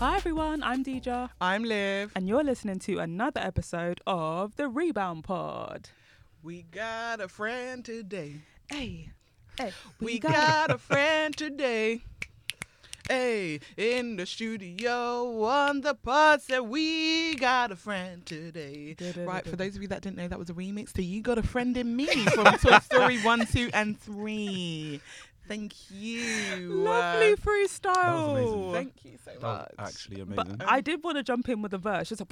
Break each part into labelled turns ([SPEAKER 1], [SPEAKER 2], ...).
[SPEAKER 1] Hi everyone, I'm Deja,
[SPEAKER 2] I'm Liv.
[SPEAKER 1] and you're listening to another episode of the Rebound Pod.
[SPEAKER 2] We got a friend today.
[SPEAKER 1] Hey, hey,
[SPEAKER 2] We got a friend today. Hey, in the studio on the pod said we got a friend today. Right, for those of you that didn't know, that was a remix to You Got a Friend in Me from Toy Story 1, 2, and 3. Thank you. uh,
[SPEAKER 1] lovely
[SPEAKER 3] amazing.
[SPEAKER 1] freestyle.
[SPEAKER 2] Thank you so much.
[SPEAKER 3] That was actually amazing.
[SPEAKER 1] But I did want to jump in with a verse, just a,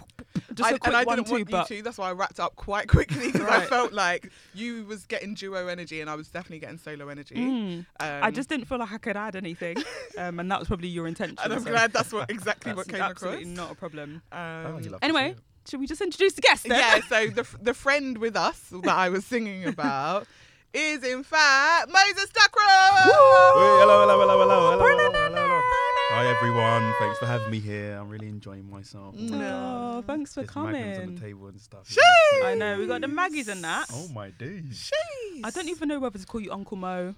[SPEAKER 1] just
[SPEAKER 2] I-
[SPEAKER 1] a quick
[SPEAKER 2] and I
[SPEAKER 1] one
[SPEAKER 2] didn't
[SPEAKER 1] too.
[SPEAKER 2] want
[SPEAKER 1] But
[SPEAKER 2] you to. That's why I wrapped up quite quickly because I
[SPEAKER 1] Right.
[SPEAKER 2] felt like you was getting duo energy and I was definitely getting solo energy.
[SPEAKER 1] Mm,
[SPEAKER 2] Um,
[SPEAKER 1] I just didn't feel like I could add anything, um, and that was probably your intention.
[SPEAKER 2] and I'm
[SPEAKER 1] so
[SPEAKER 2] glad that's what exactly
[SPEAKER 1] that's
[SPEAKER 2] what came
[SPEAKER 1] absolutely
[SPEAKER 2] across.
[SPEAKER 1] not a problem.
[SPEAKER 2] Um,
[SPEAKER 1] Anyway, should we just introduce the guest? Then?
[SPEAKER 2] yeah. So the f- the friend with us that I was singing about is in fact Moses Duckrow.
[SPEAKER 3] hello, hello, hello, hello, hello, hello, hello, hello. Hi everyone, thanks for having me here. I'm really enjoying myself.
[SPEAKER 2] No.
[SPEAKER 1] Oh, thanks for
[SPEAKER 3] There's magnums on the
[SPEAKER 1] coming.
[SPEAKER 3] table and stuff.
[SPEAKER 2] Sheesh.
[SPEAKER 1] I know we got the Maggies and that.
[SPEAKER 3] Oh my days.
[SPEAKER 1] I don't even know whether to call you Uncle Mo,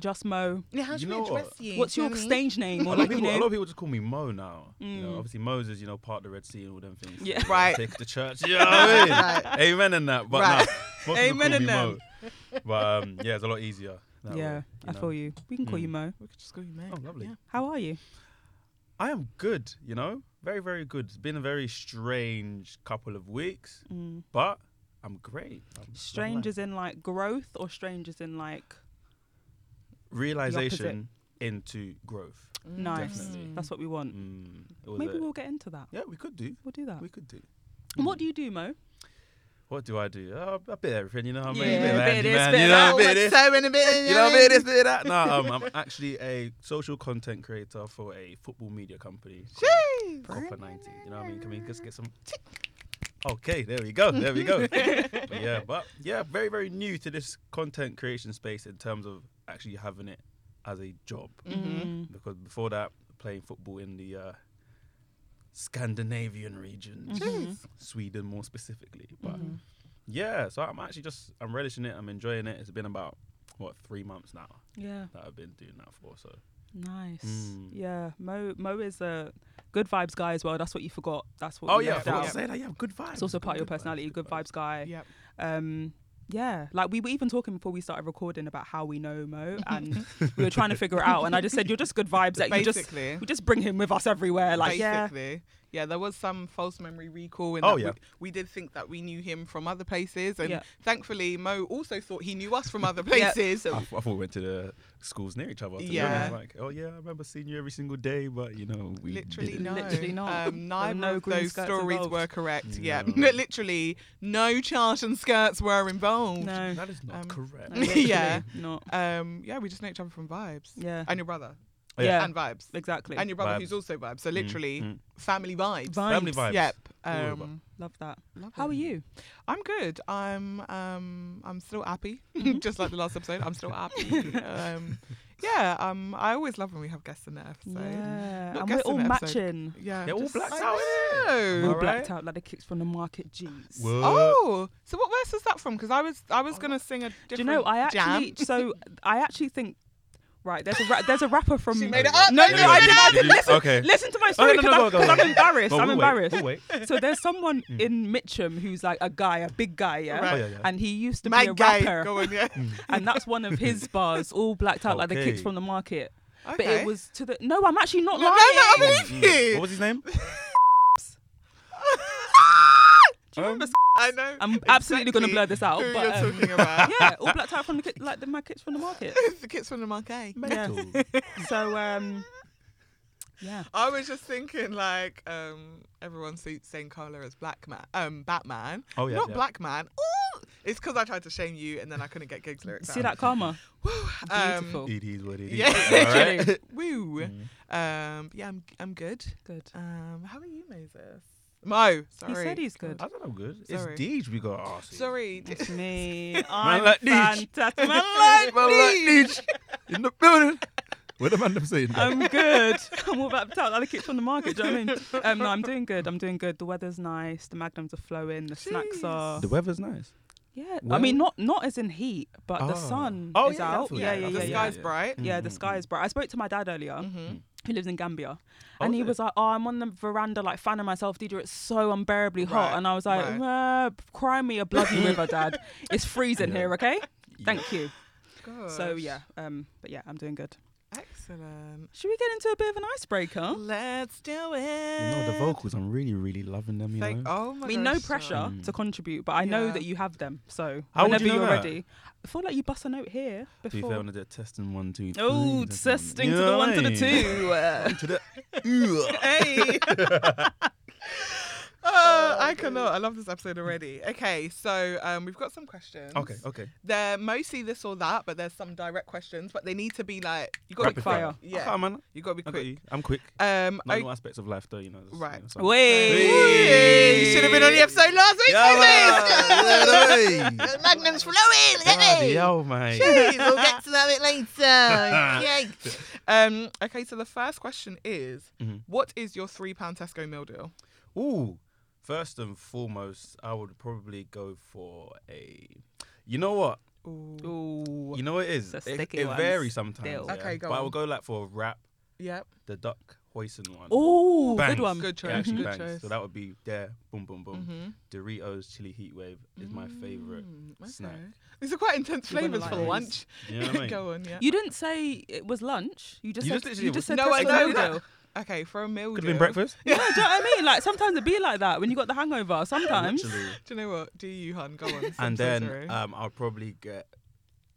[SPEAKER 1] just Mo.
[SPEAKER 2] Yeah, how
[SPEAKER 3] You
[SPEAKER 2] should we
[SPEAKER 3] know what?
[SPEAKER 2] address you?
[SPEAKER 1] What's
[SPEAKER 2] Do you
[SPEAKER 1] your
[SPEAKER 2] know what I mean?
[SPEAKER 1] stage name? Or
[SPEAKER 3] A lot, of
[SPEAKER 1] like, you
[SPEAKER 3] people, a lot
[SPEAKER 1] know,
[SPEAKER 3] of people just call me Mo now. You know,
[SPEAKER 1] Mm.
[SPEAKER 3] obviously Moses, you know, part of the Red Sea and all them things.
[SPEAKER 1] Yeah.
[SPEAKER 3] You know,
[SPEAKER 2] Right.
[SPEAKER 3] Take the church. You know what I
[SPEAKER 2] Right.
[SPEAKER 3] mean? Amen and that. But
[SPEAKER 2] Right.
[SPEAKER 3] nah,
[SPEAKER 2] Amen
[SPEAKER 3] Amen and
[SPEAKER 2] and
[SPEAKER 3] Mo. But um, yeah, it's a lot easier. That
[SPEAKER 1] yeah,
[SPEAKER 3] way,
[SPEAKER 1] I feel you. We can call you Mo.
[SPEAKER 3] Mm.
[SPEAKER 2] We could just go, man.
[SPEAKER 3] Oh, lovely.
[SPEAKER 2] Yeah.
[SPEAKER 1] How are you?
[SPEAKER 3] I am good, you know, very, very good. It's been a very strange couple of weeks,
[SPEAKER 1] Mm.
[SPEAKER 3] but I'm great. I'm loving
[SPEAKER 1] Strange as in like growth, or strange as in like
[SPEAKER 3] life. realization into growth.
[SPEAKER 1] nice.
[SPEAKER 3] Definitely.
[SPEAKER 1] That's what we want.
[SPEAKER 3] Mm, it was
[SPEAKER 1] Maybe
[SPEAKER 3] a-
[SPEAKER 1] we'll get into that.
[SPEAKER 3] yeah, we could do.
[SPEAKER 1] We'll do that.
[SPEAKER 3] We could do.
[SPEAKER 1] And what do you do, Mo?
[SPEAKER 3] What do I do? Uh, a bit of everything, you know. what I mean,
[SPEAKER 1] Yeah,
[SPEAKER 3] bit of
[SPEAKER 1] bit of this,
[SPEAKER 3] handyman,
[SPEAKER 1] bit
[SPEAKER 3] you
[SPEAKER 1] of
[SPEAKER 3] know,
[SPEAKER 1] that,
[SPEAKER 3] a bit of
[SPEAKER 2] What's
[SPEAKER 3] this,
[SPEAKER 2] so in a bit.
[SPEAKER 3] you know, a bit of this, bit of that. No, um, I'm actually a social content creator for a football media company. called
[SPEAKER 2] Jeez.
[SPEAKER 3] Copper 90. You know what I mean? Can we just get some? Okay, there we go. There we go. But yeah, but yeah, very, very new to this content creation space in terms of actually having it as a job.
[SPEAKER 1] Mm.
[SPEAKER 3] Because before that, playing football in the uh, Scandinavian region,
[SPEAKER 1] Mhm.
[SPEAKER 3] Sweden more specifically. But
[SPEAKER 1] Mhm.
[SPEAKER 3] yeah, so I'm actually just, I'm relishing it. I'm enjoying it. It's been about, what, three months now
[SPEAKER 1] Yeah,
[SPEAKER 3] that I've been doing that for. So
[SPEAKER 1] nice.
[SPEAKER 3] Mm.
[SPEAKER 1] Yeah, Mo. Mo is a good vibes guy as well. That's what you forgot. That's what.
[SPEAKER 3] Oh
[SPEAKER 1] you
[SPEAKER 3] yeah, I
[SPEAKER 1] left
[SPEAKER 3] forgot
[SPEAKER 1] out.
[SPEAKER 3] to say that. Yeah, good vibes.
[SPEAKER 1] It's also
[SPEAKER 3] good-
[SPEAKER 1] part of your
[SPEAKER 3] good vibes,
[SPEAKER 1] personality. Good vibes guy.
[SPEAKER 2] Yep.
[SPEAKER 1] um yeah like we were even talking before we started recording about how we know mo and we were trying to figure it out and i just said you're just good vibes that you just
[SPEAKER 2] Basically.
[SPEAKER 1] we just bring him with us everywhere like yeah
[SPEAKER 2] basically. Yeah. there was some false memory recall, and
[SPEAKER 3] Oh,
[SPEAKER 2] that
[SPEAKER 3] yeah.
[SPEAKER 2] we, we did think that we knew him from other places, and
[SPEAKER 1] Yeah.
[SPEAKER 2] thankfully Mo also thought he knew us from other
[SPEAKER 1] Yeah.
[SPEAKER 2] places. Um,
[SPEAKER 3] I, th- I thought we went to the schools near each other. To yeah.
[SPEAKER 2] Yeah.
[SPEAKER 3] Be honest. Like, oh yeah, I remember seeing you every single day, but you know, we
[SPEAKER 2] literally
[SPEAKER 3] didn't.
[SPEAKER 2] no,
[SPEAKER 1] Literally not.
[SPEAKER 2] Um,
[SPEAKER 1] There were
[SPEAKER 2] neither
[SPEAKER 1] no
[SPEAKER 2] of
[SPEAKER 1] green
[SPEAKER 2] those
[SPEAKER 1] skirts
[SPEAKER 2] stories were
[SPEAKER 1] involved.
[SPEAKER 2] correct. Yeah,
[SPEAKER 3] No.
[SPEAKER 2] literally no chart and skirts were involved.
[SPEAKER 1] no, no
[SPEAKER 3] That is not
[SPEAKER 2] Um,
[SPEAKER 3] correct.
[SPEAKER 2] no. literally Yeah.
[SPEAKER 1] not
[SPEAKER 2] Um, yeah, we just know each other from vibes,
[SPEAKER 1] yeah
[SPEAKER 2] and your brother,
[SPEAKER 3] Oh,
[SPEAKER 1] yeah,
[SPEAKER 2] and vibes,
[SPEAKER 1] exactly
[SPEAKER 2] and your brother
[SPEAKER 3] Vibes.
[SPEAKER 2] who's also vibes. So
[SPEAKER 3] Mm,
[SPEAKER 2] literally
[SPEAKER 3] mm.
[SPEAKER 2] family vibes.
[SPEAKER 1] Vibes.
[SPEAKER 3] Family vibes.
[SPEAKER 2] Yep.
[SPEAKER 3] All
[SPEAKER 2] Um,
[SPEAKER 1] love that
[SPEAKER 2] love
[SPEAKER 1] how are
[SPEAKER 2] it.
[SPEAKER 1] you
[SPEAKER 2] I'm good. I'm um I'm still happy,
[SPEAKER 1] Mm-hmm.
[SPEAKER 2] just like the last episode. I'm still happy. um, yeah. Um, I always love when we have guests in the episode.
[SPEAKER 1] yeah and
[SPEAKER 2] Not
[SPEAKER 1] we're
[SPEAKER 2] guessing
[SPEAKER 1] all
[SPEAKER 2] the episode.
[SPEAKER 1] matching
[SPEAKER 2] Yeah,
[SPEAKER 3] They're all
[SPEAKER 2] just-
[SPEAKER 3] blacked
[SPEAKER 2] I
[SPEAKER 3] out, innit?
[SPEAKER 2] know.
[SPEAKER 3] Am I
[SPEAKER 1] all blacked
[SPEAKER 3] right?
[SPEAKER 1] out like the kicks from the market jeez
[SPEAKER 2] Oh, so what verse is that from? Because I was I was gonna sing a different
[SPEAKER 1] Oh, do you know i actually
[SPEAKER 2] jam.
[SPEAKER 1] so i actually think right there's a ra- there's a rapper from
[SPEAKER 2] She made it up.
[SPEAKER 1] um, no
[SPEAKER 2] She
[SPEAKER 1] no
[SPEAKER 2] made
[SPEAKER 1] i
[SPEAKER 2] it
[SPEAKER 1] didn't
[SPEAKER 2] up.
[SPEAKER 1] i didn't listen
[SPEAKER 3] Okay.
[SPEAKER 1] Listen to my
[SPEAKER 3] Oh, no,
[SPEAKER 1] story
[SPEAKER 3] no,
[SPEAKER 1] because
[SPEAKER 3] no, go, go,
[SPEAKER 1] I'm
[SPEAKER 3] go.
[SPEAKER 1] embarrassed.
[SPEAKER 3] Oh,
[SPEAKER 1] I'm
[SPEAKER 3] we'll wait,
[SPEAKER 1] embarrassed.
[SPEAKER 3] we'll wait.
[SPEAKER 1] So there's someone in Mitcham who's like a guy, a big guy, yeah,
[SPEAKER 3] Right. Oh, yeah, yeah.
[SPEAKER 1] and he used to
[SPEAKER 2] My
[SPEAKER 1] be a
[SPEAKER 2] guy,
[SPEAKER 1] rapper,
[SPEAKER 2] go on, yeah.
[SPEAKER 1] and that's one of his bars, all blacked out like the kicks
[SPEAKER 3] Okay.
[SPEAKER 1] from the market.
[SPEAKER 2] okay.
[SPEAKER 1] But it was to the no, I'm actually not
[SPEAKER 2] No, no,
[SPEAKER 1] lying.
[SPEAKER 2] no, I believe
[SPEAKER 3] Mm.
[SPEAKER 2] you.
[SPEAKER 3] What was his name?
[SPEAKER 1] Do
[SPEAKER 2] Um,
[SPEAKER 1] you remember?
[SPEAKER 2] I know.
[SPEAKER 1] I'm absolutely gonna
[SPEAKER 2] exactly
[SPEAKER 1] blur this out,
[SPEAKER 2] Who
[SPEAKER 1] but,
[SPEAKER 2] you're
[SPEAKER 1] um,
[SPEAKER 2] talking about?
[SPEAKER 1] yeah, all blacked out from the ki- like the my kicks from the market.
[SPEAKER 2] the kids from the marquee. Mm.
[SPEAKER 1] Yeah. So um, yeah.
[SPEAKER 2] I was just thinking, like, um, everyone's se- saying Carla is black man, um, Batman.
[SPEAKER 3] Oh, yeah,
[SPEAKER 2] not
[SPEAKER 3] yeah.
[SPEAKER 2] black man. Ooh! It's because I tried to shame you, and then I couldn't get gigs lyrics.
[SPEAKER 1] See
[SPEAKER 2] out.
[SPEAKER 1] that karma?
[SPEAKER 2] Um,
[SPEAKER 1] Beautiful.
[SPEAKER 3] It is what it is.
[SPEAKER 2] Yeah.
[SPEAKER 3] All right. Mm.
[SPEAKER 1] Literally.
[SPEAKER 2] Woo. Um, yeah, I'm I'm good.
[SPEAKER 1] Good.
[SPEAKER 2] Um, how are you, Moses? Mo, sorry.
[SPEAKER 1] He said he's good.
[SPEAKER 3] I don't know, good.
[SPEAKER 2] Sorry.
[SPEAKER 3] It's Deej we got asked.
[SPEAKER 2] Sorry.
[SPEAKER 1] It's me. I'm
[SPEAKER 3] like these.
[SPEAKER 1] fantastic. Man like
[SPEAKER 3] Man like
[SPEAKER 1] these.
[SPEAKER 3] Deej in the building. What am I saying?
[SPEAKER 1] I'm good. I'm all wrapped up. Other kicks on the market. Do you know what I mean? Um, no, I'm doing good. I'm doing good. The weather's nice. The magnums are flowing. The snacks
[SPEAKER 2] Jeez.
[SPEAKER 1] are.
[SPEAKER 3] the weather's nice.
[SPEAKER 1] yeah. I
[SPEAKER 3] Well-
[SPEAKER 1] mean, not not as in heat, but the
[SPEAKER 3] Oh.
[SPEAKER 1] sun
[SPEAKER 3] Oh,
[SPEAKER 1] is
[SPEAKER 3] yeah,
[SPEAKER 1] out.
[SPEAKER 3] that's what- Mm-hmm.
[SPEAKER 1] Yeah, yeah,
[SPEAKER 3] yeah,
[SPEAKER 1] yeah.
[SPEAKER 2] the
[SPEAKER 3] that's
[SPEAKER 1] Yeah.
[SPEAKER 3] what-
[SPEAKER 2] sky's bright.
[SPEAKER 1] Yeah, the sky is bright. I spoke to my dad earlier,
[SPEAKER 3] Mm.
[SPEAKER 2] Mm-hmm.
[SPEAKER 1] who lives in Gambia.
[SPEAKER 3] Oh,
[SPEAKER 1] and he
[SPEAKER 3] is it?
[SPEAKER 1] was like, Oh, I'm on the veranda, like fanning myself, Deidre, it's so unbearably hot.
[SPEAKER 2] Right,
[SPEAKER 1] and I was like, uh, Cry me a bloody river, Dad. It's freezing
[SPEAKER 3] Yeah.
[SPEAKER 1] here, okay?
[SPEAKER 3] Yeah.
[SPEAKER 1] Thank you. So,
[SPEAKER 2] Gosh.
[SPEAKER 1] yeah, um, but yeah, I'm doing good.
[SPEAKER 2] Excellent.
[SPEAKER 1] Should we get into a bit of an icebreaker?
[SPEAKER 2] Let's do
[SPEAKER 3] You
[SPEAKER 2] it.
[SPEAKER 3] know the vocals. I'm really, really loving them. You
[SPEAKER 2] Thank,
[SPEAKER 3] know.
[SPEAKER 2] oh my
[SPEAKER 1] I mean, no
[SPEAKER 2] gosh,
[SPEAKER 1] pressure
[SPEAKER 2] Sarah.
[SPEAKER 3] Mm.
[SPEAKER 1] to contribute, but I know
[SPEAKER 2] Yeah.
[SPEAKER 1] that you have them. So,
[SPEAKER 3] How would
[SPEAKER 1] whenever
[SPEAKER 3] you know
[SPEAKER 1] are
[SPEAKER 3] that?
[SPEAKER 1] ready, I feel like you bust a note here
[SPEAKER 3] To be fair,
[SPEAKER 1] before.
[SPEAKER 3] on the testing one, two, three.
[SPEAKER 1] Oh,
[SPEAKER 3] testing.
[SPEAKER 1] testing
[SPEAKER 3] You
[SPEAKER 1] to the
[SPEAKER 3] know
[SPEAKER 1] one to
[SPEAKER 3] what I
[SPEAKER 1] the
[SPEAKER 3] mean?
[SPEAKER 1] two. Uh,
[SPEAKER 3] To the- Ugh.
[SPEAKER 2] Hey. oh, I cannot. I love this episode already. Okay, so um, we've got some questions.
[SPEAKER 3] okay, okay.
[SPEAKER 2] They're mostly this or that, but there's some direct questions, but they need to be like you got to
[SPEAKER 1] Rapid
[SPEAKER 2] be quick.
[SPEAKER 1] fire.
[SPEAKER 2] Yeah,
[SPEAKER 3] Okay, man.
[SPEAKER 2] you got to be
[SPEAKER 3] I got
[SPEAKER 2] quick.
[SPEAKER 3] you. I'm quick.
[SPEAKER 2] Um,
[SPEAKER 3] Not in
[SPEAKER 2] okay.
[SPEAKER 3] all aspects of life, though. You know. that's-
[SPEAKER 2] Right.
[SPEAKER 3] you know, so-
[SPEAKER 1] Wait.
[SPEAKER 2] You should have been on the episode last week.
[SPEAKER 3] Yeah,
[SPEAKER 2] babies.
[SPEAKER 3] man. Yeah,
[SPEAKER 2] The Magnum's flowing.
[SPEAKER 3] Bloody
[SPEAKER 2] hey.
[SPEAKER 3] hell, mate.
[SPEAKER 2] Jeez, we'll get to that a bit later. Yikes. Um, okay, so the first question is
[SPEAKER 3] Mhm.
[SPEAKER 2] what is your three pound Tesco meal deal?
[SPEAKER 3] Ooh. First and foremost, I would probably go for a. You know what?
[SPEAKER 2] Ooh.
[SPEAKER 1] Ooh.
[SPEAKER 3] You know what it is.
[SPEAKER 1] The
[SPEAKER 3] it
[SPEAKER 1] sticky
[SPEAKER 3] it
[SPEAKER 1] ones
[SPEAKER 3] varies sometimes.
[SPEAKER 1] still.
[SPEAKER 3] yeah.
[SPEAKER 2] Okay, go
[SPEAKER 3] But I
[SPEAKER 2] on.
[SPEAKER 3] would go like for a wrap,
[SPEAKER 2] Yep.
[SPEAKER 3] the duck hoisin one.
[SPEAKER 1] Ooh,
[SPEAKER 3] Bangs.
[SPEAKER 1] good one.
[SPEAKER 2] Good
[SPEAKER 3] It
[SPEAKER 2] choice.
[SPEAKER 3] actually
[SPEAKER 2] Good
[SPEAKER 3] bangs.
[SPEAKER 2] choice.
[SPEAKER 3] So that would be there. Boom, boom, boom.
[SPEAKER 2] Mm-hmm. Mm,
[SPEAKER 3] Doritos chili heat wave is my favorite. snack.
[SPEAKER 2] These are quite intense
[SPEAKER 1] You're gonna
[SPEAKER 2] flavors for
[SPEAKER 1] like
[SPEAKER 2] lunch.
[SPEAKER 3] You know what I mean?
[SPEAKER 2] Go on, yeah.
[SPEAKER 1] You didn't say it was lunch. You just said,
[SPEAKER 3] You just literally
[SPEAKER 1] you
[SPEAKER 3] was-
[SPEAKER 1] just said
[SPEAKER 2] No,
[SPEAKER 1] Tesco
[SPEAKER 2] I know
[SPEAKER 1] meal
[SPEAKER 2] that.
[SPEAKER 1] deal.
[SPEAKER 2] Okay, for a meal
[SPEAKER 3] Could have
[SPEAKER 2] deal.
[SPEAKER 3] been breakfast.
[SPEAKER 1] Yeah, do you know what I mean? Like sometimes it be like that when you got the hangover. Sometimes.
[SPEAKER 3] Literally.
[SPEAKER 2] Do you know what? Do you, hun? Go on. I'm
[SPEAKER 3] And
[SPEAKER 2] so
[SPEAKER 3] then
[SPEAKER 2] sorry.
[SPEAKER 3] um, I'll probably get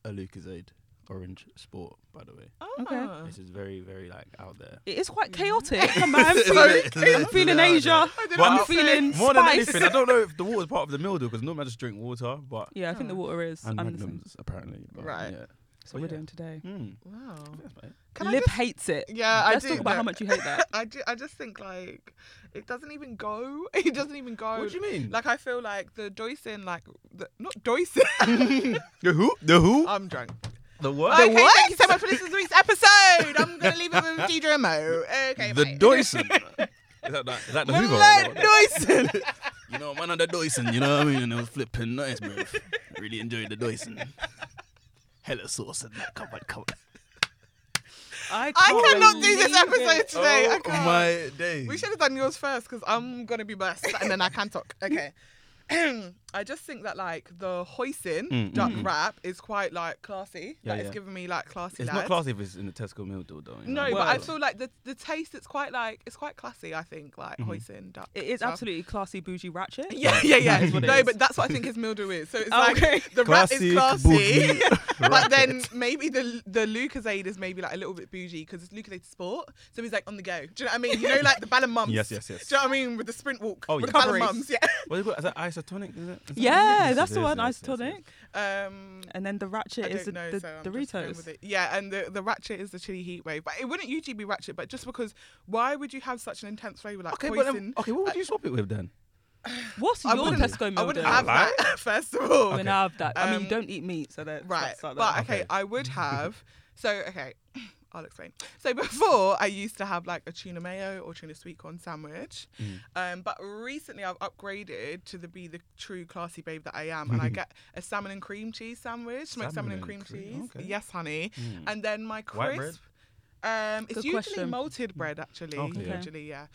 [SPEAKER 3] a Lucozade Orange Sport. By the way,
[SPEAKER 2] Ah.
[SPEAKER 3] this is very, very like out there.
[SPEAKER 1] It is quite chaotic. Come on, I'm
[SPEAKER 3] It's
[SPEAKER 1] feeling,
[SPEAKER 3] a
[SPEAKER 1] I'm
[SPEAKER 3] bit-
[SPEAKER 1] feeling
[SPEAKER 3] it's a bit out
[SPEAKER 1] Asia.
[SPEAKER 3] there.
[SPEAKER 2] I didn't
[SPEAKER 3] Well,
[SPEAKER 1] I'm
[SPEAKER 2] know.
[SPEAKER 1] feeling
[SPEAKER 3] More than
[SPEAKER 1] spice.
[SPEAKER 3] anything, I don't know if the water's part of the meal deal because normally I just drink water, but
[SPEAKER 1] Yeah, I think the water is.
[SPEAKER 3] and
[SPEAKER 1] I'm the same.
[SPEAKER 3] Magnums apparently. But,
[SPEAKER 2] Right.
[SPEAKER 3] Yeah.
[SPEAKER 1] That's what we're
[SPEAKER 3] yeah.
[SPEAKER 1] doing today.
[SPEAKER 3] Mm.
[SPEAKER 2] Wow. Can I
[SPEAKER 1] Lib
[SPEAKER 2] just-
[SPEAKER 1] hates it.
[SPEAKER 2] Yeah, I
[SPEAKER 1] Let's
[SPEAKER 2] do.
[SPEAKER 1] talk about
[SPEAKER 2] no.
[SPEAKER 1] how much you hate that.
[SPEAKER 2] I, ju- I just think like it doesn't even go. It doesn't even go.
[SPEAKER 3] What do you mean?
[SPEAKER 2] Oh, Like I feel like the Doisin, like the, not Doisin.
[SPEAKER 3] the who? The who?
[SPEAKER 2] I'm drunk.
[SPEAKER 3] the what?
[SPEAKER 2] Oh, Okay, thank you so much for listening to this week's episode. I'm gonna leave it with Deidre and Mo. Okay,
[SPEAKER 3] The
[SPEAKER 2] bye.
[SPEAKER 3] Doyson. Is that, that, is that the
[SPEAKER 2] We're
[SPEAKER 3] Hoover?
[SPEAKER 2] like
[SPEAKER 3] Doyson. you know, man, on the Doyson, you know what I mean? And it was flipping nice, man. Really enjoyed the Doyson. Hella sauce and that. Come on, come on.
[SPEAKER 1] I,
[SPEAKER 2] I
[SPEAKER 1] can't
[SPEAKER 2] cannot do this
[SPEAKER 1] believe
[SPEAKER 2] episode
[SPEAKER 1] it.
[SPEAKER 2] today. I
[SPEAKER 3] oh
[SPEAKER 2] can't.
[SPEAKER 3] my days.
[SPEAKER 2] We should have done yours first because I'm gonna be burst and then I can talk. Okay. I just think that like the hoisin
[SPEAKER 3] Mm,
[SPEAKER 2] duck
[SPEAKER 3] mm, mm.
[SPEAKER 2] wrap is quite like classy.
[SPEAKER 3] Yeah,
[SPEAKER 2] like
[SPEAKER 3] yeah.
[SPEAKER 2] it's giving me like classy.
[SPEAKER 3] It's not
[SPEAKER 2] lads.
[SPEAKER 3] classy if it's in the Tesco meal deal, though. you
[SPEAKER 2] No,
[SPEAKER 3] know?
[SPEAKER 2] but I
[SPEAKER 1] Well-
[SPEAKER 2] feel like the the taste. It's quite like it's quite classy. I think like
[SPEAKER 3] Mhm.
[SPEAKER 2] hoisin duck.
[SPEAKER 1] It is
[SPEAKER 2] stuff.
[SPEAKER 1] absolutely classy, bougie, ratchet.
[SPEAKER 2] Yeah, yeah, yeah.
[SPEAKER 3] That is what it
[SPEAKER 2] no,
[SPEAKER 3] is.
[SPEAKER 2] but that's what I think his mildew is. So it's
[SPEAKER 1] Oh,
[SPEAKER 2] like
[SPEAKER 1] okay.
[SPEAKER 2] the wrap is classy,
[SPEAKER 3] boogie,
[SPEAKER 2] but then
[SPEAKER 3] racket.
[SPEAKER 2] maybe the the Lucasade is maybe like a little bit bougie because it's Lucasade Sport, so he's like on the go. Do you know what I mean? You know, like the Ballon Mums.
[SPEAKER 3] Yes, yes, yes.
[SPEAKER 2] Do you know what I mean with the sprint walk?
[SPEAKER 3] Oh,
[SPEAKER 2] with
[SPEAKER 3] yeah.
[SPEAKER 2] the Ballon
[SPEAKER 1] Coverings.
[SPEAKER 2] Mums, yeah.
[SPEAKER 3] What do you call it? Is that isotonic? Is it? Is that-
[SPEAKER 1] Yeah,
[SPEAKER 3] Yes,
[SPEAKER 1] that's
[SPEAKER 3] it
[SPEAKER 1] the
[SPEAKER 3] is,
[SPEAKER 1] one,
[SPEAKER 3] yes, yes, yes.
[SPEAKER 1] isotonic.
[SPEAKER 2] Um,
[SPEAKER 1] And then the ratchet
[SPEAKER 2] I
[SPEAKER 1] is the,
[SPEAKER 2] don't know,
[SPEAKER 1] the
[SPEAKER 2] so I'm just going
[SPEAKER 1] Doritos.
[SPEAKER 2] with it. Yeah, and the, the ratchet is the chili heat wave. But it wouldn't usually be ratchet, but just because why would you have such an intense flavour like
[SPEAKER 3] Okay,
[SPEAKER 2] hoisin?
[SPEAKER 3] but um, okay, what would you swap it with then?
[SPEAKER 1] What's
[SPEAKER 2] I
[SPEAKER 1] your
[SPEAKER 2] wouldn't-
[SPEAKER 1] Tesco meal
[SPEAKER 2] I wouldn't
[SPEAKER 1] deal?
[SPEAKER 2] have
[SPEAKER 3] Right.
[SPEAKER 2] that, first of all.
[SPEAKER 1] When I have that. I mean, you
[SPEAKER 2] Um,
[SPEAKER 1] don't eat meat, so that,
[SPEAKER 2] Right.
[SPEAKER 1] that's like
[SPEAKER 2] But
[SPEAKER 1] that.
[SPEAKER 2] okay,
[SPEAKER 3] Okay.
[SPEAKER 2] I would have. So okay, I'll explain. So before I used to have like a tuna mayo or tuna sweet corn sandwich,
[SPEAKER 3] Mm.
[SPEAKER 2] um, but recently I've upgraded to the be the true classy babe that I am, and I get a salmon and cream cheese sandwich, smoked salmon,
[SPEAKER 3] Mm-hmm. Salmon
[SPEAKER 2] and
[SPEAKER 3] and
[SPEAKER 2] cream,
[SPEAKER 3] cream,
[SPEAKER 2] cheese.
[SPEAKER 3] okay.
[SPEAKER 2] Yes, honey.
[SPEAKER 3] Mm.
[SPEAKER 2] And then my crisp.
[SPEAKER 3] White bread?
[SPEAKER 2] Um, it's
[SPEAKER 1] Good
[SPEAKER 2] usually
[SPEAKER 1] question.
[SPEAKER 2] malted bread, actually.
[SPEAKER 3] Okay.
[SPEAKER 1] Okay.
[SPEAKER 2] Usually, yeah.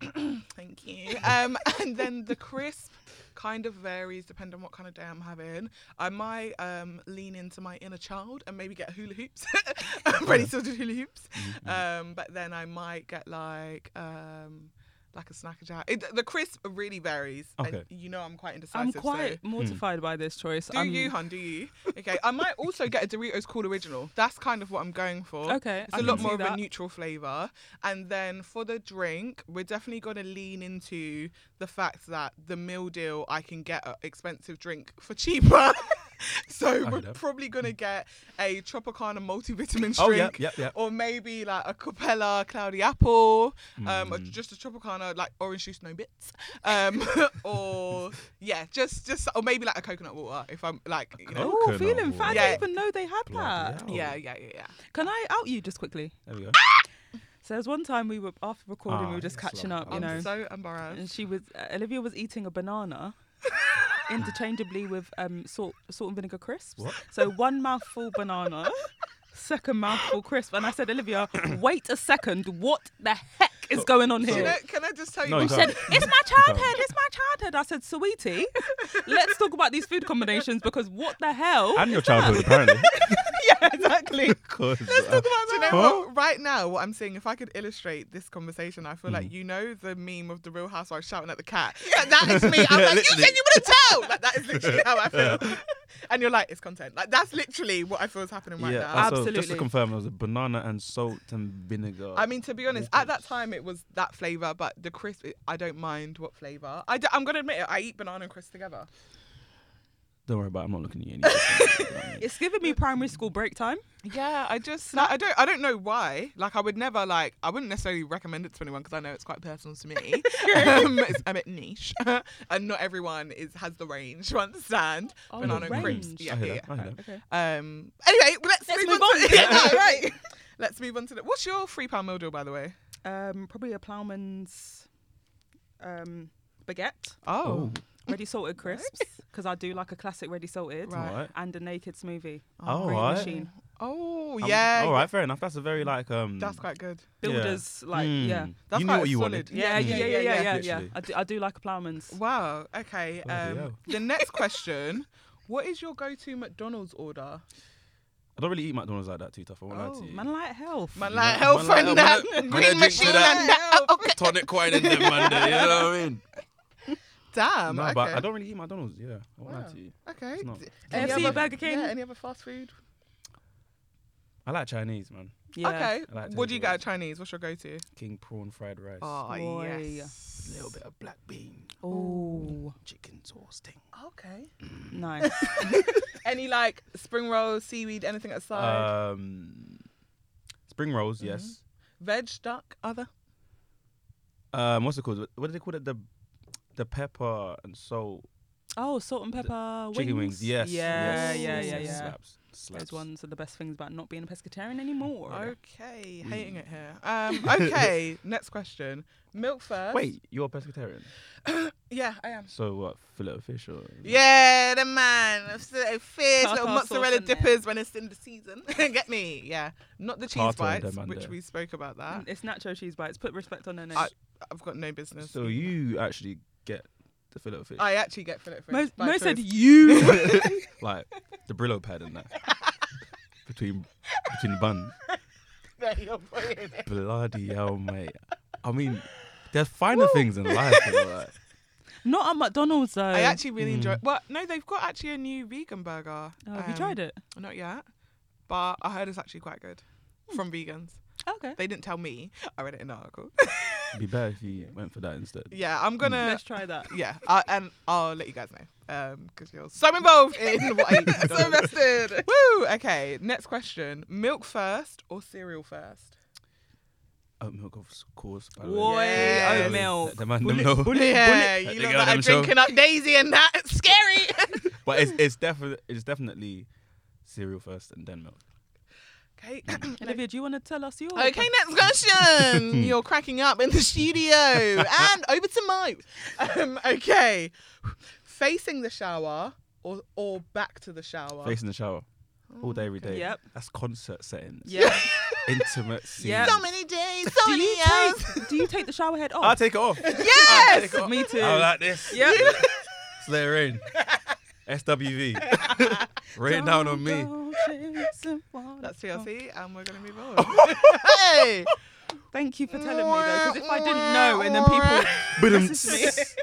[SPEAKER 3] Mhm.
[SPEAKER 2] Thank you. Um, and then the crisp kind of varies depending on what kind of day I'm having. I might um, lean into my inner child and maybe get hula hoops. I'm ready to do hula hoops. Um, but then I might get like um, like a snacker jack. It, the crisp really varies. And
[SPEAKER 3] Okay.
[SPEAKER 2] you know I'm quite indecisive.
[SPEAKER 1] I'm
[SPEAKER 2] so-
[SPEAKER 1] quite mortified by this choice. Um,
[SPEAKER 2] do
[SPEAKER 1] I'm-
[SPEAKER 2] you, hun? Do you? Okay. I might also get a Doritos Cool Original. That's kind of what I'm going for.
[SPEAKER 1] Okay,
[SPEAKER 2] It's
[SPEAKER 1] I
[SPEAKER 2] a
[SPEAKER 1] can
[SPEAKER 2] lot
[SPEAKER 1] see
[SPEAKER 2] more of a
[SPEAKER 1] that.
[SPEAKER 2] neutral flavour. And then for the drink, we're definitely going to lean into the fact that the meal deal, I can get an expensive drink for cheaper. so
[SPEAKER 3] I
[SPEAKER 2] we're
[SPEAKER 3] get that.
[SPEAKER 2] probably going to get a Tropicana multivitamin drink.
[SPEAKER 3] Oh, yeah, yeah, yeah.
[SPEAKER 2] Or maybe like a Capella Cloudy Apple, um, or just a Tropicana like orange juice, no bits, um, or yeah, just just or maybe like a coconut water if I'm like you know,
[SPEAKER 1] Oh,
[SPEAKER 3] Coconut
[SPEAKER 1] feeling fat. I
[SPEAKER 2] water.
[SPEAKER 1] didn't even know they had
[SPEAKER 3] Bloody
[SPEAKER 1] that.
[SPEAKER 3] hell.
[SPEAKER 2] yeah, yeah, yeah, yeah.
[SPEAKER 1] Can I out you just quickly?
[SPEAKER 3] There we go.
[SPEAKER 1] So there's one time we were after recording, we
[SPEAKER 3] Ah,
[SPEAKER 1] were just
[SPEAKER 3] yes,
[SPEAKER 1] catching
[SPEAKER 3] love.
[SPEAKER 1] up, you
[SPEAKER 2] I'm
[SPEAKER 1] know,
[SPEAKER 2] so embarrassed.
[SPEAKER 1] and she was uh, Olivia was eating a banana interchangeably with um salt salt and vinegar crisps.
[SPEAKER 3] What?
[SPEAKER 1] So one mouthful banana, second mouthful crisp. And I said, Olivia, wait a second. What the heck is going on
[SPEAKER 2] Do you
[SPEAKER 1] here?
[SPEAKER 2] know, can I just tell you?
[SPEAKER 3] No,
[SPEAKER 2] what-
[SPEAKER 3] you
[SPEAKER 1] She said, It's my childhood. It's my childhood. I said, Sweetie, let's talk about these food combinations because what the hell?
[SPEAKER 3] And your childhood, apparently.
[SPEAKER 2] yeah, exactly.
[SPEAKER 3] 'Cause, uh,
[SPEAKER 2] Do you know
[SPEAKER 3] Huh?
[SPEAKER 2] what? Right now, what I'm saying, if I could illustrate this conversation, I feel like you know the meme of the Real Housewives shouting at the cat. Like, that is me. I'm
[SPEAKER 3] Yeah,
[SPEAKER 2] like, you
[SPEAKER 3] literally.
[SPEAKER 2] said you wouldn't tell. Like that is literally how I feel. and you're like, it's content. Like that's literally what I feel is happening right now.
[SPEAKER 3] yeah, also, just
[SPEAKER 1] Absolutely.
[SPEAKER 3] to confirm, it was a banana and salt and vinegar.
[SPEAKER 2] I mean, to be honest, at that time it was that flavour, but the crisp, it- I don't mind what flavour. I d- I'm going to admit it, I eat banana and crisp together.
[SPEAKER 3] don't worry about. it, I'm not looking at you. Anymore.
[SPEAKER 1] It's giving me primary school break time.
[SPEAKER 2] Yeah, I just like, I don't I don't know why. Like I would never like I wouldn't necessarily recommend it to anyone because I know it's quite personal to me. um, it's a bit niche, and not everyone is has the range. You understand?
[SPEAKER 1] Oh,
[SPEAKER 2] Banana
[SPEAKER 1] the
[SPEAKER 2] crisps.
[SPEAKER 1] range.
[SPEAKER 2] Yeah,
[SPEAKER 3] I hear
[SPEAKER 2] yeah.
[SPEAKER 3] that, I hear that.
[SPEAKER 1] Okay.
[SPEAKER 2] yeah. Um. Anyway, well, let's,
[SPEAKER 1] Let's
[SPEAKER 2] move,
[SPEAKER 1] move
[SPEAKER 2] on.
[SPEAKER 1] on.
[SPEAKER 2] To, yeah, no, right. Let's move on to the. What's your three pound meal deal, by the way?
[SPEAKER 1] Um, probably a ploughman's um, baguette,
[SPEAKER 3] Oh,
[SPEAKER 1] ready salted crisps, because I do like a classic ready salted,
[SPEAKER 2] Right.
[SPEAKER 3] alright.
[SPEAKER 1] and a naked smoothie.
[SPEAKER 3] Oh,
[SPEAKER 1] Green
[SPEAKER 3] alright.
[SPEAKER 1] machine.
[SPEAKER 2] Oh
[SPEAKER 3] Um,
[SPEAKER 2] yeah.
[SPEAKER 3] All right, fair enough. That's a very like um.
[SPEAKER 2] That's quite good.
[SPEAKER 3] yeah.
[SPEAKER 1] Builders, like,
[SPEAKER 3] Mm.
[SPEAKER 1] yeah.
[SPEAKER 2] That's
[SPEAKER 3] you knew
[SPEAKER 2] quite
[SPEAKER 3] what you
[SPEAKER 2] solid.
[SPEAKER 3] wanted.
[SPEAKER 1] Yeah, yeah, yeah, yeah, yeah, yeah.
[SPEAKER 3] Literally.
[SPEAKER 1] I, do, I do like a ploughman's.
[SPEAKER 2] Wow. Okay.
[SPEAKER 3] Bloody
[SPEAKER 2] Um,
[SPEAKER 3] hell.
[SPEAKER 2] the next question. What is your go-to McDonald's order?
[SPEAKER 3] I don't really eat McDonald's like that too tough. I won't lie
[SPEAKER 2] Oh,
[SPEAKER 3] to you.
[SPEAKER 1] Man, like health.
[SPEAKER 2] Man,
[SPEAKER 3] Yeah,
[SPEAKER 2] like
[SPEAKER 3] man,
[SPEAKER 2] health
[SPEAKER 3] like
[SPEAKER 2] and that
[SPEAKER 3] health. Man, I
[SPEAKER 2] green
[SPEAKER 3] drink to
[SPEAKER 2] machine and
[SPEAKER 3] that.
[SPEAKER 2] that. Oh, okay.
[SPEAKER 3] Tonic quite in them, man. You know what I mean?
[SPEAKER 2] Damn.
[SPEAKER 3] no,
[SPEAKER 2] Um, okay.
[SPEAKER 3] but I don't really eat McDonald's. Yeah, I won't
[SPEAKER 2] Wow.
[SPEAKER 3] lie to you.
[SPEAKER 2] Okay.
[SPEAKER 3] it's not-
[SPEAKER 2] D-
[SPEAKER 1] KFC,
[SPEAKER 2] any other-
[SPEAKER 1] Burger King?
[SPEAKER 2] Yeah, any other fast food?
[SPEAKER 3] I like Chinese, man.
[SPEAKER 1] Yeah.
[SPEAKER 2] Okay.
[SPEAKER 3] I like
[SPEAKER 2] what do you
[SPEAKER 3] Chinese.
[SPEAKER 2] get at Chinese? What's your go-to?
[SPEAKER 3] King prawn fried rice.
[SPEAKER 2] Oh,
[SPEAKER 1] Boy.
[SPEAKER 2] yes.
[SPEAKER 3] A little bit of black bean,
[SPEAKER 1] Oh,
[SPEAKER 3] chicken sauce thing.
[SPEAKER 2] Okay.
[SPEAKER 1] nice.
[SPEAKER 2] any like spring rolls, seaweed, anything aside?
[SPEAKER 3] Um, spring rolls, yes.
[SPEAKER 2] Veg, duck, other?
[SPEAKER 3] Um, what's it called? What do they call it? The the pepper and salt
[SPEAKER 1] Oh, salt and pepper wings.
[SPEAKER 3] chicken wings. Yes.
[SPEAKER 1] Yeah,
[SPEAKER 3] yes,
[SPEAKER 1] yeah,
[SPEAKER 3] yes,
[SPEAKER 1] yeah,
[SPEAKER 3] yes,
[SPEAKER 1] yeah.
[SPEAKER 3] Slaps. Slaps.
[SPEAKER 1] Those ones are the best things about not being a pescatarian anymore.
[SPEAKER 2] Okay.
[SPEAKER 3] Mm.
[SPEAKER 2] Hating it here. Um, okay. next question. Milk first.
[SPEAKER 3] Wait, you're a pescatarian.
[SPEAKER 2] Yeah, I am.
[SPEAKER 3] So what? Fillet of fish or?
[SPEAKER 2] Yeah, the man. F- uh, Fish,
[SPEAKER 1] Tartar
[SPEAKER 2] little
[SPEAKER 1] sauce
[SPEAKER 2] mozzarella
[SPEAKER 1] in there.
[SPEAKER 2] dippers when it's in the season. Get me? Yeah. Not the cheese
[SPEAKER 3] Tartar in
[SPEAKER 2] bites,
[SPEAKER 3] them,
[SPEAKER 2] which
[SPEAKER 3] and, uh,
[SPEAKER 2] we spoke about that.
[SPEAKER 1] Mm, It's nacho cheese bites. Put respect on their name.
[SPEAKER 2] I- I've got no business.
[SPEAKER 3] So you actually get the fillet of fish,
[SPEAKER 2] I actually get fillet fish.
[SPEAKER 1] Mo,
[SPEAKER 2] by
[SPEAKER 1] Mo said
[SPEAKER 2] choice.
[SPEAKER 1] you.
[SPEAKER 3] like the Brillo pad and that between between bun.
[SPEAKER 2] There you're putting it.
[SPEAKER 3] Bloody hell, mate. I mean, there's finer things in life. you know, like.
[SPEAKER 1] not at McDonald's though.
[SPEAKER 2] I actually really enjoy.
[SPEAKER 3] Mm.
[SPEAKER 2] Well, no, they've got actually a new vegan burger. Um,
[SPEAKER 1] Oh,
[SPEAKER 3] um,
[SPEAKER 1] have you tried it? Hmm.
[SPEAKER 2] Not yet, but I heard it's actually quite good from vegans.
[SPEAKER 1] Okay.
[SPEAKER 2] They didn't tell me. I read it in an article.
[SPEAKER 3] Be better if you went for that instead.
[SPEAKER 2] yeah, I'm
[SPEAKER 3] uh,
[SPEAKER 2] gonna.
[SPEAKER 1] Let's try that.
[SPEAKER 2] Yeah, I, and I'll let you guys know because you're so involved in what I eat. so invested. Woo! Okay, next question: milk first or cereal first?
[SPEAKER 3] Oat milk, of course. By the way.
[SPEAKER 1] Boy,
[SPEAKER 2] Yes.
[SPEAKER 1] oatmeal.
[SPEAKER 3] The man don't know.
[SPEAKER 2] yeah,
[SPEAKER 3] They
[SPEAKER 2] you
[SPEAKER 3] go
[SPEAKER 2] know that I'm
[SPEAKER 3] them show.
[SPEAKER 2] drinking up Daisy and that. It's scary.
[SPEAKER 3] But it's it's definitely it's definitely cereal first and then milk.
[SPEAKER 2] okay.
[SPEAKER 1] Olivia, do you want to tell us yours?
[SPEAKER 2] Okay, next question. You're cracking up in the studio. and over to Mike. Um, okay. Facing the shower or, or back to the shower?
[SPEAKER 3] Face in the shower, all day, every day.
[SPEAKER 1] Yep.
[SPEAKER 3] That's concert settings.
[SPEAKER 1] Yeah.
[SPEAKER 3] Intimate scenes.
[SPEAKER 1] Yep.
[SPEAKER 2] so many days, so
[SPEAKER 1] do
[SPEAKER 2] many
[SPEAKER 1] you
[SPEAKER 2] hours.
[SPEAKER 1] take Do you take the shower head
[SPEAKER 3] I'll
[SPEAKER 1] off?
[SPEAKER 3] take it off.
[SPEAKER 2] Yes!
[SPEAKER 3] I'll take it off.
[SPEAKER 1] Me too.
[SPEAKER 3] I like this.
[SPEAKER 1] Yep.
[SPEAKER 3] Slay rain. SWV. rain down on me.
[SPEAKER 2] That's TLC, and we're going to move on. hey!
[SPEAKER 1] Oh, Thank you for telling me though, because if I didn't know, and then people,
[SPEAKER 3] Ba-dum-ts.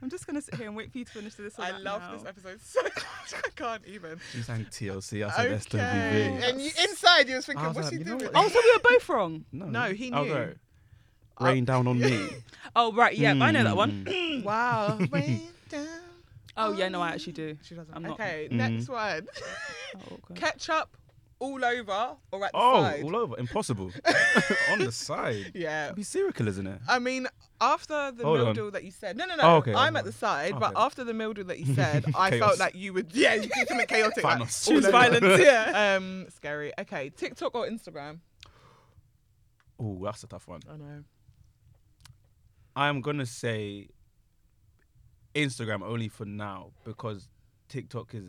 [SPEAKER 1] I'm just gonna sit here and wait for you to finish this. or
[SPEAKER 2] I
[SPEAKER 1] that
[SPEAKER 2] love
[SPEAKER 1] now.
[SPEAKER 2] this episode so much. I can't even.
[SPEAKER 3] She sang TLC. I said
[SPEAKER 2] Okay.
[SPEAKER 3] SWV.
[SPEAKER 2] And you, inside, you was thinking,
[SPEAKER 3] I was
[SPEAKER 2] what's
[SPEAKER 3] like,
[SPEAKER 2] she
[SPEAKER 3] you know
[SPEAKER 2] doing?
[SPEAKER 1] Oh, so we were both wrong.
[SPEAKER 2] No, he
[SPEAKER 3] I'll
[SPEAKER 2] knew.
[SPEAKER 3] go. Rain down on me. Hmm.
[SPEAKER 1] Oh right, Uh, yeah, I know that one.
[SPEAKER 2] Mm-hmm. Oh, wow. Rain down.
[SPEAKER 1] Oh yeah, no, I actually do.
[SPEAKER 2] She doesn't.
[SPEAKER 1] I'm not-
[SPEAKER 2] okay,
[SPEAKER 3] Mm.
[SPEAKER 2] next one.
[SPEAKER 1] Oh, okay.
[SPEAKER 2] ketchup all over or at the
[SPEAKER 3] Oh,
[SPEAKER 2] side?
[SPEAKER 3] all over. Impossible. on the side.
[SPEAKER 2] yeah.
[SPEAKER 3] It'd be serial killers in there.
[SPEAKER 2] I mean, after the
[SPEAKER 3] Hold
[SPEAKER 2] mildew
[SPEAKER 3] on.
[SPEAKER 2] that you said, no, no, no,
[SPEAKER 3] Oh, okay,
[SPEAKER 2] I'm
[SPEAKER 3] okay.
[SPEAKER 2] at the side, but
[SPEAKER 3] Okay.
[SPEAKER 2] after the mildew that you said, I
[SPEAKER 3] Chaos.
[SPEAKER 2] felt like you would, yeah, you did something chaotic. Like,
[SPEAKER 3] Thanos.
[SPEAKER 2] all
[SPEAKER 3] Choose
[SPEAKER 2] over.
[SPEAKER 3] violence,
[SPEAKER 2] yeah. Um, scary. Okay, TikTok or Instagram?
[SPEAKER 3] Oh, that's a tough one.
[SPEAKER 2] I know.
[SPEAKER 3] I'm gonna say Instagram only for now
[SPEAKER 1] Mm-hmm.
[SPEAKER 3] because TikTok is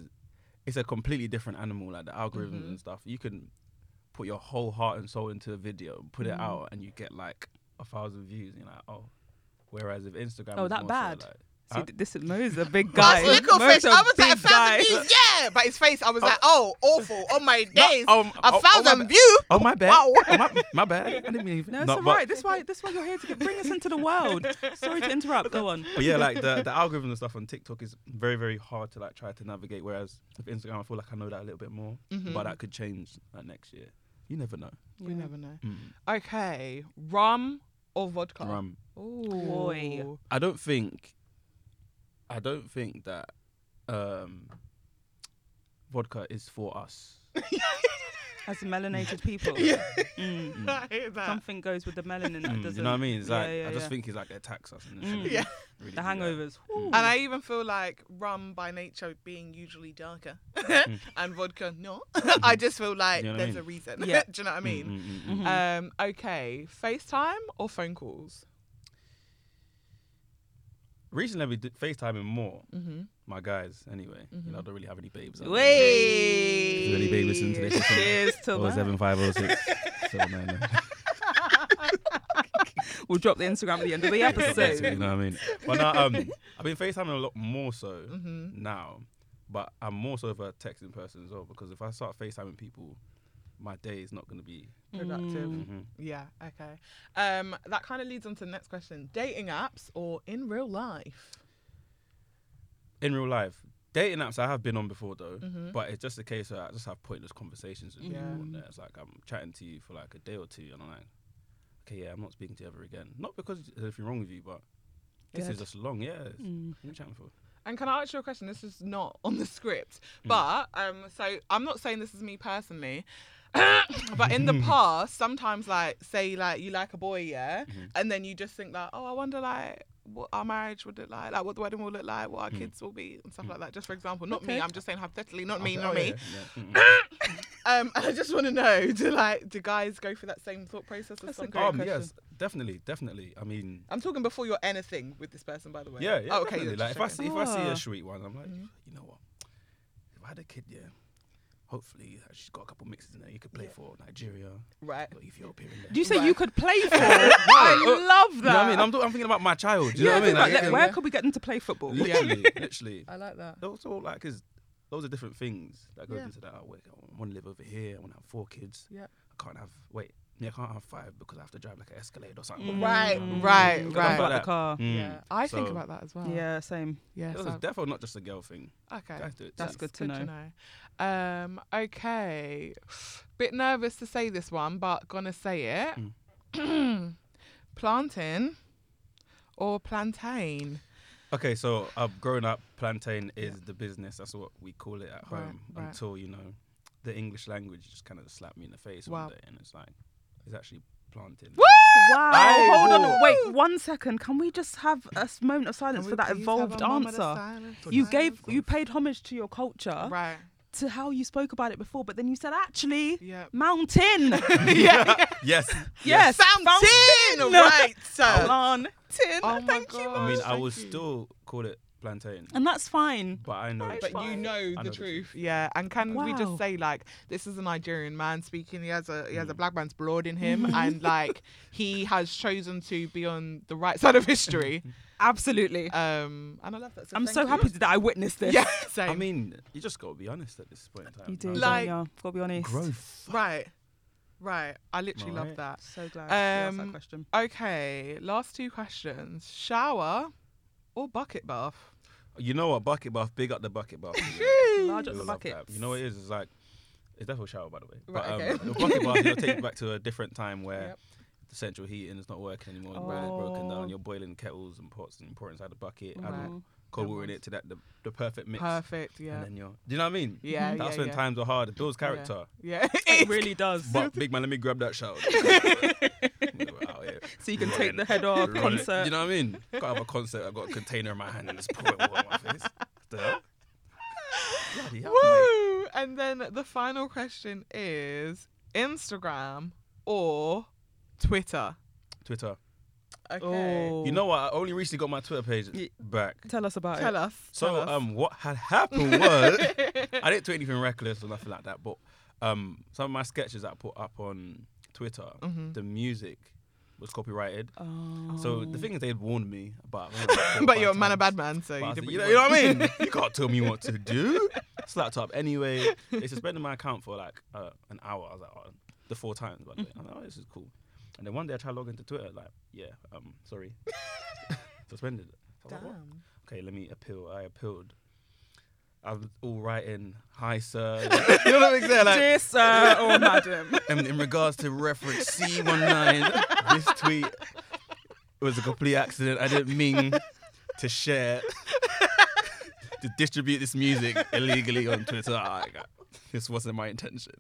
[SPEAKER 3] it's a completely different animal. Like the algorithms and stuff. You can put your whole heart and soul into a video, put it
[SPEAKER 1] Mm.
[SPEAKER 3] out, and you get like a thousand views. And you're like, oh. Whereas if Instagram,
[SPEAKER 1] Oh,
[SPEAKER 3] was
[SPEAKER 1] that
[SPEAKER 3] more so,
[SPEAKER 1] bad?
[SPEAKER 3] like-
[SPEAKER 1] See,
[SPEAKER 3] Huh?
[SPEAKER 1] th- this is Mo's a big guy.
[SPEAKER 2] That's
[SPEAKER 1] Mo's
[SPEAKER 2] what Goldfish.
[SPEAKER 1] a
[SPEAKER 2] I was like, a
[SPEAKER 1] big guy.
[SPEAKER 2] thousand views, yeah. But his face, I was like, oh, awful. Oh my days.
[SPEAKER 3] um,
[SPEAKER 2] a
[SPEAKER 3] oh, oh, my
[SPEAKER 2] thousand
[SPEAKER 3] bad.
[SPEAKER 2] view.
[SPEAKER 3] Oh my bad.
[SPEAKER 2] Wow.
[SPEAKER 3] Oh, my, my bad. I didn't mean.
[SPEAKER 1] No, it's
[SPEAKER 3] Not-
[SPEAKER 1] all
[SPEAKER 3] but-
[SPEAKER 1] right. That's why. That's why you're here to get, bring us into the world. Sorry to interrupt. Go on.
[SPEAKER 3] but yeah, like the, the algorithm and stuff on TikTok is very, very hard to like try to navigate. Whereas with Instagram, I feel like I know that a little bit more,
[SPEAKER 1] Mm-hmm.
[SPEAKER 3] but that could change like next year. You never know.
[SPEAKER 2] We never know.
[SPEAKER 3] Mm.
[SPEAKER 2] Okay, rum or
[SPEAKER 1] Oh.
[SPEAKER 2] vodka?
[SPEAKER 3] Um,
[SPEAKER 2] Ooh.
[SPEAKER 1] Boy.
[SPEAKER 3] I don't think, I don't think that um, vodka is for us.
[SPEAKER 1] As melanated people, Mm.
[SPEAKER 2] I hear that.
[SPEAKER 1] something goes with the melanin that
[SPEAKER 3] Mm,
[SPEAKER 1] doesn't.
[SPEAKER 3] you know what I mean? It's
[SPEAKER 1] yeah,
[SPEAKER 3] like
[SPEAKER 1] yeah,
[SPEAKER 3] I just
[SPEAKER 1] yeah.
[SPEAKER 3] think it's like they tax us. And they
[SPEAKER 1] Mm.
[SPEAKER 3] shouldn't
[SPEAKER 2] Yeah.
[SPEAKER 3] really do
[SPEAKER 1] the
[SPEAKER 3] that.
[SPEAKER 1] hangovers.
[SPEAKER 3] Mm.
[SPEAKER 1] Whew.
[SPEAKER 2] And I even feel like rum by nature being usually darker and vodka not. I just feel like
[SPEAKER 3] You know what I
[SPEAKER 2] there's a
[SPEAKER 3] mean?
[SPEAKER 2] reason.
[SPEAKER 1] Yeah.
[SPEAKER 2] Do you know what I
[SPEAKER 3] Mm,
[SPEAKER 2] mean?
[SPEAKER 3] mm,
[SPEAKER 1] Mm-hmm.
[SPEAKER 3] mm, mm.
[SPEAKER 2] Um, okay, FaceTime or phone calls?
[SPEAKER 3] Recently, I've been do- FaceTiming more
[SPEAKER 2] Mm-hmm.
[SPEAKER 3] my guys. Anyway, you know, I don't really have any babes. out
[SPEAKER 1] Mm-hmm.
[SPEAKER 3] there.
[SPEAKER 1] Wait.
[SPEAKER 3] Is there any babe listening to this or something?
[SPEAKER 1] Cheers to
[SPEAKER 3] Or
[SPEAKER 1] that.
[SPEAKER 3] seven five oh six. Seven nine nine.
[SPEAKER 1] We'll drop the Instagram at the end of the
[SPEAKER 3] Basically, you
[SPEAKER 1] episode.
[SPEAKER 3] know what I mean? But now, um, I've been FaceTiming a lot more so
[SPEAKER 2] Mm-hmm.
[SPEAKER 3] now, but I'm more so of a texting person as well because if I start FaceTiming people, my day is not going to be.
[SPEAKER 2] Productive.
[SPEAKER 1] Mm-hmm.
[SPEAKER 3] Mhm.
[SPEAKER 2] Yeah, okay. Um, that kind of leads on to the next question dating apps or in real life?
[SPEAKER 3] In real life, dating apps I have been on before though,
[SPEAKER 2] Mhm.
[SPEAKER 3] but it's just a case of I just have pointless conversations with
[SPEAKER 2] Yeah.
[SPEAKER 3] people on there. It's like I'm chatting to you for like a day or two and I'm like, okay, yeah, I'm not speaking to you ever again. Not because there's anything wrong with you, but this
[SPEAKER 1] Dead.
[SPEAKER 3] is just long, yeah. it's-
[SPEAKER 1] Mm.
[SPEAKER 3] What are you chatting for?
[SPEAKER 2] And can I ask you a question? This is not on the script,
[SPEAKER 3] Mm.
[SPEAKER 2] but um, so I'm not saying this is me personally, but in the past, sometimes like say like you like a boy, yeah,
[SPEAKER 3] Mm-hmm.
[SPEAKER 2] and then you just think like, oh, I wonder like what our marriage would look like, like what the wedding will look like, what our
[SPEAKER 3] Mm.
[SPEAKER 2] kids will be, and stuff like that. Just for example, not me.
[SPEAKER 1] Okay.
[SPEAKER 2] I'm just saying hypothetically, not me,
[SPEAKER 3] Okay,
[SPEAKER 2] not
[SPEAKER 3] oh,
[SPEAKER 2] me.
[SPEAKER 3] yeah, yeah, mm,
[SPEAKER 2] Um, and I just want to know, do like do guys go through that same thought process or
[SPEAKER 1] That's a
[SPEAKER 2] something?
[SPEAKER 1] great
[SPEAKER 3] mm. um,
[SPEAKER 1] question.
[SPEAKER 3] yes, definitely, definitely. I mean,
[SPEAKER 2] I'm talking before you're anything with this person, by the way.
[SPEAKER 3] Yeah, yeah.
[SPEAKER 2] Oh,
[SPEAKER 3] okay.
[SPEAKER 2] yeah,
[SPEAKER 3] Like
[SPEAKER 2] just
[SPEAKER 3] if I
[SPEAKER 2] checking.
[SPEAKER 3] see if I see
[SPEAKER 1] Ah.
[SPEAKER 3] a sweet one, I'm like, you know what? If I had a kid, yeah. Hopefully, uh, she's got a couple mixes in there. You could play for Nigeria,
[SPEAKER 2] right.
[SPEAKER 3] got Ethiopia in there.
[SPEAKER 1] Do you say you
[SPEAKER 2] Right.
[SPEAKER 1] could play for? I love that.
[SPEAKER 3] Oh, You know what I mean? I'm, th- I'm thinking about my child. You
[SPEAKER 1] yeah,
[SPEAKER 3] know what I mean?
[SPEAKER 1] think about
[SPEAKER 3] Like,
[SPEAKER 1] that.
[SPEAKER 3] yeah,
[SPEAKER 1] where could we get them to play football?
[SPEAKER 3] literally, literally.
[SPEAKER 2] I like that.
[SPEAKER 3] Those are all like, cause those are different things that goes
[SPEAKER 2] Yeah.
[SPEAKER 3] into that. Oh, wait, I want to live over here. I want to have four kids.
[SPEAKER 2] Yeah.
[SPEAKER 3] I can't have. Wait, yeah, I can't have five because I have to drive like an Escalade or something.
[SPEAKER 1] Mm.
[SPEAKER 2] Right,
[SPEAKER 3] You know what I mean?
[SPEAKER 2] right,
[SPEAKER 3] Stuff
[SPEAKER 2] right.
[SPEAKER 3] like
[SPEAKER 1] About the
[SPEAKER 3] that.
[SPEAKER 1] car.
[SPEAKER 3] Mm.
[SPEAKER 2] Yeah, I think
[SPEAKER 3] So-
[SPEAKER 2] about that as well.
[SPEAKER 1] Yeah, same.
[SPEAKER 2] yeah.
[SPEAKER 3] It's
[SPEAKER 2] so-
[SPEAKER 3] definitely not just a girl thing.
[SPEAKER 2] okay,
[SPEAKER 3] Guys do it
[SPEAKER 1] That's
[SPEAKER 3] too.
[SPEAKER 1] good to
[SPEAKER 2] know. Um, okay, bit nervous to say this one, but gonna say it.
[SPEAKER 3] Hmm.
[SPEAKER 2] Planting or plantain?
[SPEAKER 3] Okay, so I've grown up. Plantain is the business. That's what we call it at
[SPEAKER 2] Right,
[SPEAKER 3] home.
[SPEAKER 2] right.
[SPEAKER 3] Until you know, the English language just kind of slapped me in the face
[SPEAKER 2] Wow.
[SPEAKER 3] one day, and it's like it's actually plantain.
[SPEAKER 1] Wow.
[SPEAKER 3] I
[SPEAKER 1] hold
[SPEAKER 3] will-
[SPEAKER 1] on. Wait one second. Can we just have a s- moment of silence for
[SPEAKER 2] Can we
[SPEAKER 1] that
[SPEAKER 2] please have
[SPEAKER 1] evolved
[SPEAKER 2] a moment of
[SPEAKER 1] answer?
[SPEAKER 2] silence?
[SPEAKER 1] You
[SPEAKER 2] Silence.
[SPEAKER 1] gave you paid homage to your culture,
[SPEAKER 2] right.
[SPEAKER 1] to how you spoke about it before, but then you said actually
[SPEAKER 2] Yeah.
[SPEAKER 1] mountain.
[SPEAKER 3] yeah. yes.
[SPEAKER 1] yes.
[SPEAKER 2] Fountain, right?
[SPEAKER 1] Hold
[SPEAKER 2] So.
[SPEAKER 1] on. Tin.
[SPEAKER 2] Oh my
[SPEAKER 1] Thank you.
[SPEAKER 2] God.
[SPEAKER 3] I mean, I
[SPEAKER 2] Thank
[SPEAKER 3] will
[SPEAKER 2] you.
[SPEAKER 3] still call it plantain,
[SPEAKER 1] And that's fine.
[SPEAKER 3] but I know. the
[SPEAKER 2] But
[SPEAKER 3] truth.
[SPEAKER 2] you
[SPEAKER 1] Fine.
[SPEAKER 2] know
[SPEAKER 3] I
[SPEAKER 2] the truth. Yeah, and can we just
[SPEAKER 1] Wow.
[SPEAKER 2] say like this is a Nigerian man speaking? He has a he
[SPEAKER 3] Mm.
[SPEAKER 2] has a black man's blood in him, and like he has chosen to be on the right side of history.
[SPEAKER 1] Absolutely.
[SPEAKER 2] Um, and I love that.
[SPEAKER 1] I'm
[SPEAKER 2] thank
[SPEAKER 1] so
[SPEAKER 2] you.
[SPEAKER 1] happy that I witnessed this.
[SPEAKER 2] Yeah, same.
[SPEAKER 3] I mean, you just got to be honest at this point in time.
[SPEAKER 1] You do.
[SPEAKER 3] Now,
[SPEAKER 2] Like-
[SPEAKER 1] Like, yeah. Gotta be honest.
[SPEAKER 3] growth.
[SPEAKER 2] right, right. I literally love
[SPEAKER 3] Right.
[SPEAKER 2] that.
[SPEAKER 1] So glad you asked
[SPEAKER 2] Um,
[SPEAKER 1] that question.
[SPEAKER 2] Okay, last two questions: shower or bucket bath?
[SPEAKER 3] You know what? Bucket bath. Big up the bucket bath.
[SPEAKER 1] Large up
[SPEAKER 3] You'll
[SPEAKER 1] the
[SPEAKER 3] love
[SPEAKER 1] bucket.
[SPEAKER 3] that. You know what it is? It's like it's definitely a shower, by the way.
[SPEAKER 2] Right,
[SPEAKER 3] but
[SPEAKER 2] okay.
[SPEAKER 3] um, the bucket bath you'll take you back to a different time where
[SPEAKER 2] Yep.
[SPEAKER 3] the central heating is not working anymore. The water's broken
[SPEAKER 1] Oh.
[SPEAKER 3] down. You're boiling kettles and pots and you pour it inside the bucket.
[SPEAKER 2] Right.
[SPEAKER 3] Add cold water in
[SPEAKER 2] ones.
[SPEAKER 3] it to that the, the perfect mix.
[SPEAKER 2] Perfect.
[SPEAKER 3] And
[SPEAKER 2] Yeah.
[SPEAKER 3] then you're. Do you know what I mean?
[SPEAKER 2] Yeah,
[SPEAKER 3] That's
[SPEAKER 2] yeah,
[SPEAKER 3] when
[SPEAKER 2] yeah.
[SPEAKER 3] times are hard. It builds character.
[SPEAKER 2] Yeah.
[SPEAKER 1] It really does.
[SPEAKER 3] But big man, let me grab that shower. We're out here
[SPEAKER 1] so you can
[SPEAKER 3] running
[SPEAKER 1] take the
[SPEAKER 3] it,
[SPEAKER 1] head off,
[SPEAKER 3] running it.
[SPEAKER 1] concert.
[SPEAKER 3] You know what I mean? Gotta have a concert. I've got a container in my hand and just pour it all on my face. The hell? Bloody hell, mate.
[SPEAKER 2] Woo! And then the final question is Instagram or Twitter?
[SPEAKER 3] Twitter.
[SPEAKER 2] Okay.
[SPEAKER 1] Oh.
[SPEAKER 3] You know what? I only recently got my Twitter page
[SPEAKER 1] Ye-
[SPEAKER 3] back.
[SPEAKER 1] Tell us about
[SPEAKER 2] Tell
[SPEAKER 1] it.
[SPEAKER 2] us.
[SPEAKER 3] So
[SPEAKER 2] tell us.
[SPEAKER 3] um, what had happened was I didn't do anything reckless or nothing like that, but Um, some of my sketches that I put up on Twitter,
[SPEAKER 2] Mm-hmm.
[SPEAKER 3] the music was copyrighted.
[SPEAKER 1] Oh.
[SPEAKER 3] So the thing is, they'd warned me about.
[SPEAKER 2] but you're a man, a bad man, so
[SPEAKER 3] But
[SPEAKER 2] you
[SPEAKER 3] I was
[SPEAKER 2] did
[SPEAKER 3] like,
[SPEAKER 2] what
[SPEAKER 3] you,
[SPEAKER 2] you
[SPEAKER 3] know,
[SPEAKER 2] wanted.
[SPEAKER 3] you know what I mean? you can't tell me what to do. Slapped up anyway. They suspended my account for like uh, an hour. I was like, oh, the four times. By the way. I was like, oh, this is cool. And then one day I tried to log into Twitter. Like, yeah, um, sorry, suspended. So I was like, what?
[SPEAKER 2] Damn.
[SPEAKER 3] okay, let me appeal. I appealed. I was all writing, hi sir. you know what I'm saying? Like,
[SPEAKER 1] Dear sir or uh, oh, madam.
[SPEAKER 3] and in regards to reference C19, this tweet was a complete accident. I didn't mean to share, to distribute this music illegally on Twitter. I- I- this wasn't my intention.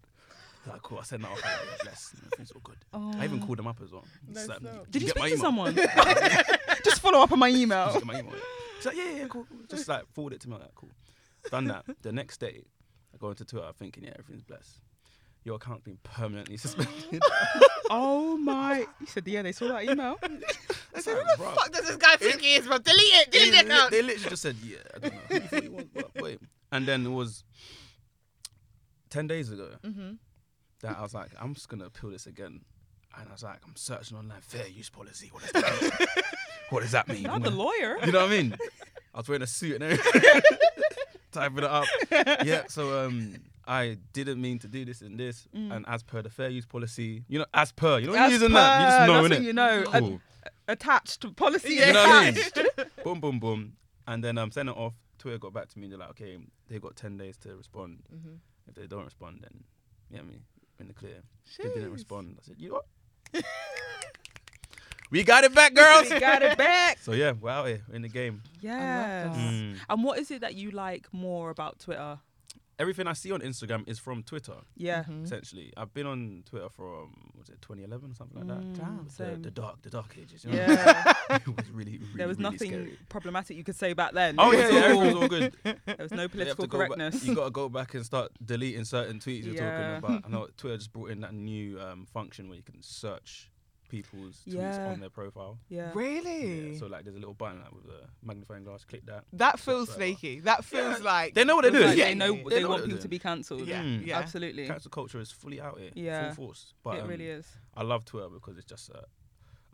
[SPEAKER 3] Like, cool. I said, no, okay, bless. Everything's all good. I even called them up as well. Just like,
[SPEAKER 2] stop.
[SPEAKER 1] Oh. Did you
[SPEAKER 3] get my
[SPEAKER 1] speak to
[SPEAKER 3] email?"
[SPEAKER 1] someone? Oh. Just follow up on my email.
[SPEAKER 3] Just get my email. She's like, yeah, yeah, yeah, cool. cool." Just like forward it to me. I'm Like, cool. Done that. The next day, I go into Twitter thinking, yeah, everything's blessed. Your account's been permanently suspended.
[SPEAKER 1] Oh my! You said yeah, they saw that email.
[SPEAKER 2] I said,
[SPEAKER 3] Like,
[SPEAKER 2] who the
[SPEAKER 3] bruh.
[SPEAKER 2] fuck does this guy think he is, bro? Delete it.
[SPEAKER 3] they,
[SPEAKER 2] Delete the
[SPEAKER 3] li-
[SPEAKER 2] account.
[SPEAKER 3] they literally just said, yeah, I don't know. who you thought you was, but wait. And then it was 10 days ago
[SPEAKER 1] Mm-hmm.
[SPEAKER 3] that I was like, I'm just going to appeal this again. And I was like, I'm searching online fair use policy. What does that mean? what does that mean?
[SPEAKER 1] Not the lawyer.
[SPEAKER 3] You know what I mean? I was wearing a suit and everything. Typing it up. Yeah, so um, I didn't mean to do this and this. And as per the fair use policy, you know, as per, you know, you're
[SPEAKER 1] Mm. As
[SPEAKER 3] using that. You
[SPEAKER 1] per,
[SPEAKER 3] just know,
[SPEAKER 1] that's
[SPEAKER 3] innit?
[SPEAKER 1] what you know. A-
[SPEAKER 3] Cool.
[SPEAKER 1] attached policy.
[SPEAKER 3] You know what I
[SPEAKER 1] attached.
[SPEAKER 3] mean? boom, boom, boom. And then I'm um, sending it off. Twitter got back to me. They're like, okay, they got 10 days to respond.
[SPEAKER 1] Mm-hmm.
[SPEAKER 3] If they don't respond, then, you know what I mean? In the clear. They didn't
[SPEAKER 2] Jeez.
[SPEAKER 3] respond. I said, you know what? we got it back, girls.
[SPEAKER 1] We got it back.
[SPEAKER 3] so, yeah, we're out here. We're in the game.
[SPEAKER 1] Yes.
[SPEAKER 2] that.
[SPEAKER 3] Mm.
[SPEAKER 1] And what is it that you like more about Twitter?
[SPEAKER 3] Everything I see on Instagram is from Twitter,
[SPEAKER 1] Yeah.
[SPEAKER 3] essentially. I've been on Twitter from, was it 2011 or something like that?
[SPEAKER 2] Damn,
[SPEAKER 3] The,
[SPEAKER 1] Mm. same.
[SPEAKER 3] the dark, the dark ages. You
[SPEAKER 1] Mm-hmm.
[SPEAKER 3] know?
[SPEAKER 1] Yeah.
[SPEAKER 3] it was really, really,
[SPEAKER 1] there was
[SPEAKER 3] really
[SPEAKER 1] nothing
[SPEAKER 3] scary.
[SPEAKER 1] problematic you could say back then.
[SPEAKER 3] Oh
[SPEAKER 1] It
[SPEAKER 3] yeah,
[SPEAKER 1] was
[SPEAKER 3] yeah,
[SPEAKER 1] all-
[SPEAKER 3] everything's all good.
[SPEAKER 1] there was no
[SPEAKER 3] You have
[SPEAKER 1] political
[SPEAKER 3] to go back-
[SPEAKER 1] correctness.
[SPEAKER 3] you got to go back and start deleting certain tweets you're
[SPEAKER 1] Yeah.
[SPEAKER 3] talking about. I know Twitter just brought in that new um, function where you can search people's
[SPEAKER 1] Yeah.
[SPEAKER 3] tweets on their profile.
[SPEAKER 1] yeah.
[SPEAKER 2] Really?
[SPEAKER 3] Yeah, so like, there's a little button like with a magnifying glass. Click that.
[SPEAKER 2] that feels
[SPEAKER 3] Whatever.
[SPEAKER 2] snaky. That feels like
[SPEAKER 3] They know what they're
[SPEAKER 1] It was
[SPEAKER 3] doing.
[SPEAKER 1] like
[SPEAKER 3] Yeah,
[SPEAKER 1] they know
[SPEAKER 2] yeah,
[SPEAKER 1] they want
[SPEAKER 3] know what they're
[SPEAKER 1] people to
[SPEAKER 3] doing.
[SPEAKER 1] be cancelled.
[SPEAKER 2] Yeah,
[SPEAKER 3] Mm.
[SPEAKER 2] yeah.
[SPEAKER 1] Absolutely.
[SPEAKER 3] Cancel culture is fully out here,
[SPEAKER 1] Yeah.
[SPEAKER 3] full force. But
[SPEAKER 1] it
[SPEAKER 3] um,
[SPEAKER 1] really is.
[SPEAKER 3] I love Twitter because it's just a,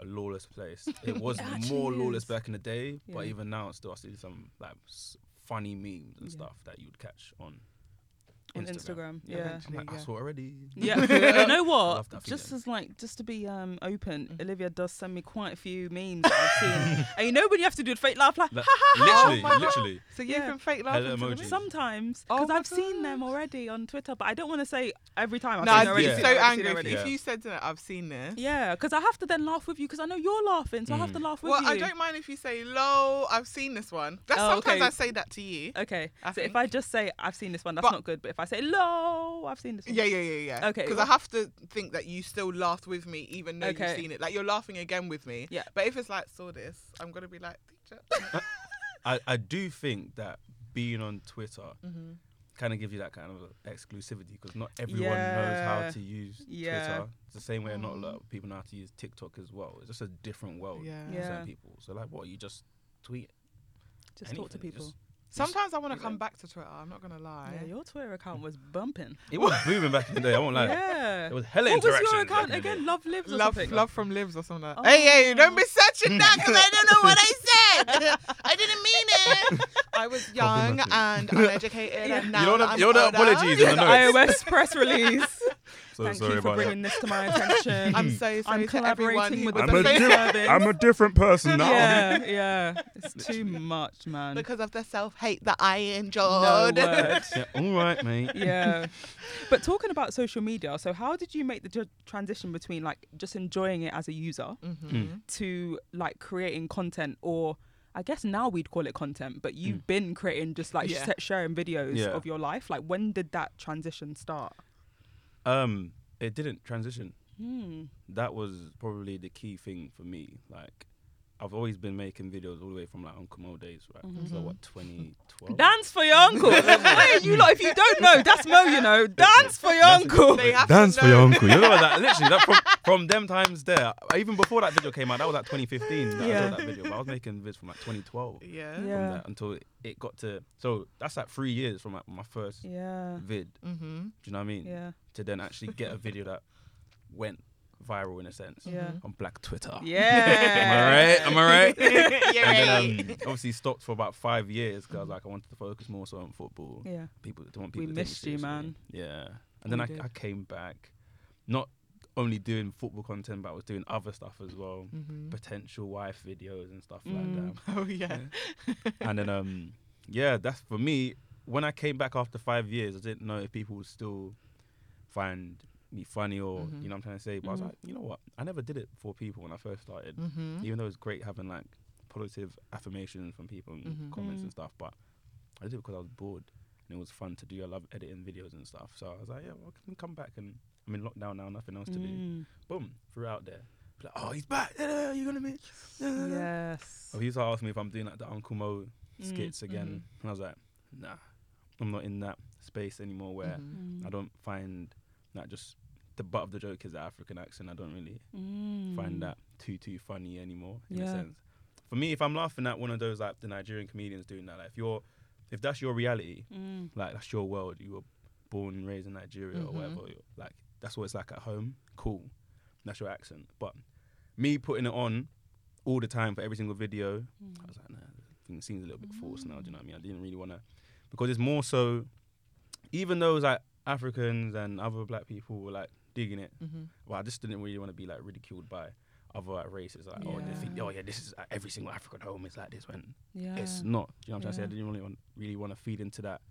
[SPEAKER 3] a lawless place. It was
[SPEAKER 1] actually
[SPEAKER 3] more lawless
[SPEAKER 1] is.
[SPEAKER 3] back in the day, but
[SPEAKER 1] Yeah.
[SPEAKER 3] even now, still I see some like s- funny memes and
[SPEAKER 1] Yeah.
[SPEAKER 3] stuff that you would catch on
[SPEAKER 1] On Instagram.
[SPEAKER 3] Yeah,
[SPEAKER 1] Yeah.
[SPEAKER 3] I'm like, I
[SPEAKER 2] Yeah.
[SPEAKER 3] saw it already.
[SPEAKER 1] Yeah, you know
[SPEAKER 3] love
[SPEAKER 1] what?
[SPEAKER 3] that Mm.
[SPEAKER 1] Just
[SPEAKER 3] feeling.
[SPEAKER 1] as like, just to be um open, Olivia does send me quite a few memes that I've seen. and you know when you have to do a fake laugh, like
[SPEAKER 3] Like,
[SPEAKER 2] Oh
[SPEAKER 3] literally,
[SPEAKER 2] my God.
[SPEAKER 3] literally.
[SPEAKER 2] So you
[SPEAKER 1] Yeah.
[SPEAKER 2] can fake laugh.
[SPEAKER 3] Hello
[SPEAKER 2] into the
[SPEAKER 3] emoji.
[SPEAKER 2] mix?
[SPEAKER 1] sometimes
[SPEAKER 2] Oh
[SPEAKER 1] because
[SPEAKER 2] my
[SPEAKER 1] I've seen them already on Twitter, but I don't want to say every time. I've
[SPEAKER 2] No,
[SPEAKER 1] seen
[SPEAKER 2] I'd
[SPEAKER 1] it already.
[SPEAKER 2] be
[SPEAKER 3] Yeah.
[SPEAKER 1] seen
[SPEAKER 2] so
[SPEAKER 1] it already, seen it
[SPEAKER 2] angry if,
[SPEAKER 1] already.
[SPEAKER 2] if
[SPEAKER 3] Yeah.
[SPEAKER 2] you said to her, I've seen this.
[SPEAKER 1] Yeah, because I have to then laugh with you because I know you're laughing, so I have to
[SPEAKER 3] Mm.
[SPEAKER 1] laugh with
[SPEAKER 2] Well,
[SPEAKER 1] you.
[SPEAKER 2] I don't mind if you say, "Lol, I've seen this one." That's
[SPEAKER 1] Oh,
[SPEAKER 2] sometimes
[SPEAKER 1] okay.
[SPEAKER 2] I say that to you.
[SPEAKER 1] Okay,
[SPEAKER 2] I
[SPEAKER 1] so
[SPEAKER 2] think.
[SPEAKER 1] if I just say I've seen this one, that's
[SPEAKER 2] But-
[SPEAKER 1] not good. But if I say "lo," I've seen this one.
[SPEAKER 2] Yeah, yeah, yeah, yeah.
[SPEAKER 1] Okay,
[SPEAKER 2] Because
[SPEAKER 1] well-
[SPEAKER 2] I have to think that you still laughed with me, even though
[SPEAKER 1] Okay.
[SPEAKER 2] you've seen it. Like you're laughing again with me.
[SPEAKER 1] Yeah.
[SPEAKER 2] But if it's like saw this, I'm gonna be like, teacher.
[SPEAKER 3] I, I do think that being on Twitter
[SPEAKER 1] Mm-hmm.
[SPEAKER 3] kind of gives you that kind of exclusivity because not everyone knows
[SPEAKER 1] Yeah.
[SPEAKER 3] how to use
[SPEAKER 1] Yeah. Mm.
[SPEAKER 3] Twitter. It's the same way not a lot of people know how to use TikTok as well. It's just a different world
[SPEAKER 2] Yeah.
[SPEAKER 3] for
[SPEAKER 1] Yeah.
[SPEAKER 3] certain people. So like, what you just tweet?
[SPEAKER 1] Just talk to
[SPEAKER 3] anything,
[SPEAKER 1] people.
[SPEAKER 3] just-
[SPEAKER 2] Sometimes I want to come back to Twitter. I'm not gonna lie.
[SPEAKER 1] yeah, your Twitter account was bumping.
[SPEAKER 3] It was booming back in the day. I won't lie.
[SPEAKER 1] yeah.
[SPEAKER 3] It was hella
[SPEAKER 1] What was
[SPEAKER 3] interaction.
[SPEAKER 1] your
[SPEAKER 3] back
[SPEAKER 1] account
[SPEAKER 3] in the day.
[SPEAKER 1] again? Love lives. Or
[SPEAKER 2] Love,
[SPEAKER 1] something?
[SPEAKER 2] love from lives or something like that.
[SPEAKER 1] Oh.
[SPEAKER 2] Hey, hey, don't be searching that because I don't know what I said. I didn't mean it. I was young
[SPEAKER 3] nothing.
[SPEAKER 2] and uneducated, and now
[SPEAKER 3] You know
[SPEAKER 2] that
[SPEAKER 3] the,
[SPEAKER 2] I'm
[SPEAKER 3] you know the
[SPEAKER 2] older-
[SPEAKER 3] apologies in
[SPEAKER 1] The
[SPEAKER 3] the notes.
[SPEAKER 1] iOS press release.
[SPEAKER 3] So
[SPEAKER 1] Thank
[SPEAKER 3] sorry
[SPEAKER 1] you for
[SPEAKER 3] about that.
[SPEAKER 1] bringing this to my attention.
[SPEAKER 2] I'm so sorry
[SPEAKER 1] I'm
[SPEAKER 2] to everyone
[SPEAKER 1] collaborating
[SPEAKER 2] who
[SPEAKER 1] with
[SPEAKER 2] was
[SPEAKER 1] the
[SPEAKER 2] offended.
[SPEAKER 1] police service.
[SPEAKER 3] a different person
[SPEAKER 1] Yeah, yeah. It's too much, man.
[SPEAKER 2] because of the self hate that I
[SPEAKER 1] no
[SPEAKER 2] endured.
[SPEAKER 1] word.
[SPEAKER 3] Yeah, all right, mate.
[SPEAKER 1] Yeah. But talking about social media, so how did you make the ju- transition between like just enjoying it as a user
[SPEAKER 3] Mm.
[SPEAKER 2] mm-hmm.
[SPEAKER 1] to like creating content or I guess now we'd call it content, but you've been creating just like
[SPEAKER 2] Yeah.
[SPEAKER 1] sh- sharing videos
[SPEAKER 3] Mm. Yeah.
[SPEAKER 1] of your life. Like when did that transition start?
[SPEAKER 3] Um, it didn't transition.
[SPEAKER 1] Hmm.
[SPEAKER 3] That was probably the key thing for me. Like, I've always been making videos all the way from like Uncle Mo days, right? So what,
[SPEAKER 1] Mm-hmm.
[SPEAKER 3] 2012?
[SPEAKER 1] Dance for your uncle. hey, you lot, if you don't know, that's Mo, you know. Dance for your uncle.
[SPEAKER 2] They have
[SPEAKER 4] Dance
[SPEAKER 2] to
[SPEAKER 4] for
[SPEAKER 2] know.
[SPEAKER 4] your uncle.
[SPEAKER 3] you know that literally that from, from them times there. Even before that video came out, that was like 2015. That I
[SPEAKER 1] Yeah.
[SPEAKER 3] saw that video, but I was making vids from like 2012.
[SPEAKER 2] Yeah.
[SPEAKER 1] Yeah.
[SPEAKER 3] From that until it, it got to so that's like three years from like my first
[SPEAKER 1] Yeah.
[SPEAKER 3] vid. Do
[SPEAKER 2] Mm-hmm.
[SPEAKER 3] you know what I mean?
[SPEAKER 1] Yeah.
[SPEAKER 3] To then actually get a video that went viral in a sense
[SPEAKER 1] Yeah.
[SPEAKER 3] on Black Twitter.
[SPEAKER 1] Yeah.
[SPEAKER 3] Mm-hmm. Ah. Am I right? Am I right?
[SPEAKER 2] Yeah.
[SPEAKER 3] and then um, obviously stopped for about five years because like I wanted to focus more so on football.
[SPEAKER 1] Yeah.
[SPEAKER 3] People don't want
[SPEAKER 1] We
[SPEAKER 3] people. to take me
[SPEAKER 1] missed you,
[SPEAKER 3] seriously.
[SPEAKER 1] man.
[SPEAKER 3] Yeah, and then
[SPEAKER 2] We
[SPEAKER 3] I,
[SPEAKER 2] did.
[SPEAKER 3] I came back, not only doing football content, but I was doing other stuff as well,
[SPEAKER 2] Mhm.
[SPEAKER 3] potential wife videos and stuff
[SPEAKER 1] Mm.
[SPEAKER 3] like
[SPEAKER 2] Oh yeah.
[SPEAKER 3] that. and then um, yeah, that's for me. When I came back after five years, I didn't know if people would still find me funny or
[SPEAKER 2] Mhm.
[SPEAKER 3] you know what I'm trying to say. But I was
[SPEAKER 1] Mhm.
[SPEAKER 3] like, you know what? I never did it for people when I first started
[SPEAKER 2] Mm-hmm.
[SPEAKER 3] even though it's great having like positive affirmations from people and
[SPEAKER 2] Mhm.
[SPEAKER 3] comments and
[SPEAKER 1] Mm.
[SPEAKER 3] stuff but i did it because i was bored and it was fun to do i love editing videos and stuff so i was like yeah well, i can come back and i'm in lockdown now nothing else to do
[SPEAKER 1] Mm.
[SPEAKER 3] boom threw it out there Be like, oh he's back yeah, you gonna meet
[SPEAKER 1] Mm. Yes.
[SPEAKER 3] oh he's asking me if i'm doing like the uncle mo
[SPEAKER 1] Mm.
[SPEAKER 3] skits again and i was like nah i'm not in that space anymore where
[SPEAKER 1] Mm-hmm. Mm.
[SPEAKER 3] i don't find that just the butt of the joke is the african accent i don't really
[SPEAKER 1] Mm.
[SPEAKER 3] find that too too funny anymore in a
[SPEAKER 1] Hmm. Yeah.
[SPEAKER 3] sense. For me, if I'm laughing at one of those like the Nigerian comedians doing that, like if you're if that's your reality,
[SPEAKER 1] Mm.
[SPEAKER 3] like that's your world, you were born and raised in Nigeria or
[SPEAKER 2] Mhm.
[SPEAKER 3] whatever, like that's what it's like at home, cool. That's your accent. But me putting it on all the time for every single video, I was like, nah, I think it seems a little bit forced now, do you know what I mean? I didn't really wanna because it's more so even those like Africans and other black people were like digging it well, I just didn't really want to be like ridiculed by other like, races. Like, oh, they think,
[SPEAKER 1] Yeah.
[SPEAKER 3] oh yeah, this is every single African home is like this when
[SPEAKER 1] Yeah.
[SPEAKER 3] it's not. Do you know what I'm trying to say? I
[SPEAKER 1] Yeah.
[SPEAKER 3] didn't really want really want to feed into that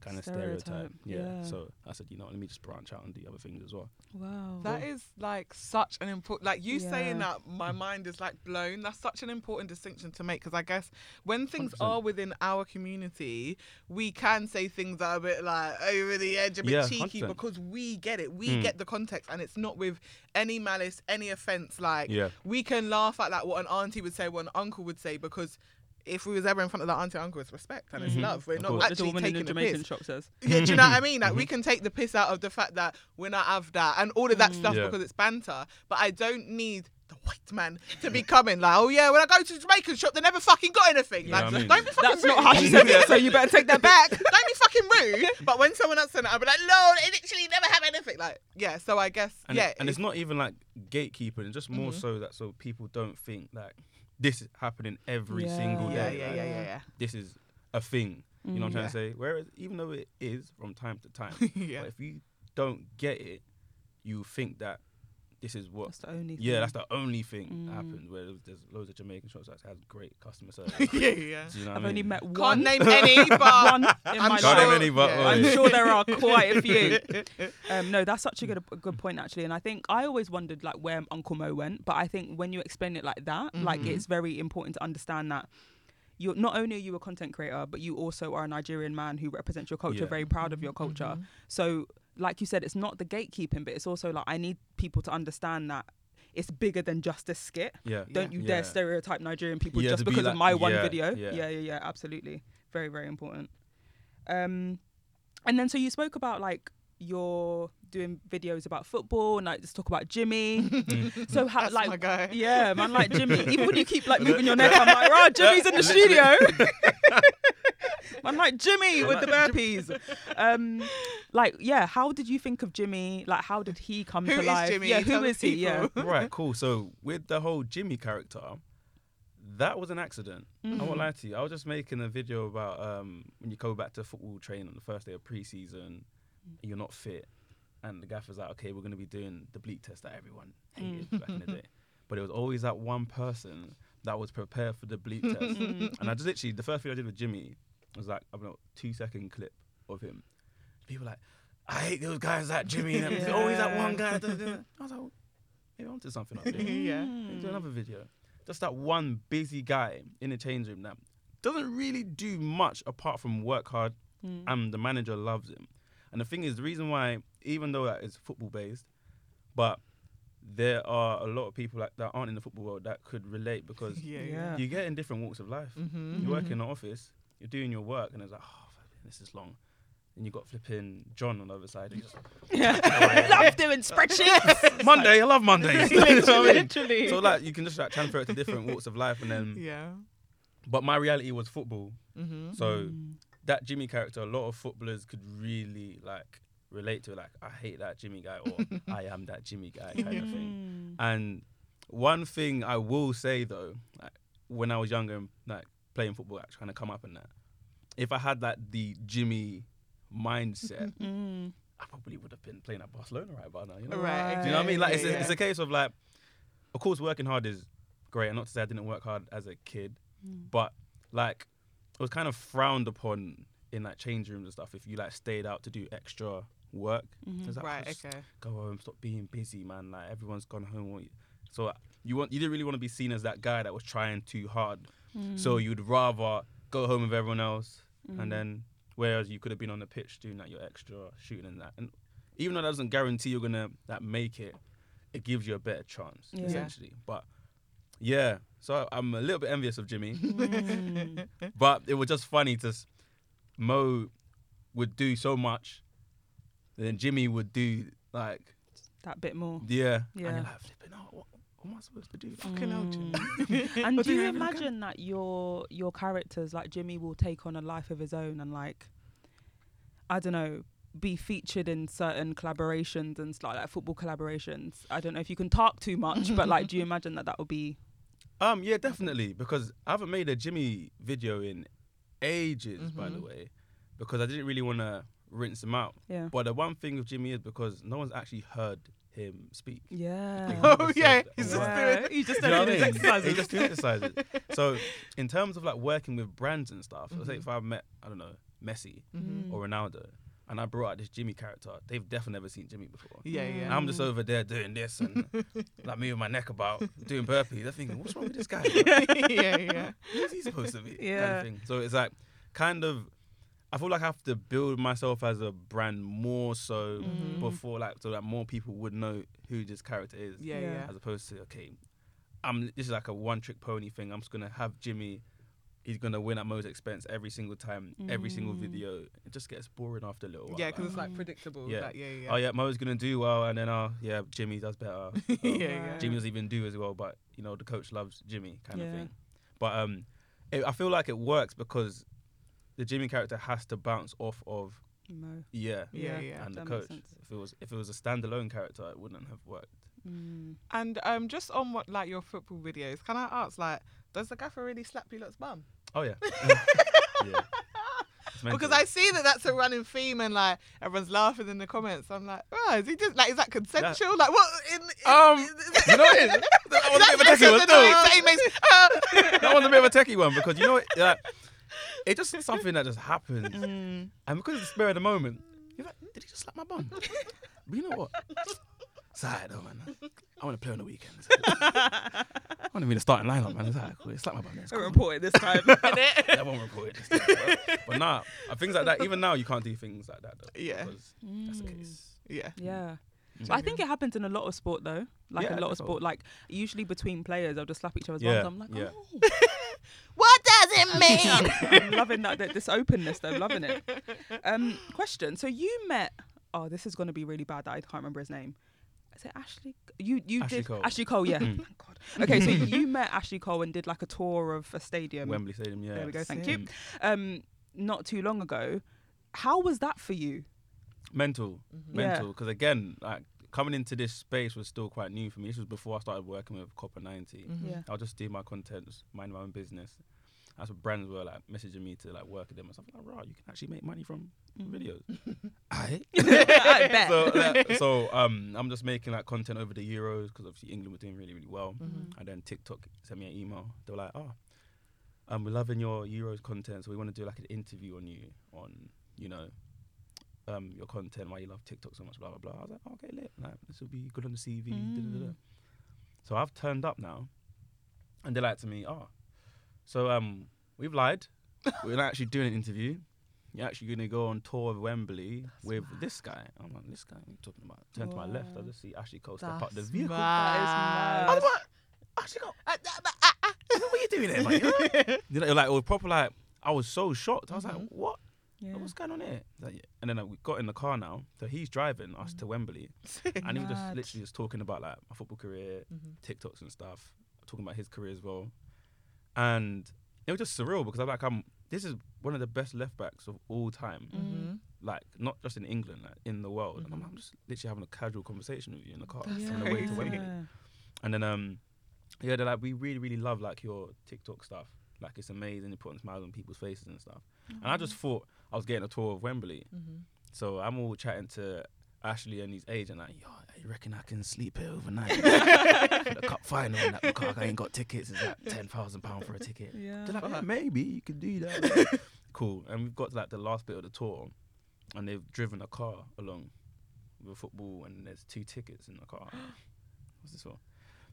[SPEAKER 3] kind of stereotype.
[SPEAKER 1] Stereotype,
[SPEAKER 3] Yeah.
[SPEAKER 1] yeah.
[SPEAKER 3] So I said, you know, what, let me just branch out and do other things as well.
[SPEAKER 1] Wow.
[SPEAKER 2] That is like such an important, like you saying
[SPEAKER 1] Yeah.
[SPEAKER 2] that, my mind is like blown. That's such an important distinction to make because I guess when things are within our community, we can say things that are a bit like over the edge, a bit
[SPEAKER 3] Yeah,
[SPEAKER 2] cheeky
[SPEAKER 3] 100%.
[SPEAKER 2] because we get it. We
[SPEAKER 3] Mm.
[SPEAKER 2] get the context and it's not with any malice, any offense. Like
[SPEAKER 3] Yeah.
[SPEAKER 2] we can laugh at like what an auntie would say, what an uncle would say because. If we was ever in front of that auntie or uncle, it's respect and it's
[SPEAKER 3] Mhm.
[SPEAKER 2] love. We're
[SPEAKER 3] Of
[SPEAKER 2] not
[SPEAKER 3] course.
[SPEAKER 1] What
[SPEAKER 2] actually
[SPEAKER 1] the woman in
[SPEAKER 2] taking
[SPEAKER 1] the
[SPEAKER 2] the
[SPEAKER 1] Jamaican
[SPEAKER 2] piss.
[SPEAKER 1] shop says.
[SPEAKER 2] Yeah, do you know
[SPEAKER 3] Mm-hmm.
[SPEAKER 2] what I mean? Like we can take the piss out of the fact that we're not have that and all of that stuff
[SPEAKER 3] Mm. Yeah.
[SPEAKER 2] because it's banter. But I don't need the white man to be coming like, oh yeah, when I go to Jamaican shop, they never fucking got anything.
[SPEAKER 3] You know
[SPEAKER 2] like,
[SPEAKER 3] what I mean?
[SPEAKER 2] don't be fucking
[SPEAKER 1] That's
[SPEAKER 2] rude.
[SPEAKER 1] not how she said it, so you better take that back.
[SPEAKER 2] don't be fucking rude. But when someone else said it, I'll be like, no, they literally never have anything. Like, yeah. So I guess,
[SPEAKER 3] And,
[SPEAKER 2] yeah,
[SPEAKER 3] it- and it's not even like gatekeeping. It's just
[SPEAKER 1] Mm-hmm.
[SPEAKER 3] more so that so people don't think like this is happening every
[SPEAKER 1] Yeah.
[SPEAKER 3] single
[SPEAKER 2] yeah,
[SPEAKER 3] day.
[SPEAKER 2] yeah, yeah,
[SPEAKER 3] like,
[SPEAKER 2] yeah, yeah,
[SPEAKER 3] This is a thing. You know what I'm trying
[SPEAKER 1] Mm,
[SPEAKER 2] Yeah.
[SPEAKER 3] to say? Whereas even though it is from time to time,
[SPEAKER 2] Yeah.
[SPEAKER 3] but if you don't get it, you think that this is what
[SPEAKER 1] That's the only thing.
[SPEAKER 3] Yeah, that's the only thing that
[SPEAKER 1] Mm.
[SPEAKER 3] happened where there's, there's loads of Jamaican shops that has great customer service.
[SPEAKER 2] yeah, yeah, yeah.
[SPEAKER 3] Do you know what
[SPEAKER 1] I've
[SPEAKER 3] I
[SPEAKER 1] only
[SPEAKER 3] mean?
[SPEAKER 1] met one.
[SPEAKER 2] Can't name any, but
[SPEAKER 1] one in
[SPEAKER 2] I'm
[SPEAKER 1] my
[SPEAKER 2] sure-
[SPEAKER 3] Can't name
[SPEAKER 1] life.
[SPEAKER 3] any, but,
[SPEAKER 2] yeah.
[SPEAKER 3] well,
[SPEAKER 1] I'm
[SPEAKER 3] yeah.
[SPEAKER 1] sure there are quite a few. Um, no, that's such a good a good point actually, and I think I always wondered like where Uncle Mo went, but I think when you explain it like that, like it's very important to understand that you're not only are you a content creator, but you also are a Nigerian man who represents your culture,
[SPEAKER 3] Yeah.
[SPEAKER 1] very proud of your culture. So, like you said, it's not the gatekeeping, but it's also like I need people to understand that it's bigger than just this skit.
[SPEAKER 3] Yeah.
[SPEAKER 1] Don't you
[SPEAKER 3] Yeah.
[SPEAKER 1] dare stereotype Nigerian people
[SPEAKER 3] Yeah,
[SPEAKER 1] just
[SPEAKER 3] to be
[SPEAKER 1] because
[SPEAKER 3] like-
[SPEAKER 1] of my one
[SPEAKER 3] yeah,
[SPEAKER 1] video.
[SPEAKER 3] yeah.
[SPEAKER 1] Yeah. yeah, yeah, absolutely. Very, very important. Um, and then so you spoke about like you're doing videos about football and like just talk about Jimmy. so how
[SPEAKER 2] That's
[SPEAKER 1] like
[SPEAKER 2] my guy.
[SPEAKER 1] yeah, man, like Jimmy. Even when you keep like moving your neck, I'm like, rah, Jimmy's in the studio. I'm like Jimmy with the burpees. Um, like yeah, how did you think of Jimmy? Like how did he come
[SPEAKER 2] Who
[SPEAKER 1] to
[SPEAKER 2] is
[SPEAKER 1] life?
[SPEAKER 2] Jimmy?
[SPEAKER 1] Yeah,
[SPEAKER 2] Tell
[SPEAKER 1] who
[SPEAKER 2] the
[SPEAKER 1] is he? Yeah.
[SPEAKER 2] people.
[SPEAKER 3] right, cool. So with the whole Jimmy character, that was an accident. I won't lie to you. I was just making a video about um, when you go back to football training on the first day of preseason, and you're not fit, and the gaffer's like, "Okay, we're going to be doing the bleep test that everyone hated back in the day," but it was always that one person that was prepared for the bleep test. and I just literally the first thing I did with Jimmy was like I don't know two second clip of him. People were like, "I hate those guys like Jimmy." And There's always that one guy. that does it." I was like, "Maybe I'm to something up there."
[SPEAKER 2] yeah. Mm.
[SPEAKER 3] Maybe do another video. Just that one busy guy in the change room that doesn't really do much apart from work hard,
[SPEAKER 2] Mm.
[SPEAKER 3] and the manager loves him. And the thing is, the reason why, even though that is football based, but there are a lot of people like that aren't in the football world that could relate because
[SPEAKER 2] yeah,
[SPEAKER 1] Yeah.
[SPEAKER 3] you get in different walks of life.
[SPEAKER 2] Mm-hmm.
[SPEAKER 3] You work in the office, you're doing your work, and it's like, oh, flipping, this is long. And you got flipping John on the other side. and you're just,
[SPEAKER 1] Love doing spreadsheets.
[SPEAKER 3] Monday, I love Mondays. You know what I mean?
[SPEAKER 1] Literally.
[SPEAKER 3] So like you can just like transfer it to different walks of life, and then.
[SPEAKER 2] Yeah.
[SPEAKER 3] But my reality was football,
[SPEAKER 2] Mm-hmm.
[SPEAKER 3] so that Jimmy character, a lot of footballers could really like relate to. Like, I hate that Jimmy guy, or I am that Jimmy guy kind of thing. And one thing I will say though, like, when I was younger and like playing football, like, trying to come up in that, if I had like the Jimmy mindset,
[SPEAKER 1] Mm.
[SPEAKER 3] I probably would have been playing at Barcelona right about now. You know,
[SPEAKER 2] Right.
[SPEAKER 1] Right.
[SPEAKER 3] Do you know what I mean? Like, it's,
[SPEAKER 1] Yeah,
[SPEAKER 3] a, it's a case of like, of course, working hard is great. And not to say I didn't work hard as a kid,
[SPEAKER 1] Mm.
[SPEAKER 3] but like, it was kind of frowned upon in like change rooms and stuff if you like stayed out to do extra work.
[SPEAKER 1] Mm-hmm.
[SPEAKER 3] It's like,
[SPEAKER 2] Right.
[SPEAKER 3] "Just
[SPEAKER 2] Okay.
[SPEAKER 3] Go home, stop being busy, man. Like everyone's gone home. What you- So you want you didn't really want to be seen as that guy that was trying too hard. So you'd rather go home with everyone else, and then whereas you could have been on the pitch doing like your extra shooting and that. And even though that doesn't guarantee you're gonna that make it, it gives you a better chance
[SPEAKER 1] Yeah.
[SPEAKER 3] essentially. But yeah, so I'm a little bit envious of Jimmy, but it was just funny to s- Mo would do so much, then Jimmy would do like
[SPEAKER 1] That bit more.
[SPEAKER 3] yeah, and
[SPEAKER 1] Yeah.
[SPEAKER 3] you're like flipping out. What, what am I supposed to do?
[SPEAKER 2] Fucking hell, Jimmy.
[SPEAKER 1] And
[SPEAKER 2] But
[SPEAKER 1] do
[SPEAKER 2] they're
[SPEAKER 1] you
[SPEAKER 2] having a go.
[SPEAKER 1] imagine that your your characters like Jimmy will take on a life of his own and like I don't know be featured in certain collaborations and stuff like that, football collaborations. I don't know if you can talk too much, but like, do you imagine that that would be?
[SPEAKER 3] Um, yeah, definitely. Because I haven't made a Jimmy video in ages, by
[SPEAKER 1] Mm-hmm.
[SPEAKER 3] the way, because I didn't really want to rinse him out.
[SPEAKER 1] Yeah.
[SPEAKER 3] But the one thing with Jimmy is because no one's actually heard him speak.
[SPEAKER 1] Yeah.
[SPEAKER 2] Oh yeah. He's just
[SPEAKER 3] Yeah.
[SPEAKER 2] doing.
[SPEAKER 1] You just
[SPEAKER 3] Do you know
[SPEAKER 1] don't
[SPEAKER 3] what I
[SPEAKER 1] do
[SPEAKER 3] mean? He
[SPEAKER 1] exercises.
[SPEAKER 3] just do exercises. So, in terms of like working with brands and stuff, let's say
[SPEAKER 1] Mm-hmm.
[SPEAKER 3] if I met, I don't know, Messi
[SPEAKER 1] Mm,
[SPEAKER 3] or Ronaldo, and I brought out this Jimmy character, they've definitely never seen Jimmy before.
[SPEAKER 2] Yeah.
[SPEAKER 3] And
[SPEAKER 2] Yeah.
[SPEAKER 3] I'm just over there doing this and like moving my neck about, doing burpees. They're thinking, what's wrong with this guy?
[SPEAKER 2] yeah. Yeah.
[SPEAKER 3] Who's he supposed to be? Kind
[SPEAKER 1] Yeah.
[SPEAKER 3] of thing. So it's like kind of. I feel like I have to build myself as a brand more so
[SPEAKER 2] Mm-hmm.
[SPEAKER 3] before like so that more people would know who this character is.
[SPEAKER 2] Yeah. Yeah.
[SPEAKER 3] As opposed to okay, I'm this is like a one trick pony thing. I'm just gonna have Jimmy. He's gonna win at Mo's expense every single time, every single video. It just gets boring after a little while.
[SPEAKER 2] Mm. Yeah,
[SPEAKER 3] like,
[SPEAKER 2] because it's like predictable.
[SPEAKER 3] Yeah.
[SPEAKER 2] Like, yeah, yeah.
[SPEAKER 3] oh yeah, Mo's gonna do well, and then uh yeah, Jimmy does better. Oh,
[SPEAKER 2] yeah, yeah.
[SPEAKER 3] Jimmy doesn't even do as well, but you know the coach loves Jimmy kind of
[SPEAKER 1] Yeah.
[SPEAKER 3] thing. But um, it, I feel like it works because the Jimmy character has to bounce off of
[SPEAKER 1] No.
[SPEAKER 3] yeah,
[SPEAKER 2] Yeah,
[SPEAKER 1] Yeah.
[SPEAKER 2] yeah.
[SPEAKER 3] and the
[SPEAKER 1] That makes
[SPEAKER 3] coach.
[SPEAKER 1] sense.
[SPEAKER 3] If it was if it was a standalone character, it wouldn't have worked.
[SPEAKER 1] Mm.
[SPEAKER 2] And um, just on what like your football videos, can I ask like, does the gaffer really slap you lot's bum?
[SPEAKER 3] Oh yeah, yeah. It's meant
[SPEAKER 2] Because
[SPEAKER 3] to.
[SPEAKER 2] I see that that's a running theme, and like everyone's laughing in the comments. I'm like, oh, is he just like, is that consensual? Like, what? In, in,
[SPEAKER 3] um,
[SPEAKER 2] is it-
[SPEAKER 3] you know what it is? That was a bit of
[SPEAKER 2] that's
[SPEAKER 3] a techie one.
[SPEAKER 2] the
[SPEAKER 3] though.
[SPEAKER 2] noise that he makes. Ah!
[SPEAKER 3] That was a bit of a techie one because you know it, like, it just is something that just happens,
[SPEAKER 1] Mm.
[SPEAKER 3] and because it's the spur of the moment, you're like, did he just slap my bum? but you know what? Sad though, man. I want to play on the weekends. I want to be in the starting lineup, man. It's like, cool. Slap my bum. It's cool.
[SPEAKER 1] Report it this time.
[SPEAKER 3] That won't report it. this time, bro. But nah, uh, things like that. Even now, you can't do things like that though.
[SPEAKER 2] Yeah.
[SPEAKER 3] Because that's
[SPEAKER 1] Mm.
[SPEAKER 3] the case.
[SPEAKER 2] yeah.
[SPEAKER 1] Yeah. But I think it happens in a lot of sport though. Like
[SPEAKER 3] Yeah,
[SPEAKER 2] Yeah.
[SPEAKER 1] a lot of sport.
[SPEAKER 3] definitely.
[SPEAKER 1] Like usually between players, they'll just slap each other's
[SPEAKER 3] Yeah,
[SPEAKER 1] bums. I'm like,
[SPEAKER 3] yeah.
[SPEAKER 1] oh,
[SPEAKER 2] What does it mean?
[SPEAKER 1] I'm loving that, that this openness. Though, loving it. Um, question. So you met. Oh, this is going to be really bad. That I can't remember his name. Is it Ashley? You you
[SPEAKER 3] Ashley
[SPEAKER 1] did
[SPEAKER 3] Cole. Mm.
[SPEAKER 1] Ashley Cole. Yeah. Thank God. Okay, so you met Ashley Cole and did like a tour of a stadium.
[SPEAKER 3] Wembley Stadium. Yeah.
[SPEAKER 1] There we go. Thank
[SPEAKER 2] Sick.
[SPEAKER 1] you. Um, not too long ago. How was that for you?
[SPEAKER 3] mental,
[SPEAKER 1] Mm-hmm. Yeah.
[SPEAKER 3] mental. Because again, like coming into this space was still quite new for me. This was before I started working with Copper 90
[SPEAKER 1] Mm-hmm. Yeah.
[SPEAKER 3] I'll just do my content, just mind my own business. That's what brands were like messaging me to like work with them and stuff. Like, right, you can actually make money from
[SPEAKER 1] Mm-hmm.
[SPEAKER 3] videos. Aight.
[SPEAKER 1] I bet.
[SPEAKER 3] so, like, so um, I'm just making like content over the Euros because obviously England were doing really, really well. And then TikTok sent me an email. They were like, oh, um, we're loving your Euros content, so we want to do like an interview on you on you know um, your content, why you love TikTok so much, blah blah blah. I was like, "Oh, okay, lit. Like, this will be good on the CV. da, da, da, da." So I've turned up now, and Ah. they're like to me, oh, so um, we've lied. we're not actually doing an interview. you're actually going to go on tour of Wembley with this guy. I'm like, this guy, what are you talking about? Turn to my left, I
[SPEAKER 1] Wow.
[SPEAKER 3] just see Ashley Cole step out the
[SPEAKER 2] That's
[SPEAKER 3] vehicle.
[SPEAKER 1] mad.
[SPEAKER 3] I was like, Ashley Cole, uh, uh, uh, uh, uh, what are you doing there, man?
[SPEAKER 2] uh.
[SPEAKER 3] you know, like, it was proper, like, I was so shocked. I was like,
[SPEAKER 2] Mhm.
[SPEAKER 3] what?
[SPEAKER 1] Yeah.
[SPEAKER 3] What's going on here? He's like, "Yeah." And then like, we got in the car now. So he's driving us to Wembley. And he was just
[SPEAKER 1] Mad.
[SPEAKER 3] literally just talking about like my football career,
[SPEAKER 2] Mhm.
[SPEAKER 3] TikToks and stuff, talking about his career as well. And it was just surreal because I'm like, I'm this is one of the best left backs of all time.
[SPEAKER 2] Mhm.
[SPEAKER 3] Like not just in England, like in the world. And I'm,
[SPEAKER 2] Mhm.
[SPEAKER 3] I'm just literally having a casual conversation with you in the car
[SPEAKER 2] That's
[SPEAKER 3] on the way to
[SPEAKER 2] crazy.
[SPEAKER 3] Wembley. And then um yeah, they're like, we really, really love like your TikTok stuff. Like it's amazing, you're putting smiles on people's faces and stuff. And I just thought I was getting a tour of Wembley.
[SPEAKER 2] Mhm.
[SPEAKER 3] So I'm all chatting to Ashley and his agent, like, yo, you reckon I can sleep here overnight? For the cup final, and that Lukaku ain't got tickets. It's like ten thousand pound for a ticket.
[SPEAKER 1] Yeah.
[SPEAKER 3] They're like, yeah, maybe you could do that. cool. And we've got to like the last bit of the tour, and they've driven a car along with football, and there's two tickets in the car. What's this for?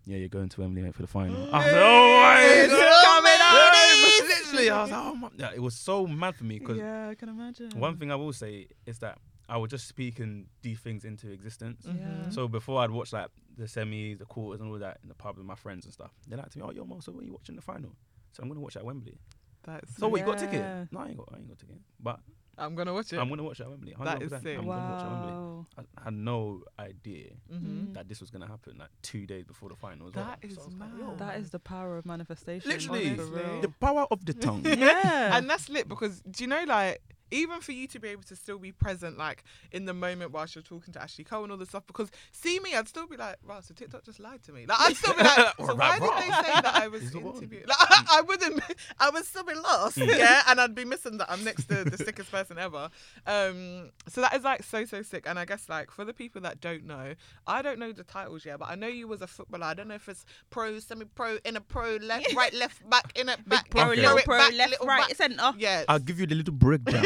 [SPEAKER 3] Yeah, you're going to Wembley mate for the final. I was like, oh my
[SPEAKER 2] It's
[SPEAKER 3] god,
[SPEAKER 2] coming out,
[SPEAKER 3] Yeah,
[SPEAKER 2] it is.
[SPEAKER 3] Literally, I was like, oh my. Yeah, It was so mad for me because
[SPEAKER 1] yeah, I can imagine.
[SPEAKER 3] one thing I will say is that I was just speaking these things into existence.
[SPEAKER 1] Yeah.
[SPEAKER 3] Mm-hmm. So before I'd watch like the semis, the quarters, and all that in the pub with my friends and stuff, they're like to me, "Oh, yo, Mo, so when are you watching the final?" So I'm gonna watch it at Wembley.
[SPEAKER 2] That's
[SPEAKER 3] So what, you got a
[SPEAKER 1] Yeah.
[SPEAKER 3] ticket? No, I ain't got. I ain't got a ticket. But
[SPEAKER 2] I'm gonna watch it.
[SPEAKER 3] I'm gonna watch it at Wembley.
[SPEAKER 2] That is
[SPEAKER 3] 100%.
[SPEAKER 2] sick.
[SPEAKER 3] I'm gonna watch it at Wembley.
[SPEAKER 1] wow.
[SPEAKER 3] I had no idea
[SPEAKER 2] Mhm.
[SPEAKER 1] Mm.
[SPEAKER 3] that this was gonna happen like two days before the final. As
[SPEAKER 2] That
[SPEAKER 3] well.
[SPEAKER 2] is
[SPEAKER 3] So I was like,
[SPEAKER 2] mad.
[SPEAKER 3] yo,
[SPEAKER 1] That is the power of manifestation.
[SPEAKER 3] Literally.
[SPEAKER 1] for real.
[SPEAKER 3] the power of the tongue.
[SPEAKER 1] yeah.
[SPEAKER 2] and that's lit because do you know like even for you to be able to still be present like in the moment whilst you're talking to Ashley Cole and all this stuff because see me I'd still be like right so TikTok just lied to me like I'd still be like so why
[SPEAKER 3] Right,
[SPEAKER 2] did
[SPEAKER 3] right.
[SPEAKER 2] they say that I was
[SPEAKER 3] He's the one. Mm.
[SPEAKER 2] interviewed like I, wouldn't I would still be lost yeah and I'd be missing that I'm next to the sickest person ever um so that is like so so sick and I guess like for the people that don't know I don't know the titles yet but I know you was a footballer I don't know if it's pro semi pro inner pro left right left back inner back
[SPEAKER 3] pro,
[SPEAKER 2] throw
[SPEAKER 3] little
[SPEAKER 2] it back, little back.
[SPEAKER 1] centre.
[SPEAKER 2] Yeah.
[SPEAKER 3] I'll give you the little breakdown.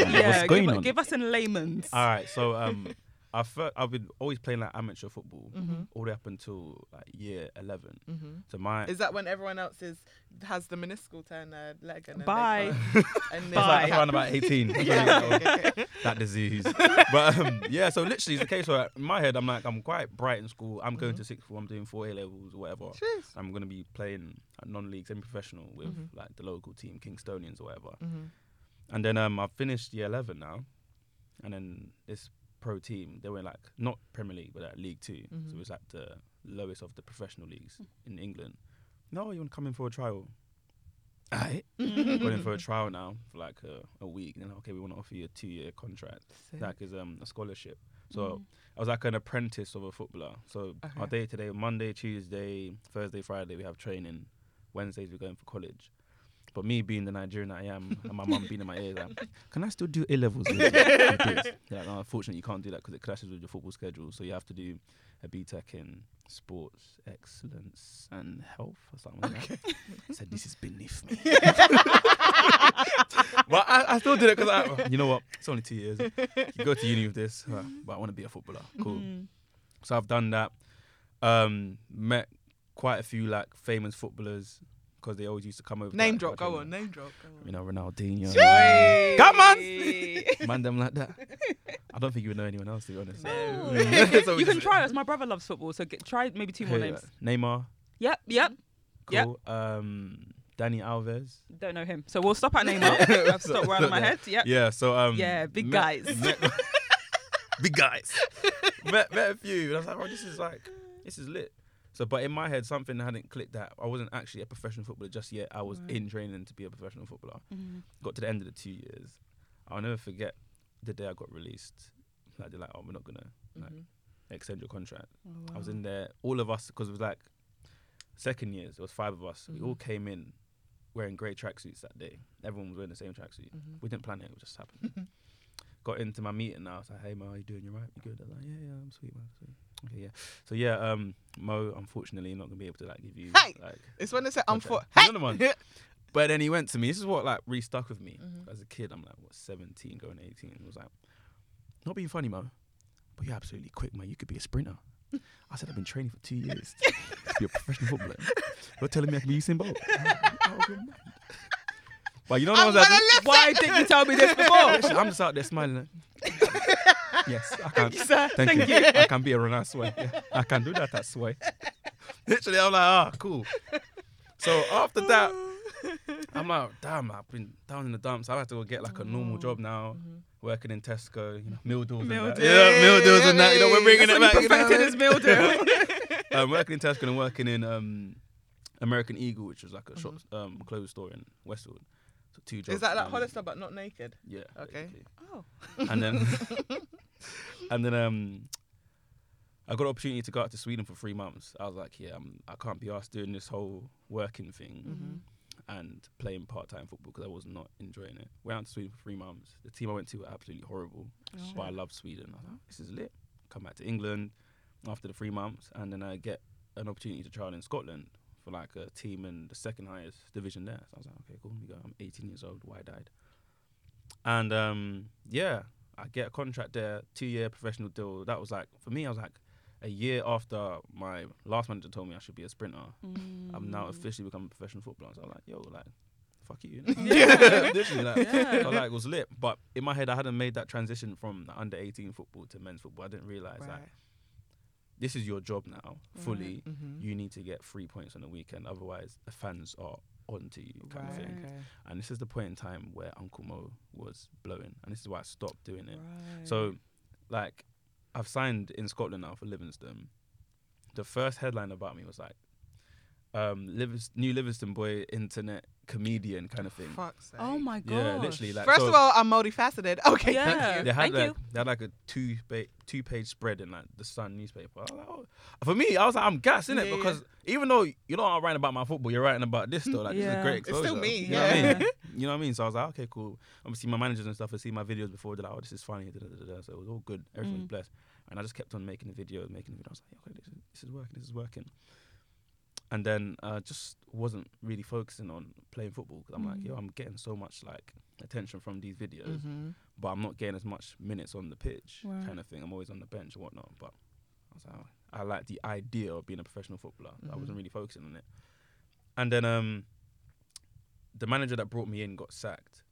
[SPEAKER 3] of what's going
[SPEAKER 1] give,
[SPEAKER 3] on?
[SPEAKER 1] give us in layman's.
[SPEAKER 3] All right, so um, I fir- I've been always playing like amateur football all the way up until like year 11 So my
[SPEAKER 2] Is that when everyone else is has the meniscal turn their leg and then they
[SPEAKER 1] Bye.
[SPEAKER 2] can't- and then
[SPEAKER 3] It's
[SPEAKER 1] Bye.
[SPEAKER 3] like around about 18. That's when I got that disease. but um, yeah, so literally it's the case where in my head I'm like I'm quite bright in school. I'm going to sixth form, I'm doing four A levels or whatever.
[SPEAKER 2] Cheers.
[SPEAKER 3] I'm gonna be playing at non-league, semi-professional with like the local team, Kingstonians or whatever. And then um, I finished year 11 now, and then this pro team they were like not Premier League but like League 2 so it was like the lowest of the professional leagues in England. No, you want to come in for a trial? Aye. Going in for a trial now for like a, a week. And then, okay, we want to offer you a two year contract. That is um, a scholarship. So I was like an apprentice of a footballer. So our day today, Monday, Tuesday, Thursday, Friday, we have training. Wednesdays, we're going for college. But me being the Nigerian that I am, and my mum being in my ear, like, can I still do A levels? with you?" Please. They're like, no, unfortunately, you can't do that because it clashes with your football schedule. So you have to do a BTEC in sports excellence and health or something like that. I said, this is beneath me. but I, I still did it because I, you know what? It's only two years. You go to uni with this, uh, but I want to be a footballer. Cool.
[SPEAKER 2] Mm-hmm.
[SPEAKER 3] So I've done that. Um, met quite a few like famous footballers because they always used to come over. to,
[SPEAKER 2] Name
[SPEAKER 3] like,
[SPEAKER 2] drop.
[SPEAKER 3] watch
[SPEAKER 2] Go
[SPEAKER 3] them.
[SPEAKER 2] on. Name drop. Go on.
[SPEAKER 3] You know Ronaldinho.
[SPEAKER 2] Come
[SPEAKER 3] and Man, them like that. I don't think you would know anyone else to be honest.
[SPEAKER 2] No.
[SPEAKER 3] So we
[SPEAKER 1] you can
[SPEAKER 3] just-
[SPEAKER 1] try us. My brother loves football, so get, try maybe two more
[SPEAKER 3] Hey,
[SPEAKER 1] names.
[SPEAKER 3] uh, Neymar.
[SPEAKER 1] Yep, yep. Yep.
[SPEAKER 3] Cool. Um, Danny Alves.
[SPEAKER 1] Don't know him, so we'll stop at Neymar. I've stopped right on my
[SPEAKER 3] Yeah.
[SPEAKER 1] head. Yep.
[SPEAKER 3] Yeah. So um.
[SPEAKER 1] Yeah, big
[SPEAKER 3] met-
[SPEAKER 1] guys.
[SPEAKER 3] met- big guys. met, met a few, and I was like, oh, this is like, this is lit. So, but in my head, something hadn't clicked that I wasn't actually a professional footballer just yet. I was in training to be a professional footballer. Got to the end of the two years. I'll never forget the day I got released. Like they're like, oh, we're not gonna like extend your contract.
[SPEAKER 2] Mm-hmm.
[SPEAKER 3] I was in there, all of us, because it was like second years. There was five of us.
[SPEAKER 1] Mm.
[SPEAKER 3] We all came in wearing grey tracksuits that day. Everyone was wearing the same tracksuit.
[SPEAKER 2] Mm-hmm.
[SPEAKER 3] We didn't plan it. It just happened. Got into my meeting now. I was like, "Hey, Mo, how you doing? You right? You good?" I was like, "Yeah, yeah, I'm sweet, man. Sweet. Okay, yeah. So yeah, um, Mo, unfortunately, not gonna be able to like give you
[SPEAKER 2] Hey!
[SPEAKER 3] like
[SPEAKER 2] It's when they say I'm for.
[SPEAKER 3] contract." another one. But then he went to me. This is what like really stuck with me as a kid. I'm like what 17 going 18. It was like not being funny, Mo, but you're absolutely quick, man. You could be a sprinter. I said I've been training for two years Oh, to be a professional footballer. You're telling me I can be Usain Bolt. Out of your mind. But you know
[SPEAKER 2] I'm
[SPEAKER 3] what I'm
[SPEAKER 2] gonna
[SPEAKER 3] saying?
[SPEAKER 2] lift
[SPEAKER 3] Why didn't you tell me this before? I'm just out there smiling. like, yes, I can. Thank you,
[SPEAKER 1] sir. Thank
[SPEAKER 3] I can be a runner, I swear. Yeah, I can do that, I swear. Literally, I'm like, ah, cool. So after that, I'm like, damn, I've been down in the dumps. I have to go get like a normal job now,
[SPEAKER 2] Mm-hmm.
[SPEAKER 3] working in Tesco, you know, meal deals and that.
[SPEAKER 1] deal.
[SPEAKER 3] Yeah, meal deals and that. You know, we're bringing
[SPEAKER 1] That's
[SPEAKER 3] it
[SPEAKER 1] when
[SPEAKER 3] back.
[SPEAKER 1] he
[SPEAKER 3] you know what I
[SPEAKER 1] perfected his
[SPEAKER 3] mean?
[SPEAKER 1] meal deal.
[SPEAKER 3] um, working in Tesco and working in um, American Eagle, which was like a shop, um, clothes store in Westwood. So two jobs.
[SPEAKER 2] Mm-hmm. Is that like
[SPEAKER 3] um,
[SPEAKER 2] Hollister but not naked?
[SPEAKER 3] Yeah.
[SPEAKER 2] Okay.
[SPEAKER 3] basically.
[SPEAKER 1] Oh.
[SPEAKER 3] And then, and then um, I got an opportunity to go out to Sweden for three months. I was like, yeah, I'm, I can't be asked doing this whole working thing and playing part-time football because I was not enjoying it. Went out to Sweden for three months. The team I went to were absolutely horrible, but I love Sweden. I was like, this is lit. Come back to England after the three months, and then I get an opportunity to trial in Scotland for like a team in the second highest division there. So I was like, okay, cool. We go. I'm 18 years old, wide-eyed, and um, yeah, I get a contract there, two-year professional deal. That was like for me, I was like. A year after my last manager told me I should be a sprinter, I'm now officially becoming a professional footballer. So I was like, yo, like, fuck you. you know? Literally, like, I like, it was lit. But in my head, I hadn't made that transition from the under 18 football to men's football. I didn't realize that
[SPEAKER 2] Right.
[SPEAKER 3] this is your job now, fully.
[SPEAKER 2] Mhm.
[SPEAKER 3] You need to get three points on the weekend. Otherwise, the fans are onto you, kind of thing.
[SPEAKER 2] Okay.
[SPEAKER 3] And this is the point in time where Uncle Mo was blowing. And this is why I stopped doing it. So, like, I've signed in Scotland now for Livingston. The first headline about me was like, um, Livings- new Livingston boy, internet comedian kind of thing.
[SPEAKER 2] Fuck's sake.
[SPEAKER 1] Oh my god.
[SPEAKER 3] Yeah, literally. Like,
[SPEAKER 2] First
[SPEAKER 3] so
[SPEAKER 2] of all, I'm multifaceted. Okay.
[SPEAKER 1] Yeah.
[SPEAKER 2] thank you.
[SPEAKER 3] they had
[SPEAKER 1] thank
[SPEAKER 3] like
[SPEAKER 1] you.
[SPEAKER 3] they had like a two ba- two page spread in like the Sun newspaper. I was like, oh. For me, I was like, I'm gassing it
[SPEAKER 2] Yeah, yeah.
[SPEAKER 3] because even though you're not writing about my football, you're writing about this though. Like this is
[SPEAKER 1] Yeah.
[SPEAKER 3] great
[SPEAKER 1] It's
[SPEAKER 3] exposure.
[SPEAKER 2] still me,
[SPEAKER 3] You know what I
[SPEAKER 1] yeah.
[SPEAKER 3] mean? you know what I mean? So I was like, okay, cool. Obviously, my managers and stuff had seen my videos before. They're like, oh, this is funny. da, da, da, da, da. So it was all good. Everything
[SPEAKER 1] Mm.
[SPEAKER 3] was blessed. And I just kept on making the videos, making the videos. I was like, okay, this is, this is working. This is working. And then I just wasn't really focusing on playing football 'cause I'm
[SPEAKER 1] Mm.
[SPEAKER 3] like, yo, I'm getting so much like attention from these videos
[SPEAKER 1] Mm-hmm.
[SPEAKER 2] Mm-hmm.
[SPEAKER 3] but I'm not getting as much minutes on the pitch
[SPEAKER 1] Right.
[SPEAKER 3] kind of thing. I'm always on the bench and whatnot. But I was like, "Oh, I like the idea of being a professional footballer. I wasn't really focusing on it. And then um, the manager that brought me in got sacked.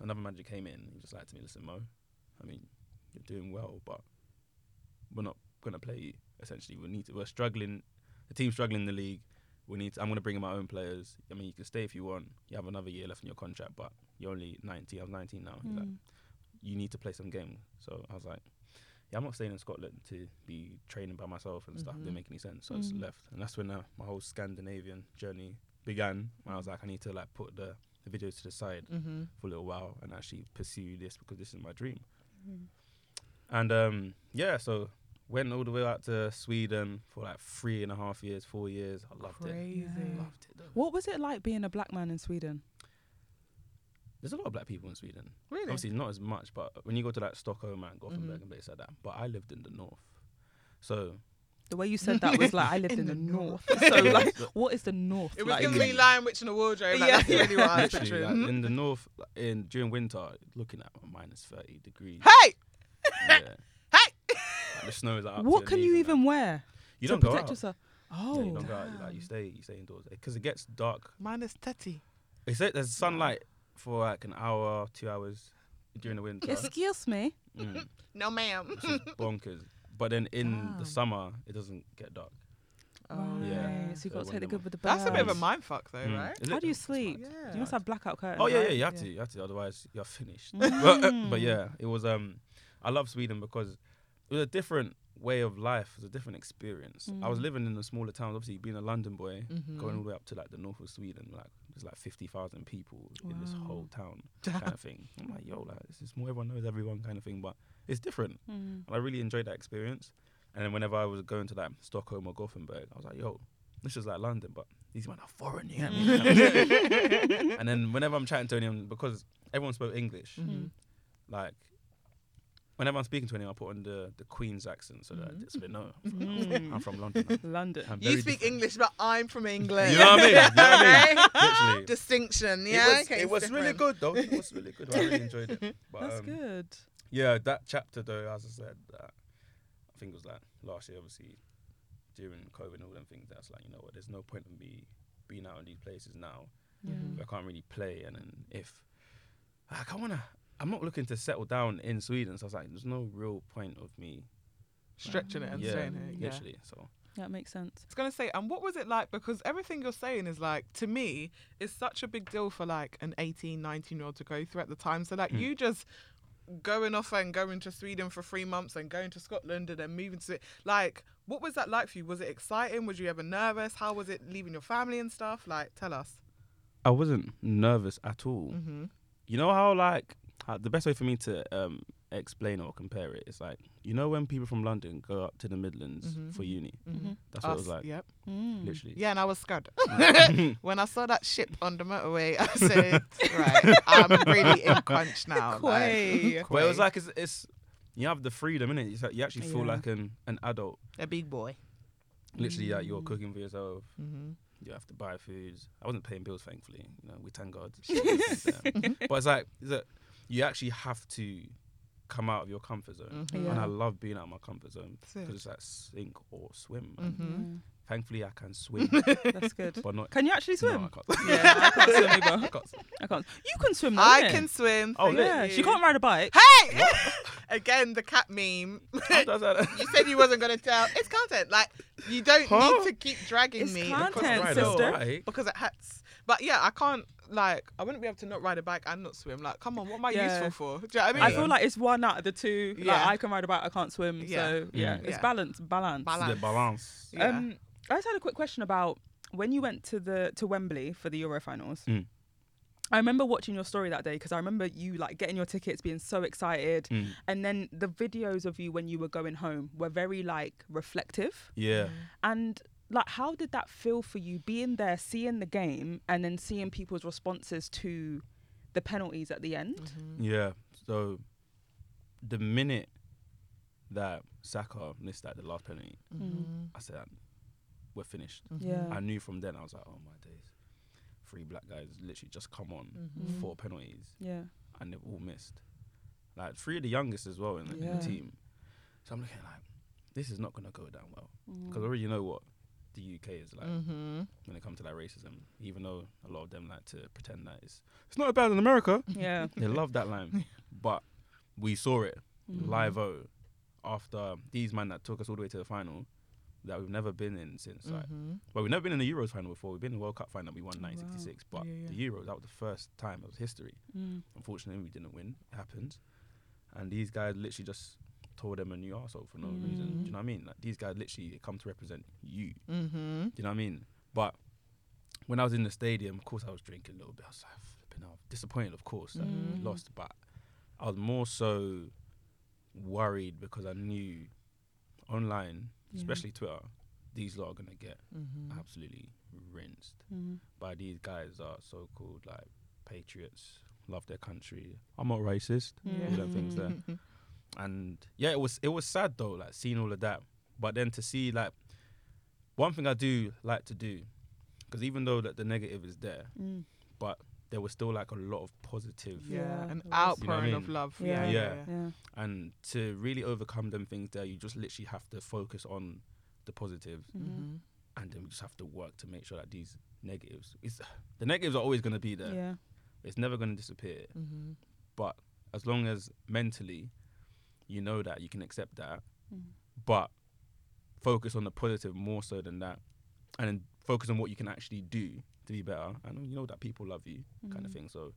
[SPEAKER 3] Another manager came in. He was just like to me, listen, Mo, I mean, you're doing well, but we're not gonna play you. Essentially, we need to, we're struggling. The team's struggling in the league. We need. To, I'm gonna bring in my own players. I mean, you can stay if you want. You have another year left in your contract, but you're only 19. I'm 19 now. He's like, you need to play some game. So I was like, yeah, I'm not staying in Scotland to be training by myself and stuff. Didn't make any sense. So I just left, and that's when uh, my whole Scandinavian journey began. And I was like, I need to like put the, the videos to the side
[SPEAKER 2] Mm-hmm.
[SPEAKER 3] for a little while and actually pursue this because this is my dream. And um, yeah, so went all the way out to Sweden for like three and a half years, four years. I loved it.
[SPEAKER 2] Crazy.
[SPEAKER 1] Yeah.
[SPEAKER 3] Loved it. Though.
[SPEAKER 1] What was it like being a black man in Sweden?
[SPEAKER 3] There's a lot of black people in Sweden.
[SPEAKER 2] Really?
[SPEAKER 3] Obviously, not as much, but when you go to like Stockholm and Gothenburg and places like that. But I lived in the north, so
[SPEAKER 1] The way you said that was like I lived in, the, north. So
[SPEAKER 3] Yeah.
[SPEAKER 1] like, what is the north?
[SPEAKER 2] It was
[SPEAKER 1] like?
[SPEAKER 2] giving me Lion Witch in the Wardrobe. Like,
[SPEAKER 1] Yeah.
[SPEAKER 2] That's really what I was
[SPEAKER 3] literally, like,
[SPEAKER 2] picturing.
[SPEAKER 3] in the north, like, in during winter, looking at minus thirty degrees.
[SPEAKER 2] Mm-hmm. Hey!
[SPEAKER 3] yeah. Like, the snow is like, up to
[SPEAKER 1] what
[SPEAKER 3] your
[SPEAKER 1] can
[SPEAKER 3] knees
[SPEAKER 1] you
[SPEAKER 3] and that.
[SPEAKER 1] even wear
[SPEAKER 3] You
[SPEAKER 1] to
[SPEAKER 3] don't go
[SPEAKER 1] protect
[SPEAKER 3] out.
[SPEAKER 1] yourself?
[SPEAKER 3] Yeah,
[SPEAKER 1] Oh,
[SPEAKER 3] you don't go out. You, Like you stay, you stay indoors because it gets dark.
[SPEAKER 2] Minus 30.
[SPEAKER 3] It's like there's sunlight for like an hour, two hours during the winter.
[SPEAKER 1] excuse me.
[SPEAKER 3] Mm.
[SPEAKER 2] No, ma'am.
[SPEAKER 3] It's just bonkers. But then in
[SPEAKER 1] Damn.
[SPEAKER 3] the summer, it doesn't get dark.
[SPEAKER 2] Oh,
[SPEAKER 3] Yeah.
[SPEAKER 1] Right, So you
[SPEAKER 3] So
[SPEAKER 1] got to take
[SPEAKER 3] when
[SPEAKER 1] the
[SPEAKER 3] the
[SPEAKER 1] good with the bad.
[SPEAKER 2] That's a bit of a
[SPEAKER 3] Nice.
[SPEAKER 2] mind fuck, though,
[SPEAKER 3] Mm.
[SPEAKER 2] Oh, right?
[SPEAKER 3] It's
[SPEAKER 1] How
[SPEAKER 3] lit
[SPEAKER 1] do you
[SPEAKER 3] though. It's mad.
[SPEAKER 1] sleep? You must have blackout curtains.
[SPEAKER 3] Oh yeah, yeah,
[SPEAKER 1] right?
[SPEAKER 3] you have to, you have to, otherwise you're finished. but, but yeah, it was um, I love Sweden because it was a different way of life, it was a different experience. I was living in a smaller town, obviously being a London boy, going all the way up to like the north of Sweden, like there's like fifty thousand people in this whole town kind of thing. I'm like, yo, like this is more everyone knows everyone kind of thing, but it's different.
[SPEAKER 1] Mm.
[SPEAKER 3] And I really enjoyed that experience. And then whenever I was going to like Stockholm or Gothenburg, I was like, yo, this is like London, but these men are foreign, you know what I mean?
[SPEAKER 2] Mm-hmm.
[SPEAKER 3] and then whenever I'm chatting to anyone, because everyone spoke English, like whenever I'm speaking to anyone, I put on the, the Queen's accent so that so they know I'm from,
[SPEAKER 1] Mm-hmm. Mm.
[SPEAKER 3] I'm from London. I'm-
[SPEAKER 1] London.
[SPEAKER 3] I'm
[SPEAKER 2] You
[SPEAKER 3] very
[SPEAKER 2] speak
[SPEAKER 3] different.
[SPEAKER 2] English, but I'm from England.
[SPEAKER 3] You know what I mean? You know what I mean? Literally.
[SPEAKER 2] Distinction.
[SPEAKER 3] It
[SPEAKER 2] Ah, Yeah.
[SPEAKER 3] was,
[SPEAKER 2] okay,
[SPEAKER 3] it
[SPEAKER 2] it's
[SPEAKER 3] was really
[SPEAKER 2] different.
[SPEAKER 3] good though. It was really good. I really enjoyed it. But,
[SPEAKER 1] That's
[SPEAKER 3] um,
[SPEAKER 1] good.
[SPEAKER 3] Yeah, that chapter though, as I said, uh, I think it was like last year, obviously during COVID and all them things. That's like you know what, there's no point in me being out in these places now
[SPEAKER 1] Mm.
[SPEAKER 3] if I can't really play, and then if like, I wanna, I'm not looking to settle down in Sweden. So I was like, there's no real point of me,
[SPEAKER 2] Stretching it and
[SPEAKER 3] yeah,
[SPEAKER 2] saying it. Yeah.
[SPEAKER 3] literally. So
[SPEAKER 1] That makes sense.
[SPEAKER 2] I was gonna say, and what was it like? Because everything you're saying is like, to me, is such a big deal for like an 18, 19 year old to go through at the time. So like,
[SPEAKER 3] Hmm.
[SPEAKER 2] you just going off and going to Sweden for three months and going to Scotland and then moving to like, what was that like for you? Was it exciting? Was you ever nervous? How was it leaving your family and stuff? Like, tell us.
[SPEAKER 3] I wasn't nervous at all.
[SPEAKER 2] Mm-hmm.
[SPEAKER 3] You know how like how, the best way for me to um, explain or compare it is like you know when people from London go up to the Midlands
[SPEAKER 2] Mhm.
[SPEAKER 3] for uni.
[SPEAKER 1] Mhm.
[SPEAKER 3] That's what it was like,
[SPEAKER 2] Yep.
[SPEAKER 1] Mm.
[SPEAKER 3] literally.
[SPEAKER 2] Yeah, and I was scared. when I saw that ship on the motorway, I said, right, I'm really in crunch now.
[SPEAKER 1] Quay.
[SPEAKER 2] Like,
[SPEAKER 3] But it was like it's, it's you have the freedom in it. It's like you actually feel
[SPEAKER 1] Yeah.
[SPEAKER 3] like an an adult.
[SPEAKER 2] a big boy.
[SPEAKER 3] Literally, like
[SPEAKER 1] Mm.
[SPEAKER 3] you're cooking for yourself.
[SPEAKER 2] Mm-hmm.
[SPEAKER 3] You have to buy foods. I wasn't paying bills, thankfully. You know, we thank God. Um, but it's like it's like you actually have to come out of your comfort zone.
[SPEAKER 2] Mhm.
[SPEAKER 3] And
[SPEAKER 1] Mm-hmm. Yeah.
[SPEAKER 3] I love being out of my comfort zone
[SPEAKER 2] Sick.
[SPEAKER 3] because it's like sink or swim. And
[SPEAKER 2] Mm-hmm.
[SPEAKER 3] thankfully, I can swim,
[SPEAKER 1] Yeah, that's good.
[SPEAKER 3] but not.
[SPEAKER 1] Can you actually
[SPEAKER 3] no,
[SPEAKER 1] swim?
[SPEAKER 3] I can't.
[SPEAKER 1] Yeah, I can't swim
[SPEAKER 3] I
[SPEAKER 1] either.
[SPEAKER 3] can't swim.
[SPEAKER 1] I can't. You can swim. Though,
[SPEAKER 2] I
[SPEAKER 1] innit?
[SPEAKER 2] can swim.
[SPEAKER 3] Oh,
[SPEAKER 2] thank
[SPEAKER 3] lit.
[SPEAKER 1] Yeah,
[SPEAKER 2] you.
[SPEAKER 1] she can't ride a bike.
[SPEAKER 2] Hey! Again, the cat meme.
[SPEAKER 3] How does that-
[SPEAKER 2] you said you wasn't gonna tell. It's content. Like you don't
[SPEAKER 3] Huh?
[SPEAKER 2] need to keep dragging
[SPEAKER 1] It's
[SPEAKER 2] me
[SPEAKER 1] content,
[SPEAKER 2] across the
[SPEAKER 3] Ride a
[SPEAKER 2] floor
[SPEAKER 1] sister.
[SPEAKER 3] bike?
[SPEAKER 2] because it hurts. But yeah, I can't. Like I wouldn't be able to not ride a bike and not swim. Like come on, what am I
[SPEAKER 1] Yeah.
[SPEAKER 2] useful for? Do you know what I mean?
[SPEAKER 1] I feel like it's one out of the two.
[SPEAKER 2] Yeah.
[SPEAKER 1] Like I can ride a bike, I can't swim.
[SPEAKER 2] Yeah.
[SPEAKER 1] So yeah,
[SPEAKER 2] Yeah.
[SPEAKER 1] it's balance, balance.
[SPEAKER 2] Balance.
[SPEAKER 3] The balance.
[SPEAKER 2] Yeah.
[SPEAKER 1] Um, I just had a quick question about when you went to the to Wembley for the Euro finals.
[SPEAKER 3] Mm.
[SPEAKER 1] I remember watching your story that day because I remember you like getting your tickets, being so excited,
[SPEAKER 3] Mm.
[SPEAKER 1] and then the videos of you when you were going home were very like reflective.
[SPEAKER 3] Yeah.
[SPEAKER 1] And like, how did that feel for you being there, seeing the game, and then seeing people's responses to the penalties at the end?
[SPEAKER 3] Yeah. So the minute that Saka missed that the last penalty, I said we're finished.
[SPEAKER 1] Mm. Yeah.
[SPEAKER 3] I knew from then I was like, oh my days, three black guys literally just come on
[SPEAKER 1] Mhm.
[SPEAKER 3] four penalties
[SPEAKER 1] Yeah.
[SPEAKER 3] and they've all missed. Like three of the youngest as well in, the- in
[SPEAKER 1] Yeah.
[SPEAKER 3] the team. So I'm looking at like this is not gonna go down well because I already know what the UK is like
[SPEAKER 2] Mm-hmm.
[SPEAKER 3] when it comes to like racism. Even though a lot of them like to pretend that it's it's not bad in America.
[SPEAKER 1] Yeah.
[SPEAKER 3] They love that line. But we saw it
[SPEAKER 1] Mhm.
[SPEAKER 3] live o after these men that took us all the way to the final that we've never been in since. Like,
[SPEAKER 1] Mm-hmm.
[SPEAKER 3] well, we've never been in the Euros final before. We've been in the World Cup final that we won in 1966. But
[SPEAKER 2] Yeah, yeah.
[SPEAKER 3] the Euros, that was the first time. It was history.
[SPEAKER 1] Mm.
[SPEAKER 3] Unfortunately, we didn't win. It happened. And these guys literally just told them a new arsehole for no
[SPEAKER 1] Mm.
[SPEAKER 3] reason. Do you know what I mean? Like, these guys literally they come to represent you.
[SPEAKER 2] Mm-hmm.
[SPEAKER 3] Do you know what I mean? But when I was in the stadium, of course, I was drinking a little bit. I was like, "Ah, flipping out. Disappointed, of course, that we
[SPEAKER 2] Mm.
[SPEAKER 3] lost. But I was more so worried because I knew online,
[SPEAKER 1] Yeah.
[SPEAKER 3] especially Twitter, these lot are going to get
[SPEAKER 2] Mm-hmm.
[SPEAKER 3] absolutely rinsed
[SPEAKER 1] Mm.
[SPEAKER 3] by these guys that are so called like patriots, love their country. I'm not racist.
[SPEAKER 1] Yeah.
[SPEAKER 3] All them things there.
[SPEAKER 2] mm-hmm.
[SPEAKER 3] And yeah, it was it was sad though, like seeing all of that. But then to see like one thing I do like to do, because even though that the negative is there,
[SPEAKER 1] Mm.
[SPEAKER 3] but there was still like a lot of positive,
[SPEAKER 2] Yeah,
[SPEAKER 1] Yeah, it
[SPEAKER 2] an
[SPEAKER 1] was. You know what I
[SPEAKER 2] outpouring of
[SPEAKER 3] mean?
[SPEAKER 2] love.
[SPEAKER 1] Yeah.
[SPEAKER 2] Yeah,
[SPEAKER 3] Yeah.
[SPEAKER 1] Yeah.
[SPEAKER 3] and to really overcome them things there, you just literally have to focus on the positives,
[SPEAKER 1] Mhm.
[SPEAKER 2] Mm-hmm.
[SPEAKER 3] and then we just have to work to make sure that these negatives, it's, the negatives are always going to be there.
[SPEAKER 1] Yeah.
[SPEAKER 3] It's never going to disappear.
[SPEAKER 2] Mm-hmm.
[SPEAKER 3] but as long as mentally you know that you can accept that
[SPEAKER 1] Mm.
[SPEAKER 3] but focus on the positive more so than that and then focus on what you can actually do to be better and you know that people love you
[SPEAKER 1] Mm-hmm.
[SPEAKER 3] kind of thing so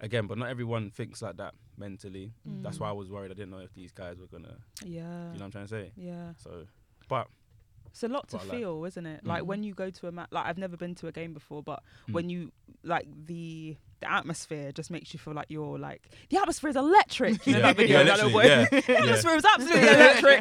[SPEAKER 3] again but not everyone thinks like that mentally that's why i was worried i didn't know if these guys were gonna
[SPEAKER 1] Yeah.
[SPEAKER 3] you know what i'm trying to say
[SPEAKER 1] Mm. Yeah.
[SPEAKER 3] so but
[SPEAKER 1] It's a lot to
[SPEAKER 3] Quite a lot.
[SPEAKER 1] feel, isn't it? Like
[SPEAKER 2] Mhm.
[SPEAKER 1] when you go to a match, like I've never been to a game before, but
[SPEAKER 3] Mm-hmm. Mm.
[SPEAKER 1] when you like the the atmosphere just makes you feel like you're like the atmosphere is electric. You know
[SPEAKER 3] Yeah.
[SPEAKER 1] that video
[SPEAKER 3] Yeah,
[SPEAKER 1] that I
[SPEAKER 3] literally,
[SPEAKER 1] watched?
[SPEAKER 3] yeah,
[SPEAKER 1] The
[SPEAKER 3] yeah.
[SPEAKER 1] atmosphere is absolutely electric.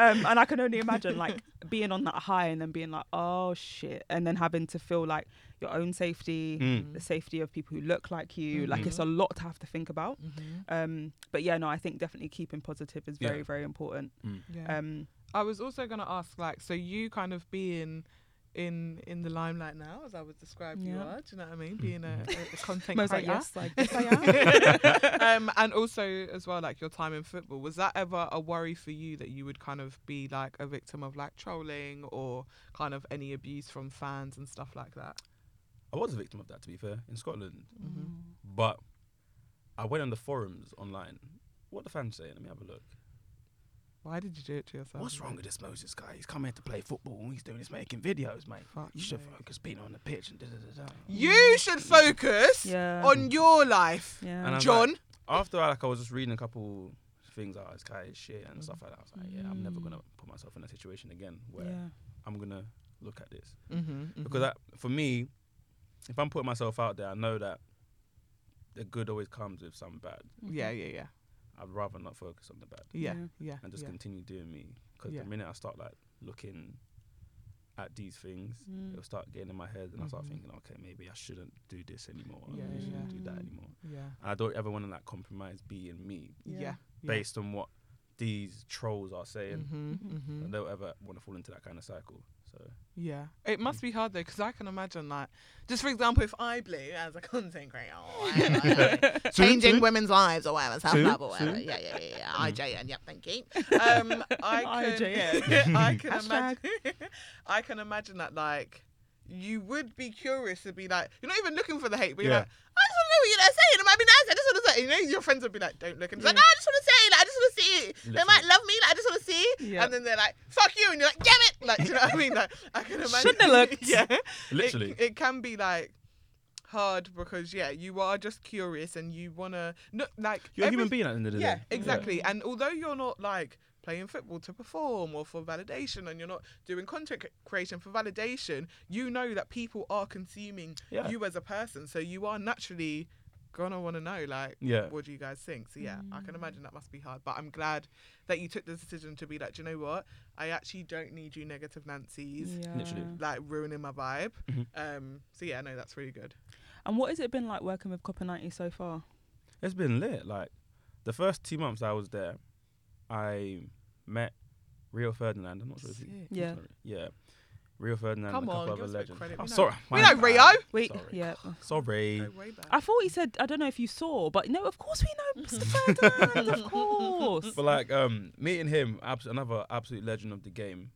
[SPEAKER 1] Um, and I can only imagine like being on that high and then being like, oh shit, and then having to feel like your own safety,
[SPEAKER 3] mm,
[SPEAKER 1] the safety of people who look like you. Like
[SPEAKER 3] Mhm.
[SPEAKER 1] it's a lot to have to think about.
[SPEAKER 2] Mm-hmm.
[SPEAKER 1] Um, but yeah, no, I think definitely keeping positive is very
[SPEAKER 3] Yeah.
[SPEAKER 1] very important.
[SPEAKER 3] mm.
[SPEAKER 2] Yeah.
[SPEAKER 1] Um,
[SPEAKER 2] I was also gonna ask, like, so you kind of being in in the limelight now, as I would describe you
[SPEAKER 1] Yeah.
[SPEAKER 2] are. Do you know what I mean? Being a, a- a content
[SPEAKER 1] Mo's like,
[SPEAKER 2] creator.
[SPEAKER 1] yes, like yes I am.
[SPEAKER 2] um, and also as well, like your time in football, was that ever a worry for you that you would kind of be like a victim of like trolling or kind of any abuse from fans and stuff like that?
[SPEAKER 3] I was a victim of that, to be fair, in Scotland. But I went on the forums online. What the fans saying? Let me have a look.
[SPEAKER 2] Why did you do it to yourself?
[SPEAKER 3] What's wrong with this Moses guy? He's come here to play football. All he's doing is making videos, mate.
[SPEAKER 2] Fuck
[SPEAKER 3] you should
[SPEAKER 2] me.
[SPEAKER 3] focus being on the pitch and da da da da.
[SPEAKER 2] You should focus
[SPEAKER 1] Yeah.
[SPEAKER 2] on your life,
[SPEAKER 1] Yeah.
[SPEAKER 3] And I'm
[SPEAKER 2] John.
[SPEAKER 3] After like I was just reading a couple things out this guy is shit and stuff like that. I was like, yeah, I'm never
[SPEAKER 1] Mm.
[SPEAKER 3] gonna put myself in a situation again where
[SPEAKER 1] yeah.
[SPEAKER 3] I'm gonna look at this
[SPEAKER 2] Mm-hmm,
[SPEAKER 3] because that, for me, if I'm putting myself out there, I know that the good always comes with some bad.
[SPEAKER 2] yeah, yeah, yeah,
[SPEAKER 3] I'd rather not focus on the bad
[SPEAKER 2] yeah,
[SPEAKER 1] Yeah.
[SPEAKER 2] yeah,
[SPEAKER 3] and just
[SPEAKER 2] yeah.
[SPEAKER 3] continue doing me. Because
[SPEAKER 2] Yeah.
[SPEAKER 3] the minute I start like looking at these things,
[SPEAKER 1] Mm.
[SPEAKER 3] it'll start getting in my head, and I start
[SPEAKER 2] Mhm.
[SPEAKER 3] thinking, okay, maybe I shouldn't do this anymore. or
[SPEAKER 2] Yeah, Mm.
[SPEAKER 3] maybe I shouldn't do that
[SPEAKER 1] yeah.
[SPEAKER 3] anymore.
[SPEAKER 2] yeah,
[SPEAKER 3] And I don't ever want to like compromise being me
[SPEAKER 1] Yeah.
[SPEAKER 2] yeah, yeah.
[SPEAKER 3] based on what these trolls are saying.
[SPEAKER 2] Mm-hmm,
[SPEAKER 1] Mhm.
[SPEAKER 2] mm-hmm.
[SPEAKER 3] I don't ever want to fall into that kind of cycle. So
[SPEAKER 2] Yeah, it must be hard though, because I can imagine like, just for example, if I blew as a content creator, or
[SPEAKER 1] Mm-hmm.
[SPEAKER 2] whatever, like, changing women's lives or whatever, self love or whatever. Yeah, yeah, yeah, yeah. IJN, yep, thank you. Um, I can,
[SPEAKER 1] IJN.
[SPEAKER 2] I can
[SPEAKER 1] Hashtag.
[SPEAKER 2] imagine, I can imagine that like, you would be curious to be like, you're not even looking for the hate, but you're
[SPEAKER 3] Yeah.
[SPEAKER 2] like, I just want to know what you're like saying. It might be nice. I just want to say, you know, your friends would be like, don't look, and it's like, no, I just want to say, like, I just want to see. it. They
[SPEAKER 3] Literally.
[SPEAKER 2] might love me, like, I just want to see.
[SPEAKER 1] Yeah.
[SPEAKER 2] And then they're like, fuck you, and you're like, damn it, like, do you know what I mean? Like, I can imagine.
[SPEAKER 1] Shouldn't have looked.
[SPEAKER 2] yeah.
[SPEAKER 3] literally,
[SPEAKER 2] It, it can be like hard because yeah, you are just curious and you wanna no, like
[SPEAKER 3] you're a human
[SPEAKER 2] every-
[SPEAKER 3] being at the end of the
[SPEAKER 2] Yeah,
[SPEAKER 3] day.
[SPEAKER 2] exactly. And although you're not like playing football to perform or for validation and you're not doing content c- creation for validation, you know that people are consuming
[SPEAKER 3] Yeah.
[SPEAKER 2] you as a person, so you are naturally gonna want to know like
[SPEAKER 3] Yeah.
[SPEAKER 2] what do you guys think so yeah i can imagine that must be hard but i'm glad that you took the decision to be like do you know what i actually don't need you negative nancy's
[SPEAKER 3] Literally.
[SPEAKER 1] Yeah.
[SPEAKER 2] like ruining my vibe.
[SPEAKER 3] Mhm.
[SPEAKER 2] Um, so yeah, no, that's really good.
[SPEAKER 1] And what has it been like working with Copper 90 so far?
[SPEAKER 3] It's been lit. Like the first two months I was there, I met Rio Ferdinand. I'm not sure. If he,
[SPEAKER 1] Yeah.
[SPEAKER 3] yeah. Rio Ferdinand
[SPEAKER 2] Come
[SPEAKER 3] and a couple
[SPEAKER 2] on,
[SPEAKER 3] other
[SPEAKER 2] give us a bit of
[SPEAKER 3] legends.
[SPEAKER 2] credit.
[SPEAKER 3] Oh,
[SPEAKER 2] We know-
[SPEAKER 3] sorry.
[SPEAKER 2] we
[SPEAKER 3] my
[SPEAKER 2] know
[SPEAKER 3] bad.
[SPEAKER 2] Rio.
[SPEAKER 1] Wait,
[SPEAKER 3] Sorry.
[SPEAKER 1] yeah.
[SPEAKER 3] Sorry.
[SPEAKER 2] Go way back.
[SPEAKER 1] I thought he said, I don't know if you saw, but no, of course we know Mr. Ferdinand, of course.
[SPEAKER 3] But like um, meeting him, abs- another absolute legend of the game.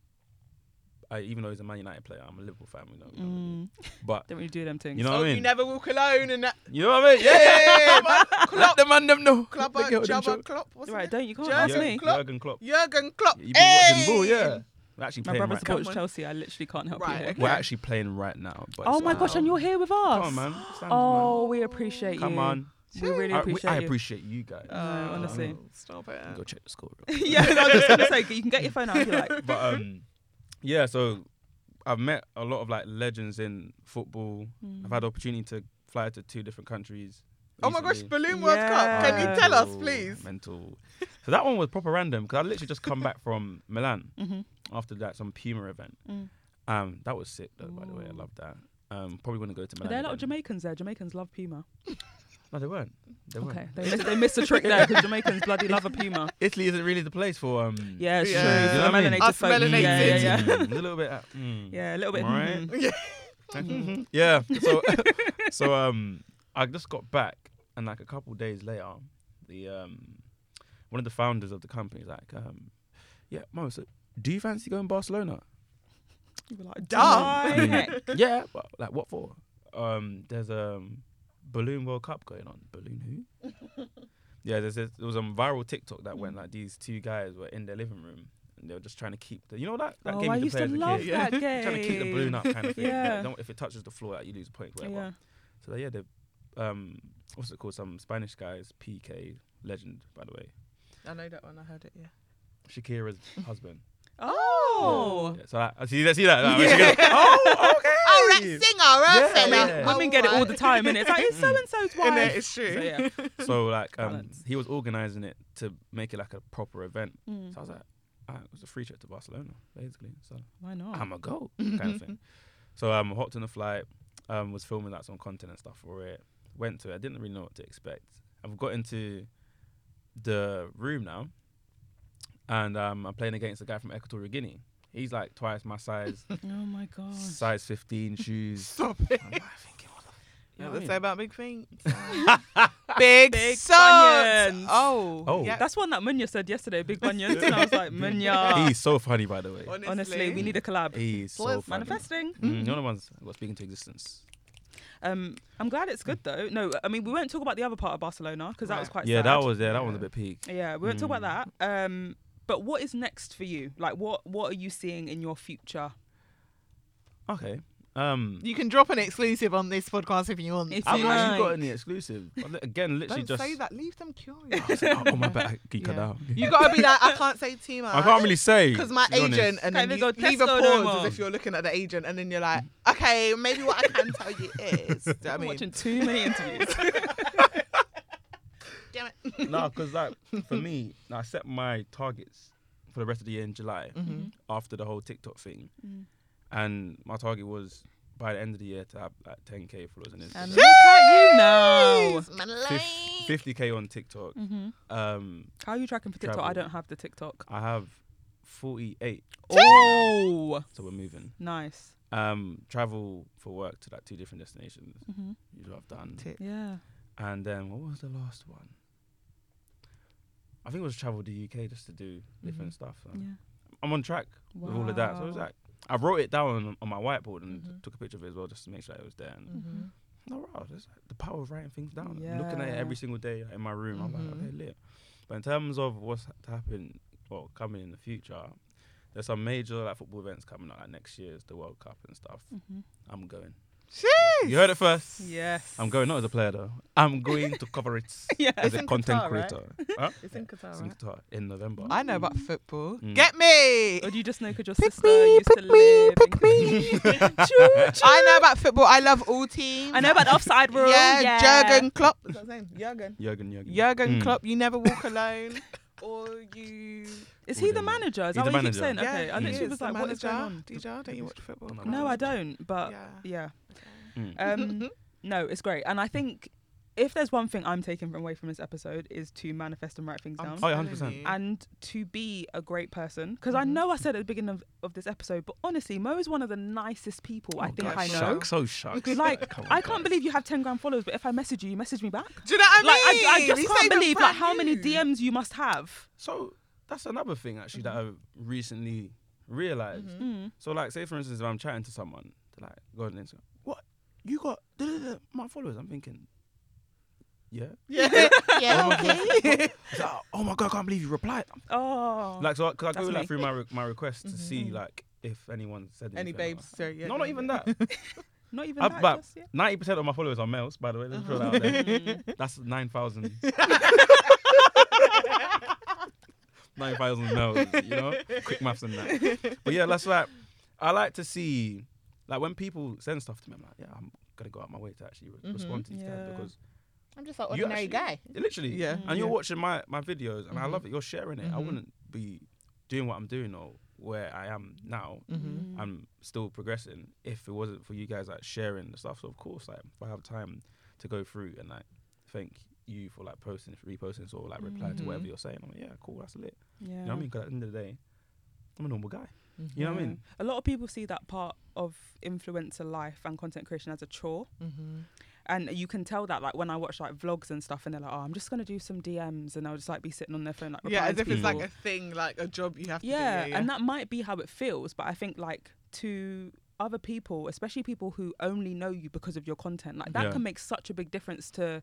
[SPEAKER 3] I, even though he's a Man United player, I'm a Liverpool fan. We know, we don't really-
[SPEAKER 1] Mm,
[SPEAKER 3] but
[SPEAKER 1] don't really do them things.
[SPEAKER 3] you know
[SPEAKER 2] oh,
[SPEAKER 3] what I
[SPEAKER 2] you
[SPEAKER 3] mean.
[SPEAKER 2] never walk alone and that
[SPEAKER 3] You know what I mean? Yeah, yeah, yeah. yeah. Let
[SPEAKER 2] Klopp,
[SPEAKER 3] the man them know.
[SPEAKER 2] Klopp,
[SPEAKER 3] Let the girl them show.
[SPEAKER 2] Jabba, Klopp, what's
[SPEAKER 1] right,
[SPEAKER 2] his name?
[SPEAKER 1] don't you can't
[SPEAKER 2] Jer-
[SPEAKER 1] ask
[SPEAKER 3] Yeah,
[SPEAKER 1] me.
[SPEAKER 2] Klopp.
[SPEAKER 3] Jurgen Klopp.
[SPEAKER 2] Jurgen Klopp.
[SPEAKER 3] You've been watching ball,
[SPEAKER 2] Hey!
[SPEAKER 3] yeah. We're actually
[SPEAKER 1] My brother
[SPEAKER 3] playing right now.
[SPEAKER 1] supports
[SPEAKER 2] Come on.
[SPEAKER 1] Chelsea. I literally can't help
[SPEAKER 2] Right,
[SPEAKER 1] you here.
[SPEAKER 2] okay.
[SPEAKER 3] We're actually playing right now. But
[SPEAKER 1] Oh
[SPEAKER 3] it's
[SPEAKER 1] my
[SPEAKER 3] fine.
[SPEAKER 1] gosh, and you're here with us.
[SPEAKER 3] Come on, man. Stand
[SPEAKER 1] Oh,
[SPEAKER 3] up,
[SPEAKER 1] we appreciate
[SPEAKER 3] man. come
[SPEAKER 1] you.
[SPEAKER 3] on.
[SPEAKER 1] We really
[SPEAKER 3] I, we-
[SPEAKER 1] appreciate
[SPEAKER 3] I
[SPEAKER 1] you. Uh,
[SPEAKER 3] appreciate you guys.
[SPEAKER 1] No, honestly.
[SPEAKER 2] Oh, stop it.
[SPEAKER 3] Go check the score. real quick.
[SPEAKER 1] yeah, I was just gonna say you can get your phone out if you like.
[SPEAKER 3] but um, yeah. So I've met a lot of like legends in football. I've had the opportunity to fly to two different countries.
[SPEAKER 2] Oh my gosh,
[SPEAKER 3] recently.
[SPEAKER 2] Balloon World Cup. Can you
[SPEAKER 1] Yeah.
[SPEAKER 2] tell us,
[SPEAKER 3] Mental,
[SPEAKER 2] please?
[SPEAKER 3] Mental. So that one was proper random because I literally just come back from Milan
[SPEAKER 1] Mhm.
[SPEAKER 3] after that some Puma event.
[SPEAKER 1] Mm.
[SPEAKER 3] Um, that was sick though. By the way, I loved that. Um, probably want to go to
[SPEAKER 1] Are
[SPEAKER 3] Milan.
[SPEAKER 1] there Oh. a lot of
[SPEAKER 3] again.
[SPEAKER 1] Jamaicans there? Jamaicans love Puma.
[SPEAKER 3] No, they weren't. They weren't.
[SPEAKER 1] Okay, they missed, they missed a trick there because Jamaicans bloody love a Puma.
[SPEAKER 3] Italy isn't really the place for um.
[SPEAKER 1] Yeah, it's
[SPEAKER 2] Yeah.
[SPEAKER 1] true.
[SPEAKER 2] You know
[SPEAKER 3] what I mean?
[SPEAKER 1] melanated
[SPEAKER 2] Us
[SPEAKER 1] folk.
[SPEAKER 2] melanated.
[SPEAKER 1] Yeah, yeah, yeah.
[SPEAKER 3] Mm, a little bit. uh, mm.
[SPEAKER 1] Yeah, Mm-hmm. a little bit.
[SPEAKER 3] Right.
[SPEAKER 1] mhm.
[SPEAKER 3] Mhm. yeah. So, so um, I just got back, and like a couple days later, the um, one of the founders of the company is like, um, yeah, Mo, so do you fancy going to Barcelona?
[SPEAKER 1] You were like,
[SPEAKER 2] Dumb.
[SPEAKER 1] "Dike."
[SPEAKER 3] yeah, but like what for? Um, there's um, balloon World Cup going on. Balloon who? yeah, there's this, there was a viral TikTok that
[SPEAKER 1] Mm.
[SPEAKER 3] went like these two guys were in their living room. and They were just trying to keep the, you know that that
[SPEAKER 1] Oh,
[SPEAKER 3] game
[SPEAKER 1] I
[SPEAKER 3] you
[SPEAKER 1] used
[SPEAKER 3] play
[SPEAKER 1] to
[SPEAKER 3] as a
[SPEAKER 1] love
[SPEAKER 3] kid?
[SPEAKER 2] Yeah.
[SPEAKER 1] that game.
[SPEAKER 3] trying to keep the balloon up kind of thing.
[SPEAKER 1] Yeah.
[SPEAKER 3] Yeah. Don't, if it touches the floor, like, you lose points, whatever.
[SPEAKER 1] Yeah.
[SPEAKER 3] So like, yeah, the um, what's it called? Some Spanish guys, PK legend, by the way,
[SPEAKER 2] I know that one. I heard it. Yeah.
[SPEAKER 3] Shakira's husband.
[SPEAKER 1] Oh.
[SPEAKER 3] Yeah, so I, I see that. See that. that when she goes, oh, okay.
[SPEAKER 2] Oh, that singer,
[SPEAKER 3] Yeah,
[SPEAKER 2] yeah, fella.
[SPEAKER 3] yeah.
[SPEAKER 1] Women get it all the time, and it's like it's so and so's
[SPEAKER 2] In it,
[SPEAKER 1] wife.
[SPEAKER 2] it's true.
[SPEAKER 1] So, yeah.
[SPEAKER 3] So like, um,
[SPEAKER 1] Balance.
[SPEAKER 3] he was organising it to make it like a proper event.
[SPEAKER 1] Mm.
[SPEAKER 3] So I was like, ah, it was a free trip to Barcelona, basically. So
[SPEAKER 1] Why not?
[SPEAKER 3] I'm a go kind of thing. So um, I hopped on a flight, um, was filming like some content and stuff for it. Went to it. I didn't really know what to expect. I've got into the room now, and um, I'm playing against a guy from Equatorial Guinea. He's like twice my size,
[SPEAKER 1] oh my god.
[SPEAKER 3] size 15 shoes.
[SPEAKER 2] Stop it.
[SPEAKER 3] I'm like thinking, what the-
[SPEAKER 2] You
[SPEAKER 3] You know
[SPEAKER 2] know
[SPEAKER 3] what I
[SPEAKER 2] what they
[SPEAKER 3] mean?
[SPEAKER 2] say about big things? big
[SPEAKER 1] Big
[SPEAKER 2] socks.
[SPEAKER 1] bunions.
[SPEAKER 2] Oh,
[SPEAKER 3] Oh.
[SPEAKER 2] yeah.
[SPEAKER 1] That's one that Munya said yesterday, big bunions. and I was like, Munya.
[SPEAKER 3] He's so funny, by the way.
[SPEAKER 2] Honestly,
[SPEAKER 1] Honestly, we need a Mm-hmm. collab.
[SPEAKER 3] He's so
[SPEAKER 2] Well,
[SPEAKER 3] funny.
[SPEAKER 2] Mm-hmm.
[SPEAKER 1] Manifesting.
[SPEAKER 3] Mm, you're the ones who are speaking to existence.
[SPEAKER 1] Um, I'm glad it's good though. No, I mean we won't talk about the other part of Barcelona because that
[SPEAKER 2] Right.
[SPEAKER 1] was quite.
[SPEAKER 3] yeah,
[SPEAKER 1] sad.
[SPEAKER 3] that was Hmm. yeah, that one's a bit peak.
[SPEAKER 1] Yeah, we won't talk about that. Um, but what is next for you? Like, what what are you seeing in your future?
[SPEAKER 3] Okay. Um,
[SPEAKER 2] You can drop an exclusive on this podcast if you want.
[SPEAKER 1] If
[SPEAKER 3] I haven't
[SPEAKER 1] you
[SPEAKER 3] actually got
[SPEAKER 1] like.
[SPEAKER 3] any exclusive. I li- Again, literally
[SPEAKER 2] Don't
[SPEAKER 3] just.
[SPEAKER 2] say that. Leave them curious.
[SPEAKER 3] oh, oh, my bad. You cut
[SPEAKER 2] Yeah.
[SPEAKER 3] out.
[SPEAKER 2] You gotta be like, I can't say too much.
[SPEAKER 3] I can't really say.
[SPEAKER 2] Because my
[SPEAKER 3] to be honest.
[SPEAKER 2] agent,
[SPEAKER 1] Can't
[SPEAKER 2] and then
[SPEAKER 1] even
[SPEAKER 2] you
[SPEAKER 1] go
[SPEAKER 2] leave a
[SPEAKER 1] Tesco no
[SPEAKER 2] pause
[SPEAKER 1] more.
[SPEAKER 2] as if you're looking at the agent, and then you're like, okay, maybe what I can tell you is. um, Do you know what I
[SPEAKER 1] I'm
[SPEAKER 2] mean,
[SPEAKER 1] watching too many interviews.
[SPEAKER 2] damn it.
[SPEAKER 3] no, because like for me, I set my targets for the rest of the year in July
[SPEAKER 2] Mm-hmm.
[SPEAKER 1] Mm-hmm.
[SPEAKER 3] after the whole TikTok thing,
[SPEAKER 1] Mm.
[SPEAKER 3] and my target was by the end of the year to have like 10k followers on
[SPEAKER 1] and
[SPEAKER 3] Instagram,
[SPEAKER 1] look at you
[SPEAKER 4] Oh.
[SPEAKER 1] now. Mm-hmm.
[SPEAKER 2] Jeez, my life.
[SPEAKER 3] Fif- 50k on TikTok.
[SPEAKER 1] Mm.
[SPEAKER 3] Um,
[SPEAKER 1] How are you tracking for TikTok? I
[SPEAKER 3] Travel.
[SPEAKER 1] don't have the TikTok.
[SPEAKER 3] I have 48,
[SPEAKER 1] Oh,
[SPEAKER 3] so we're moving.
[SPEAKER 1] nice.
[SPEAKER 3] Um, travel for work to like two different destinations,
[SPEAKER 1] Mhm.
[SPEAKER 3] which I've done,
[SPEAKER 2] Tick.
[SPEAKER 1] Yeah.
[SPEAKER 3] and then what was the last one? I think it was travel the UK just to do different stuff. so.
[SPEAKER 1] Mm-hmm. Yeah.
[SPEAKER 3] I'm on track with all of that. So it's
[SPEAKER 1] Wow. Mm-hmm.
[SPEAKER 3] like I wrote it down on, on my whiteboard and took a picture of it as well, just to make sure it was there.
[SPEAKER 1] Mm.
[SPEAKER 3] And
[SPEAKER 2] Mm-hmm.
[SPEAKER 3] no, wow, that's like the power of writing things down. I'm looking at it
[SPEAKER 1] Yeah. Mm-hmm.
[SPEAKER 3] every single day like, in my room. I'm like,
[SPEAKER 2] Mhm.
[SPEAKER 3] okay, lit. But in terms of what's to happen, well, coming in the future, there's some major like football events coming up. Like next year's the World Cup and stuff. I'm going. You heard it first.
[SPEAKER 1] Mm-hmm. Yes.
[SPEAKER 3] I'm going not as a player though. I'm going to cover it
[SPEAKER 1] Yeah.
[SPEAKER 3] as
[SPEAKER 2] It's
[SPEAKER 3] a
[SPEAKER 2] in
[SPEAKER 3] content
[SPEAKER 2] Qatar, right?
[SPEAKER 3] creator. Huh?
[SPEAKER 2] It's in
[SPEAKER 3] It's
[SPEAKER 2] Qatar,
[SPEAKER 3] in
[SPEAKER 2] right?
[SPEAKER 3] Qatar in November.
[SPEAKER 2] I know about football.
[SPEAKER 3] Mm.
[SPEAKER 2] Get me.
[SPEAKER 1] Or do you just know because Oh, your
[SPEAKER 2] Pick
[SPEAKER 1] sister
[SPEAKER 2] me,
[SPEAKER 1] used to
[SPEAKER 2] pick me,
[SPEAKER 1] live?
[SPEAKER 2] pick
[SPEAKER 1] in- Choo-choo.
[SPEAKER 2] I know about football. I love all teams.
[SPEAKER 1] I know about the offside rule.
[SPEAKER 2] Yeah,
[SPEAKER 1] yeah.
[SPEAKER 2] Jurgen Klopp. What's his name? Jurgen.
[SPEAKER 3] Jurgen, Jurgen.
[SPEAKER 2] Jurgen
[SPEAKER 3] Mm.
[SPEAKER 2] Klopp. You never walk alone, or you.
[SPEAKER 1] Is he the
[SPEAKER 3] Wouldn't know.
[SPEAKER 1] manager? Is
[SPEAKER 3] He's
[SPEAKER 1] that
[SPEAKER 3] the
[SPEAKER 1] what you keep
[SPEAKER 3] manager.
[SPEAKER 1] saying? Okay.
[SPEAKER 2] Yeah,
[SPEAKER 1] I
[SPEAKER 2] he
[SPEAKER 1] literally
[SPEAKER 2] is
[SPEAKER 1] was
[SPEAKER 2] the
[SPEAKER 1] like, what is going on?
[SPEAKER 2] manager. DJ, don't you watch football?
[SPEAKER 3] No,
[SPEAKER 1] No, I don't. But
[SPEAKER 2] Yeah.
[SPEAKER 1] yeah.
[SPEAKER 3] Mm.
[SPEAKER 2] uh,
[SPEAKER 1] Um, no, it's great. And I think if there's one thing I'm taking from away from this episode is to manifest and write things
[SPEAKER 2] I'm
[SPEAKER 1] down.
[SPEAKER 3] Oh, yeah,
[SPEAKER 2] telling
[SPEAKER 3] 100%.
[SPEAKER 2] you.
[SPEAKER 1] and to be a great person because I
[SPEAKER 2] Mhm.
[SPEAKER 1] know I said at the beginning of, of this episode, but honestly, Mo is one of the nicest people I
[SPEAKER 3] Oh,
[SPEAKER 1] think
[SPEAKER 3] guys,
[SPEAKER 1] I know.
[SPEAKER 3] Shucks, oh shucks.
[SPEAKER 1] Like,
[SPEAKER 3] Come on,
[SPEAKER 1] I can't
[SPEAKER 3] guys.
[SPEAKER 1] believe you have 10 grand followers, but if I message you, you message me back.
[SPEAKER 2] Do you know what
[SPEAKER 1] Like,
[SPEAKER 2] I mean?
[SPEAKER 1] I, I just
[SPEAKER 2] He's
[SPEAKER 1] can't
[SPEAKER 2] saying
[SPEAKER 1] believe
[SPEAKER 2] we're
[SPEAKER 1] like how many
[SPEAKER 2] brand new.
[SPEAKER 1] DMs you must have.
[SPEAKER 3] So that's another thing actually that I've recently realized.
[SPEAKER 2] Mm-hmm.
[SPEAKER 1] Mm.
[SPEAKER 3] So like, say for instance, if I'm chatting to someone, they're like, go on Instagram. What you got? da, da, da, My followers. I'm thinking, yeah.
[SPEAKER 2] Yeah,
[SPEAKER 3] Oh
[SPEAKER 2] yeah,
[SPEAKER 3] my God.
[SPEAKER 2] okay.
[SPEAKER 3] It's like, oh my god, I can't believe you replied. I'm-
[SPEAKER 1] Oh,
[SPEAKER 3] Like, so because I go
[SPEAKER 1] That's
[SPEAKER 3] like
[SPEAKER 1] me.
[SPEAKER 3] through my re- my requests to see like if anyone said
[SPEAKER 2] Mm-hmm. Any
[SPEAKER 3] anything or
[SPEAKER 2] babes?
[SPEAKER 3] not.
[SPEAKER 2] Sorry, yeah,
[SPEAKER 3] no, not
[SPEAKER 2] yeah,
[SPEAKER 3] even
[SPEAKER 2] yeah.
[SPEAKER 3] that.
[SPEAKER 1] not even
[SPEAKER 3] I-
[SPEAKER 1] that.
[SPEAKER 3] but-
[SPEAKER 1] just, Mm. yeah.
[SPEAKER 3] Ninety percent of my followers are males, by the way. Let's throw that out there. That's nine thousand. nine thousand males. You know, quick maths and that. But yeah, that's like I like to see like when people send stuff to me. I'm like, yeah, I'm gonna go out my way to actually
[SPEAKER 2] Mm-hmm.
[SPEAKER 3] re- respond to these guys
[SPEAKER 1] Yeah.
[SPEAKER 3] because
[SPEAKER 4] I'm just an
[SPEAKER 3] you
[SPEAKER 4] ordinary
[SPEAKER 3] actually-
[SPEAKER 4] guy.
[SPEAKER 3] yeah, literally,
[SPEAKER 2] Yeah,
[SPEAKER 3] And you're
[SPEAKER 2] yeah. Mm-hmm.
[SPEAKER 3] watching my my videos, and I love it. You're sharing it. I wouldn't be doing what I'm doing or where I am now.
[SPEAKER 1] Mm-hmm.
[SPEAKER 2] Mm-hmm. Mm.
[SPEAKER 3] I'm still progressing. If it wasn't for you guys like sharing the stuff, so of course, like if I have time to go through and like thank you for like posting, reposting, or like replying to whatever
[SPEAKER 2] Mhm.
[SPEAKER 3] you're saying, I'm like, yeah, cool, that's lit.
[SPEAKER 1] Mm-hmm. yeah.
[SPEAKER 3] You know what I mean? 'Cause at the end of the day, I'm a normal guy. You know what I
[SPEAKER 1] Yeah.
[SPEAKER 3] mean?
[SPEAKER 1] A lot of people see that part of influencer life and content creation as a chore. And you can tell that, like, when I watch like vlogs and stuff, and they're like, "Oh, I'm just gonna do some DMs," and I'll just like be sitting on their phone, like,
[SPEAKER 2] Yeah,
[SPEAKER 1] replying
[SPEAKER 2] as
[SPEAKER 1] to
[SPEAKER 2] if it's like
[SPEAKER 1] people.
[SPEAKER 2] a thing, like a job you have to
[SPEAKER 1] yeah,
[SPEAKER 2] do.
[SPEAKER 1] and that might be how it feels but i think like to other people especially people who only know you because of your content like that
[SPEAKER 3] Yeah.
[SPEAKER 1] can make such a big difference to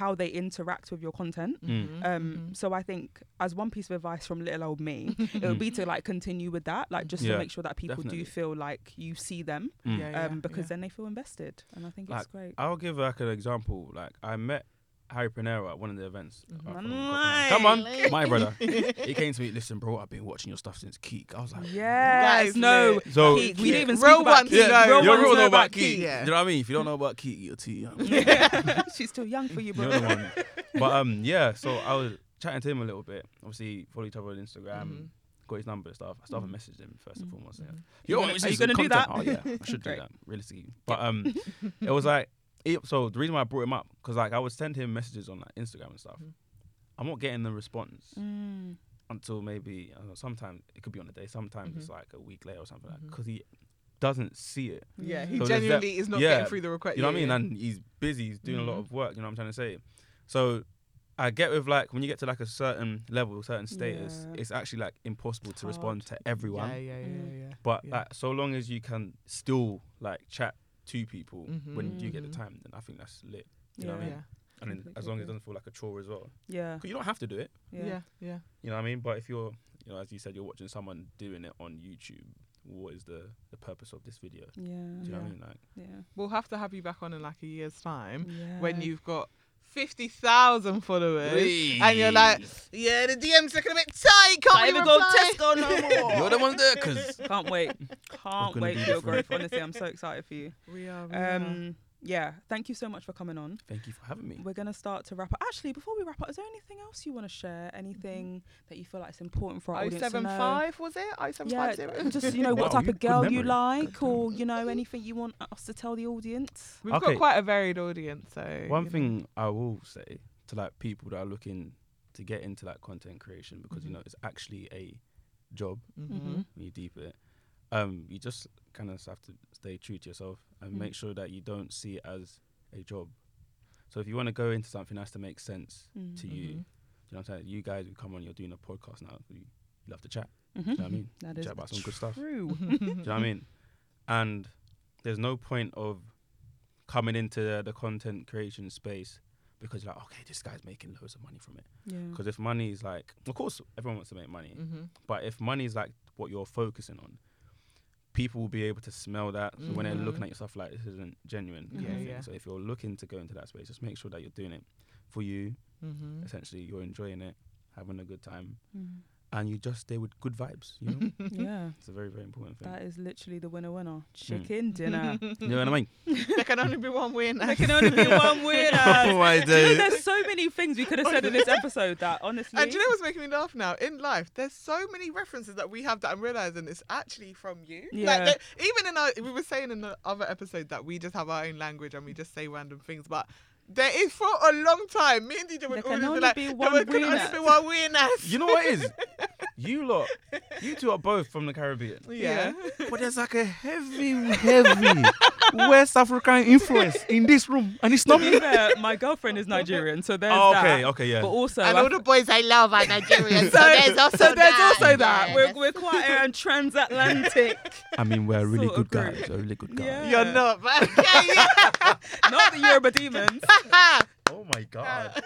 [SPEAKER 1] how they interact with your content
[SPEAKER 3] Mm.
[SPEAKER 1] um so i think as one piece of advice from little old me
[SPEAKER 3] Mm-hmm.
[SPEAKER 1] it would be to like continue with that like just
[SPEAKER 3] Mm. Yeah,
[SPEAKER 1] to make sure that people
[SPEAKER 3] definitely.
[SPEAKER 1] do feel like you see them
[SPEAKER 3] Mm.
[SPEAKER 2] Yeah,
[SPEAKER 1] um because
[SPEAKER 2] yeah.
[SPEAKER 1] then they feel invested and i think it's
[SPEAKER 3] Like,
[SPEAKER 1] great
[SPEAKER 3] I'll give like an example. Like I met Harry Panera at one of the events. uh, from
[SPEAKER 1] Mm-hmm. Nice.
[SPEAKER 3] Copenhagen. Come on, my brother. he came to me. Listen, bro, I've been watching your stuff since Keek. I was like,
[SPEAKER 1] yes
[SPEAKER 2] is
[SPEAKER 1] no
[SPEAKER 2] lit.
[SPEAKER 3] So-
[SPEAKER 1] Keek, we didn't even speak
[SPEAKER 2] Oh, Real
[SPEAKER 1] about
[SPEAKER 2] ones
[SPEAKER 1] Keek.
[SPEAKER 2] know.
[SPEAKER 1] real
[SPEAKER 2] You're
[SPEAKER 1] ones
[SPEAKER 2] real
[SPEAKER 1] know
[SPEAKER 2] know
[SPEAKER 1] about
[SPEAKER 2] Keek.
[SPEAKER 1] Keek.
[SPEAKER 2] Yeah.
[SPEAKER 3] You know what I mean? If you don't know about Keek, you're too young.
[SPEAKER 1] she's still young for you bro
[SPEAKER 3] You're the one. But um, yeah. So I was chatting to him a little bit. Obviously, follow each other on Instagram.
[SPEAKER 1] Mm-hmm.
[SPEAKER 2] Mhm.
[SPEAKER 3] Got his number and stuff. I still haven't messaged him first and foremost. Yeah.
[SPEAKER 1] You
[SPEAKER 3] Yo,
[SPEAKER 1] gonna-
[SPEAKER 3] we
[SPEAKER 1] are
[SPEAKER 3] see
[SPEAKER 1] you
[SPEAKER 3] some
[SPEAKER 1] gonna do
[SPEAKER 3] content.
[SPEAKER 1] that?
[SPEAKER 3] Oh yeah, I should do
[SPEAKER 1] Great.
[SPEAKER 3] that realistically. But um, it was like it- so the reason why I brought him up because like I would send him messages on like Instagram and stuff. I'm not getting the response
[SPEAKER 1] Mm-hmm. Mm.
[SPEAKER 3] until maybe I don't know, sometimes it could be on a day. Sometimes
[SPEAKER 1] Mm-hmm.
[SPEAKER 3] it's like a week later or something like because he doesn't see it.
[SPEAKER 2] Yeah, he
[SPEAKER 3] So there's that-
[SPEAKER 2] genuinely is not
[SPEAKER 3] yeah,
[SPEAKER 2] getting through the request.
[SPEAKER 3] You know what I mean?
[SPEAKER 2] Yeah, Mm.
[SPEAKER 3] And he's busy, he's doing a lot of work, you know what I'm trying to say? So I get with like when you get to like a certain level, certain status,
[SPEAKER 1] Yeah.
[SPEAKER 3] it's actually like impossible to respond to
[SPEAKER 2] yeah,
[SPEAKER 3] everyone.
[SPEAKER 2] yeah, yeah, yeah.
[SPEAKER 1] Mm.
[SPEAKER 3] But
[SPEAKER 2] yeah.
[SPEAKER 3] like so long as you can still like chat two people when you get
[SPEAKER 2] Mm-hmm.
[SPEAKER 3] the time, then I think that's lit. You know what I
[SPEAKER 1] Yeah.
[SPEAKER 3] mean? And then
[SPEAKER 1] Completely
[SPEAKER 3] as long
[SPEAKER 1] agree.
[SPEAKER 3] as it doesn't feel like a chore as well.
[SPEAKER 1] Yeah.
[SPEAKER 3] 'Cause you don't have to do it.
[SPEAKER 1] Yeah.
[SPEAKER 2] yeah, yeah.
[SPEAKER 3] You know what I mean? But if you're, you know, as you said, you're watching someone doing it on YouTube, what is the, the purpose of this video?
[SPEAKER 1] Yeah.
[SPEAKER 3] Do you know what I
[SPEAKER 2] Yeah.
[SPEAKER 3] mean? Like,
[SPEAKER 1] Yeah.
[SPEAKER 2] We'll have to have you back on in like a year's time
[SPEAKER 1] yeah.
[SPEAKER 2] when you've got fifty thousand followers, and you're like, yeah, the DMs looking a bit tight. Can't,
[SPEAKER 1] can't even go
[SPEAKER 2] reply.
[SPEAKER 1] Tesco no more.
[SPEAKER 3] you're the one there, cause
[SPEAKER 1] Can't wait. Can't
[SPEAKER 3] gonna
[SPEAKER 1] wait
[SPEAKER 3] be
[SPEAKER 1] for your
[SPEAKER 3] different.
[SPEAKER 1] growth. Honestly, I'm so excited for you.
[SPEAKER 2] We are. We are.
[SPEAKER 1] Um, yeah. Thank you so much for coming on.
[SPEAKER 3] thank you for having me.
[SPEAKER 1] We're gonna start to wrap up. Actually, before we wrap up, is there anything else you want to share? Anything that you feel like it's important for our audience to know?
[SPEAKER 2] 075 was it?
[SPEAKER 1] Yeah,
[SPEAKER 2] 0750.
[SPEAKER 1] just you know what
[SPEAKER 3] Wow,
[SPEAKER 1] type
[SPEAKER 3] you-
[SPEAKER 1] of
[SPEAKER 3] good
[SPEAKER 1] girl you
[SPEAKER 3] memory.
[SPEAKER 1] like, or you know anything you want us to tell the audience.
[SPEAKER 2] We've
[SPEAKER 3] Okay.
[SPEAKER 2] got quite a varied audience, so
[SPEAKER 3] One
[SPEAKER 2] you know.
[SPEAKER 3] thing I will say to like people that are looking to get into like content creation because
[SPEAKER 2] Mhm.
[SPEAKER 3] you know it's actually a job
[SPEAKER 2] Mm-hmm.
[SPEAKER 1] Mhm.
[SPEAKER 3] when you deep it. Um, you just kind of have to stay true to yourself and
[SPEAKER 1] Mm.
[SPEAKER 3] make sure that you don't see it as a job. So if you want to go into something, that has to make sense
[SPEAKER 1] Mm.
[SPEAKER 3] to you. Do you know what I'm saying? You guys who come on, you're doing a podcast now. You you love to chat.
[SPEAKER 1] Mm-hmm.
[SPEAKER 3] Do you know what I mean?
[SPEAKER 1] That
[SPEAKER 3] You
[SPEAKER 1] is
[SPEAKER 3] chat about some good stuff. Do
[SPEAKER 1] true.
[SPEAKER 2] Mm-hmm.
[SPEAKER 3] you know what I mean? And there's no point of coming into the, the content creation space because you're like, okay, this guy's making loads of money from it.
[SPEAKER 1] Yeah.
[SPEAKER 3] Because if money is like, of course, everyone wants to make money,
[SPEAKER 2] Mhm.
[SPEAKER 3] but if money is like what you're focusing on, people will be able to smell that. So when they're
[SPEAKER 2] Mhm.
[SPEAKER 3] looking at yourself like this isn't genuine. kind of
[SPEAKER 2] Yeah,
[SPEAKER 3] thing.
[SPEAKER 2] yeah.
[SPEAKER 3] So if you're looking to go into that space, just make sure that you're doing it for you.
[SPEAKER 2] Mhm.
[SPEAKER 3] Essentially, you're enjoying it, having a good time,
[SPEAKER 1] Mm.
[SPEAKER 3] and you just stay with good vibes. You know,
[SPEAKER 1] yeah.
[SPEAKER 3] it's a very very important thing.
[SPEAKER 1] That is literally the winner
[SPEAKER 3] Mm.
[SPEAKER 1] winner. Chicken dinner.
[SPEAKER 3] You know what I mean?
[SPEAKER 2] there can only be one winner.
[SPEAKER 1] there can only be one winner.
[SPEAKER 3] my
[SPEAKER 1] Do you know, there's so many things we could have said in this episode that honestly.
[SPEAKER 2] And do you know what's making me laugh now? In life, there's so many references that we have that I'm realizing it's actually from you.
[SPEAKER 1] Yeah.
[SPEAKER 2] Like, the- even in our, we were saying in the other episode that we just have our own language and we just say random things, but there is for a long time. Me and DJ
[SPEAKER 1] There
[SPEAKER 2] would
[SPEAKER 1] can
[SPEAKER 2] always
[SPEAKER 1] only
[SPEAKER 2] be like,
[SPEAKER 1] be
[SPEAKER 2] "There
[SPEAKER 1] one
[SPEAKER 2] were- could only
[SPEAKER 1] winner."
[SPEAKER 2] be one winner.
[SPEAKER 3] You know what it is? You lot, you two are both from the Caribbean.
[SPEAKER 2] Yeah.
[SPEAKER 3] But there's like a heavy, heavy West African influence in this room, and it's
[SPEAKER 1] To be fair, my girlfriend is Nigerian, so there's
[SPEAKER 3] Oh,
[SPEAKER 1] that.
[SPEAKER 3] okay, okay, yeah.
[SPEAKER 1] But also,
[SPEAKER 2] and
[SPEAKER 1] I
[SPEAKER 2] all the boys I love are Nigerian, so,
[SPEAKER 1] So-
[SPEAKER 2] there's also
[SPEAKER 1] so there's
[SPEAKER 2] that.
[SPEAKER 1] also that.
[SPEAKER 2] Yeah,
[SPEAKER 1] we're,
[SPEAKER 2] that's-
[SPEAKER 1] we're quite a transatlantic.
[SPEAKER 3] I mean, we're really
[SPEAKER 1] Sort of
[SPEAKER 3] good
[SPEAKER 1] group.
[SPEAKER 3] guys. We're really good guys.
[SPEAKER 1] Yeah.
[SPEAKER 2] You're not, but okay,
[SPEAKER 1] Not that you're a demons.
[SPEAKER 2] yeah.
[SPEAKER 3] Oh my god.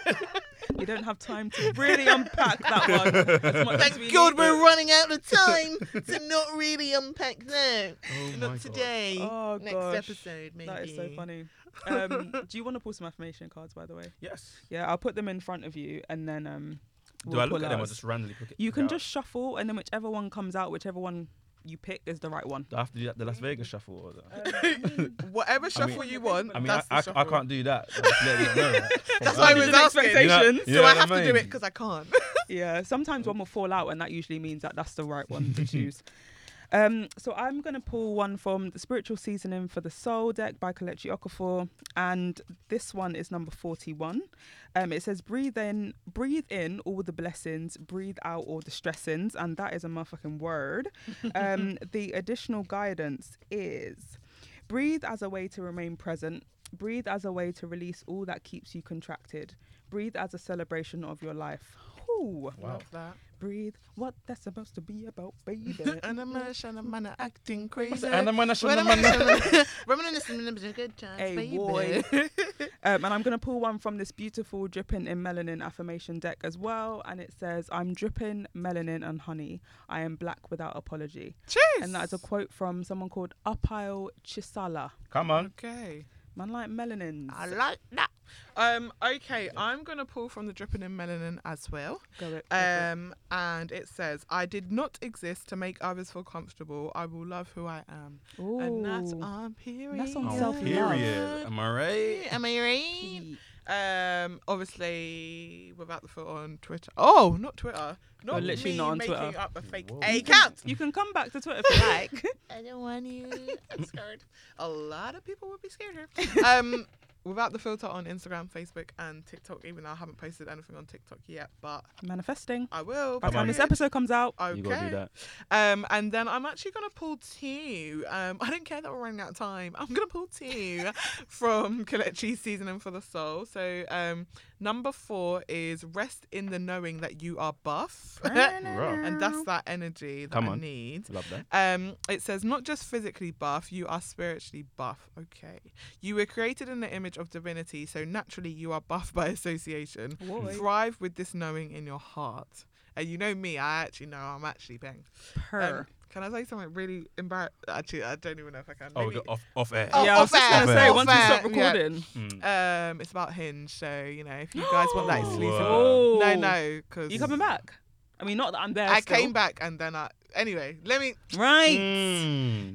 [SPEAKER 1] We don't have time to really unpack that one. As much as we
[SPEAKER 2] Thank God
[SPEAKER 1] need.
[SPEAKER 2] we're running out of time to not really unpack that.
[SPEAKER 3] Oh my
[SPEAKER 2] not
[SPEAKER 3] God.
[SPEAKER 2] today.
[SPEAKER 1] Oh,
[SPEAKER 2] Next
[SPEAKER 1] gosh.
[SPEAKER 2] episode, maybe.
[SPEAKER 1] That is so funny. Um, do you want to pull some affirmation cards, by the way?
[SPEAKER 3] Yes.
[SPEAKER 1] Yeah, I'll put them in front of you, and then um,
[SPEAKER 3] Do
[SPEAKER 1] we'll
[SPEAKER 3] I look
[SPEAKER 1] pull
[SPEAKER 3] at them or
[SPEAKER 1] ours.
[SPEAKER 3] just randomly pick it?
[SPEAKER 1] You can
[SPEAKER 3] pick it
[SPEAKER 1] just shuffle, and then whichever one comes out, whichever one you pick is the right one.
[SPEAKER 3] Out? Do I have to do that, the Las Vegas shuffle? Or
[SPEAKER 1] Uh,
[SPEAKER 3] the-
[SPEAKER 2] Whatever shuffle you want.
[SPEAKER 3] I mean, I,
[SPEAKER 2] that's
[SPEAKER 3] I,
[SPEAKER 2] the
[SPEAKER 3] I
[SPEAKER 2] shuffle.
[SPEAKER 3] can't do that. Just let you know that.
[SPEAKER 2] That's
[SPEAKER 3] Well,
[SPEAKER 2] why I
[SPEAKER 3] do
[SPEAKER 2] was
[SPEAKER 1] Managers'
[SPEAKER 2] asking.
[SPEAKER 1] expectations.
[SPEAKER 2] so
[SPEAKER 3] You know
[SPEAKER 2] I
[SPEAKER 3] what I
[SPEAKER 2] have to do
[SPEAKER 3] mean?
[SPEAKER 2] it because I can't.
[SPEAKER 1] Yeah, sometimes one will fall out, and that usually means that that's the right one to choose. Um, so I'm going to pull one from the Spiritual Seasoning for the Soul deck by Kalechi Okafor, and this one is number 41. Um, it says, "Breathe in, breathe in all the blessings, breathe out all the stressings," and that is a motherfucking word. Um, the additional guidance is, breathe as a way to remain present. Breathe as a way to release all that keeps you contracted. Breathe as a celebration of your life. Ooh
[SPEAKER 3] Wow.
[SPEAKER 2] that.
[SPEAKER 1] breathe. What that's supposed to be about, baby.
[SPEAKER 2] And I'm a shana man acting crazy.
[SPEAKER 3] And I'm on a
[SPEAKER 2] When
[SPEAKER 3] shuffle,
[SPEAKER 2] I'm
[SPEAKER 3] man.
[SPEAKER 2] a- Reminiscing of the good times,
[SPEAKER 1] Hey,
[SPEAKER 2] baby.
[SPEAKER 1] boy. um, and I'm gonna pull one from this beautiful dripping in melanin affirmation deck as well, and it says, "I'm dripping melanin and honey. I am black without apology."
[SPEAKER 2] Cheers.
[SPEAKER 1] And that is a quote from someone called Apile Chisala.
[SPEAKER 3] Come on.
[SPEAKER 2] Okay.
[SPEAKER 1] Man like melanin.
[SPEAKER 2] I like that. Um, okay, I'm gonna pull from the dripping in melanin as well.
[SPEAKER 1] Go it. go for it.
[SPEAKER 2] Um, and it says, I did not exist to make others feel comfortable. I will love who I am. Um, And that's
[SPEAKER 1] Ooh.
[SPEAKER 2] on period.
[SPEAKER 1] That's on
[SPEAKER 3] Oh,
[SPEAKER 1] Self-love.
[SPEAKER 3] period. Am I right?
[SPEAKER 2] Am I right? Um, obviously, without the foot on Twitter. Oh, not Twitter. Not
[SPEAKER 1] You're literally
[SPEAKER 2] me
[SPEAKER 1] not on
[SPEAKER 2] making
[SPEAKER 1] Twitter.
[SPEAKER 2] up a fake
[SPEAKER 3] Whoa.
[SPEAKER 2] account.
[SPEAKER 1] You can come back to Twitter if you like.
[SPEAKER 2] I don't want you. I'm scared. A lot of people would be scared here. Um, without the filter on Instagram, Facebook, and TikTok. Even though I haven't posted anything on TikTok yet, but
[SPEAKER 1] Manifesting.
[SPEAKER 2] I will.
[SPEAKER 1] By the time this
[SPEAKER 2] period.
[SPEAKER 1] episode comes out,
[SPEAKER 2] Okay.
[SPEAKER 3] You gotta do that.
[SPEAKER 2] Um, and then I'm actually gonna pull two. Um, I don't care that we're running out of time. I'm gonna pull two from Kalechi's Seasoning for the Soul. So um, number four is rest in the knowing that you are buff,
[SPEAKER 3] Right.
[SPEAKER 2] and that's that energy that
[SPEAKER 3] Come
[SPEAKER 2] I
[SPEAKER 3] on.
[SPEAKER 2] need.
[SPEAKER 3] Love that.
[SPEAKER 2] Um, it says not just physically buff, you are spiritually buff. Okay, you were created in the image of divinity, so naturally you are buff by association.
[SPEAKER 1] Boy.
[SPEAKER 2] Thrive with this knowing in your heart. And you know me, I actually know I'm actually bang.
[SPEAKER 1] her.
[SPEAKER 2] Can I say something really embarrassing? Actually, I don't even know if I can.
[SPEAKER 3] Oh, we
[SPEAKER 2] Maybe-
[SPEAKER 3] got off off air.
[SPEAKER 2] Oh,
[SPEAKER 1] yeah, I was
[SPEAKER 2] off
[SPEAKER 1] just
[SPEAKER 2] air,
[SPEAKER 1] gonna say
[SPEAKER 2] off
[SPEAKER 1] once we stop
[SPEAKER 2] air, yeah.
[SPEAKER 1] recording.
[SPEAKER 3] Mm.
[SPEAKER 2] um, it's about Hinge, so you know if you guys want that exclusive.
[SPEAKER 3] Whoa.
[SPEAKER 2] No, no, because
[SPEAKER 1] You coming back? I mean, not that I'm there.
[SPEAKER 2] I
[SPEAKER 1] still.
[SPEAKER 2] came back and then I. Anyway, let me.
[SPEAKER 1] Right.
[SPEAKER 3] Mm.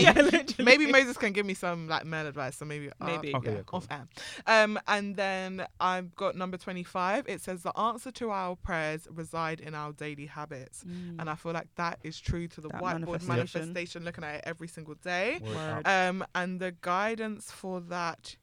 [SPEAKER 1] Yeah, literally.
[SPEAKER 2] maybe Moses can give me some like man advice, so maybe uh,
[SPEAKER 1] Maybe.
[SPEAKER 3] Okay, yeah, cool.
[SPEAKER 2] off air. Um, and then I've got number twenty-five. It says the answer to our prayers reside in our daily habits, and I feel like that is true to the
[SPEAKER 1] Mm. That
[SPEAKER 2] whiteboard
[SPEAKER 1] manifestation.
[SPEAKER 2] manifestation. Looking at it every single day.
[SPEAKER 3] Word
[SPEAKER 1] Word.
[SPEAKER 3] up.
[SPEAKER 2] Um, and the guidance for that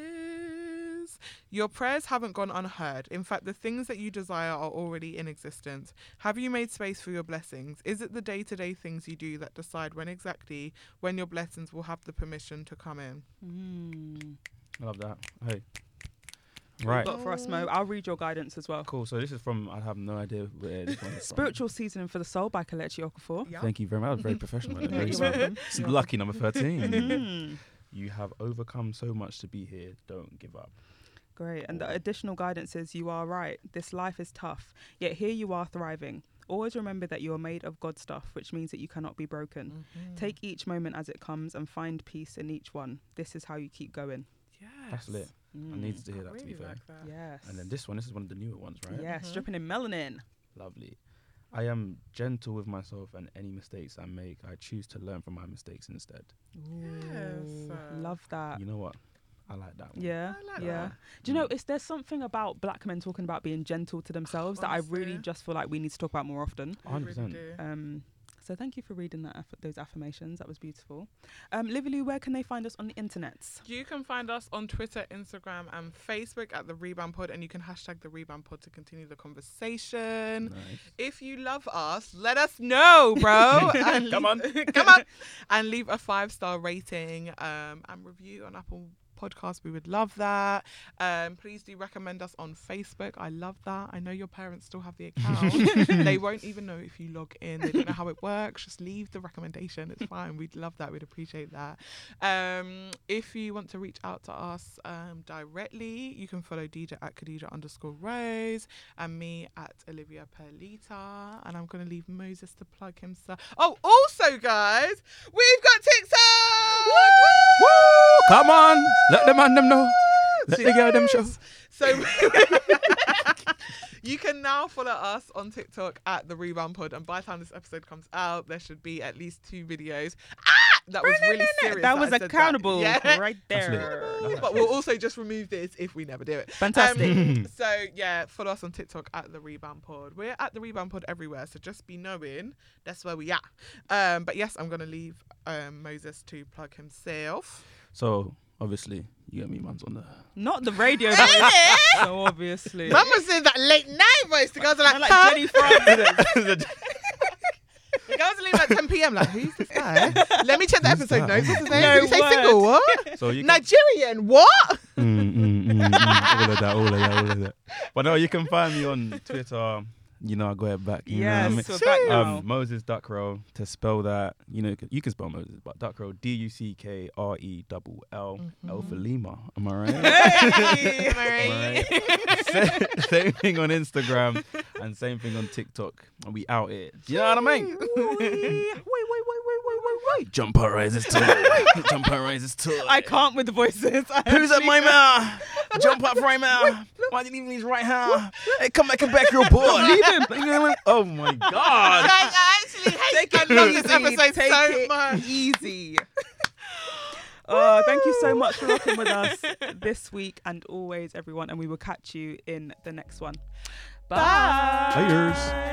[SPEAKER 2] is your prayers haven't gone unheard. In fact, the things that you desire are already in existence. Have you made space for your blessings? Is it the day to day things you do that decide when exactly when your blessings will have the permission to come in?
[SPEAKER 1] Mm.
[SPEAKER 3] Love that. Hey.
[SPEAKER 1] Right.
[SPEAKER 3] Right.
[SPEAKER 1] Got for us, Mo. I'll read your guidance as well.
[SPEAKER 3] Cool. So this is from. I have no idea where this one is from.
[SPEAKER 1] Spiritual seasoning for the soul by Kalechi Okafor.
[SPEAKER 2] Yeah.
[SPEAKER 3] Thank you very much. Very professional. and very
[SPEAKER 1] You're
[SPEAKER 3] smart.
[SPEAKER 1] welcome.
[SPEAKER 3] It's lucky number
[SPEAKER 2] Mm-hmm.
[SPEAKER 3] thirteen.
[SPEAKER 1] Mm.
[SPEAKER 3] you have overcome so much to be here. Don't give up.
[SPEAKER 1] Great. And the additional guidance is you are right. This life is tough, yet here you are thriving. Always remember that you are made of God's stuff, which means that you cannot be broken.
[SPEAKER 3] Mm-hmm.
[SPEAKER 1] Take each moment as it comes and find peace in each one. This is how you keep going. Mm.
[SPEAKER 2] Yes. Mm.
[SPEAKER 3] That's lit. I needed to hear that.
[SPEAKER 2] really
[SPEAKER 3] to be fair.
[SPEAKER 2] like that.
[SPEAKER 1] Yes.
[SPEAKER 3] And then this one. This is one of the newer ones, right? Mm-hmm.
[SPEAKER 1] Yeah, stripping in melanin.
[SPEAKER 3] Lovely. I am gentle with myself and any mistakes I make, I choose to learn from my mistakes instead.
[SPEAKER 2] Yes. uh,
[SPEAKER 1] Love that.
[SPEAKER 3] You know what? I like that one.
[SPEAKER 1] Yeah,
[SPEAKER 2] I like
[SPEAKER 1] yeah.
[SPEAKER 2] that.
[SPEAKER 1] Do you know, it's there's something about black men talking about being gentle to themselves that I really
[SPEAKER 2] Honestly.
[SPEAKER 1] just feel like we need to talk about more often.
[SPEAKER 2] I really
[SPEAKER 3] 100%.
[SPEAKER 2] do.
[SPEAKER 1] Um, so thank you for reading that aff- those affirmations. That was beautiful. Um, Livy Lou, where can they find us on the internet?
[SPEAKER 2] You can find us on Twitter, Instagram, and Facebook at the Rebound Pod, and you can hashtag the Rebound Pod to continue the conversation.
[SPEAKER 3] Nice.
[SPEAKER 2] If you love us, let us know, bro. And
[SPEAKER 3] Come
[SPEAKER 2] leave- come on, and leave a five star rating um, and review on Apple Podcasts. We would love that. Um, please do recommend us on Facebook. I love that. I know your parents still have the account. they won't even know if you log in. They don't know how it works. Just leave the recommendation. It's fine. We'd love that. We'd appreciate that. Um, if you want to reach out to us um, directly, you can follow DJ at Khadija underscore Rose and me at Olivia Perlita. And I'm going to leave Moses to plug himself. Oh, also, guys, we've got TikTok! Woo!
[SPEAKER 3] Come on, let the man them know. Let the girl them show.
[SPEAKER 2] Yes. So you can now follow us on TikTok at the Rebound Pod. And by the time this episode comes out, there should be at least two videos. Ah! That was really serious.
[SPEAKER 1] That was
[SPEAKER 2] I said
[SPEAKER 1] accountable
[SPEAKER 2] Yeah.
[SPEAKER 1] right
[SPEAKER 3] That's lit.
[SPEAKER 1] there.
[SPEAKER 3] That's
[SPEAKER 2] but we'll also just remove this if we never do it.
[SPEAKER 1] Fantastic.
[SPEAKER 2] Um, so yeah, follow us on TikTok at the Rebound Pod. We're at the Rebound Pod everywhere, so just be knowing that's where we are. Um, but yes, I'm gonna leave um, Moses to plug himself.
[SPEAKER 3] So obviously, you and me, man's on the.
[SPEAKER 1] Not the radio voice. so obviously.
[SPEAKER 2] Mama said that late night voice. The girls are like,
[SPEAKER 1] They're like
[SPEAKER 2] "Huh?"
[SPEAKER 1] Jenny Francis.
[SPEAKER 2] the girls are leaving at 10 p.m. Like, who's this guy? Let me check the
[SPEAKER 3] Who's
[SPEAKER 2] episode
[SPEAKER 3] that?
[SPEAKER 2] notes. What's his name?
[SPEAKER 1] No
[SPEAKER 2] Did he say
[SPEAKER 1] word.
[SPEAKER 2] single? What?
[SPEAKER 3] so you can,
[SPEAKER 2] Nigerian? What?
[SPEAKER 3] Mm, mm, mm, mm, all of that, all of that, all of that. But no, you can find me on Twitter. You know, I go back. You know what I mean?
[SPEAKER 1] yes, we're back now.
[SPEAKER 3] Um, Moses Duckrow. To spell that, you know, you can spell Moses, but Duckrow, D U C K R E double L,
[SPEAKER 1] Mm-hmm.
[SPEAKER 3] L for Lima. Am I
[SPEAKER 2] Hey,
[SPEAKER 3] right?
[SPEAKER 2] Marie.
[SPEAKER 3] Right. same, same thing on Instagram and same thing on TikTok. And we out here. Do you know what I
[SPEAKER 1] wait,
[SPEAKER 3] mean?
[SPEAKER 1] wait, wait, wait, wait, wait, wait, wait.
[SPEAKER 3] Jumper rises tall. Jumper rises tall.
[SPEAKER 1] I can't with the voices. I
[SPEAKER 3] Who's at
[SPEAKER 1] actually-
[SPEAKER 3] my mouth? Jump up right now. Why didn't even his right hand? Hey, come back and back your board. Oh my god.
[SPEAKER 2] I actually hate I love this episode
[SPEAKER 1] Take
[SPEAKER 2] so
[SPEAKER 1] it
[SPEAKER 2] much.
[SPEAKER 1] Easy. Oh, thank you so much for rocking with us this week and always, everyone. And we will catch you in the next one. Bye.
[SPEAKER 3] Layers.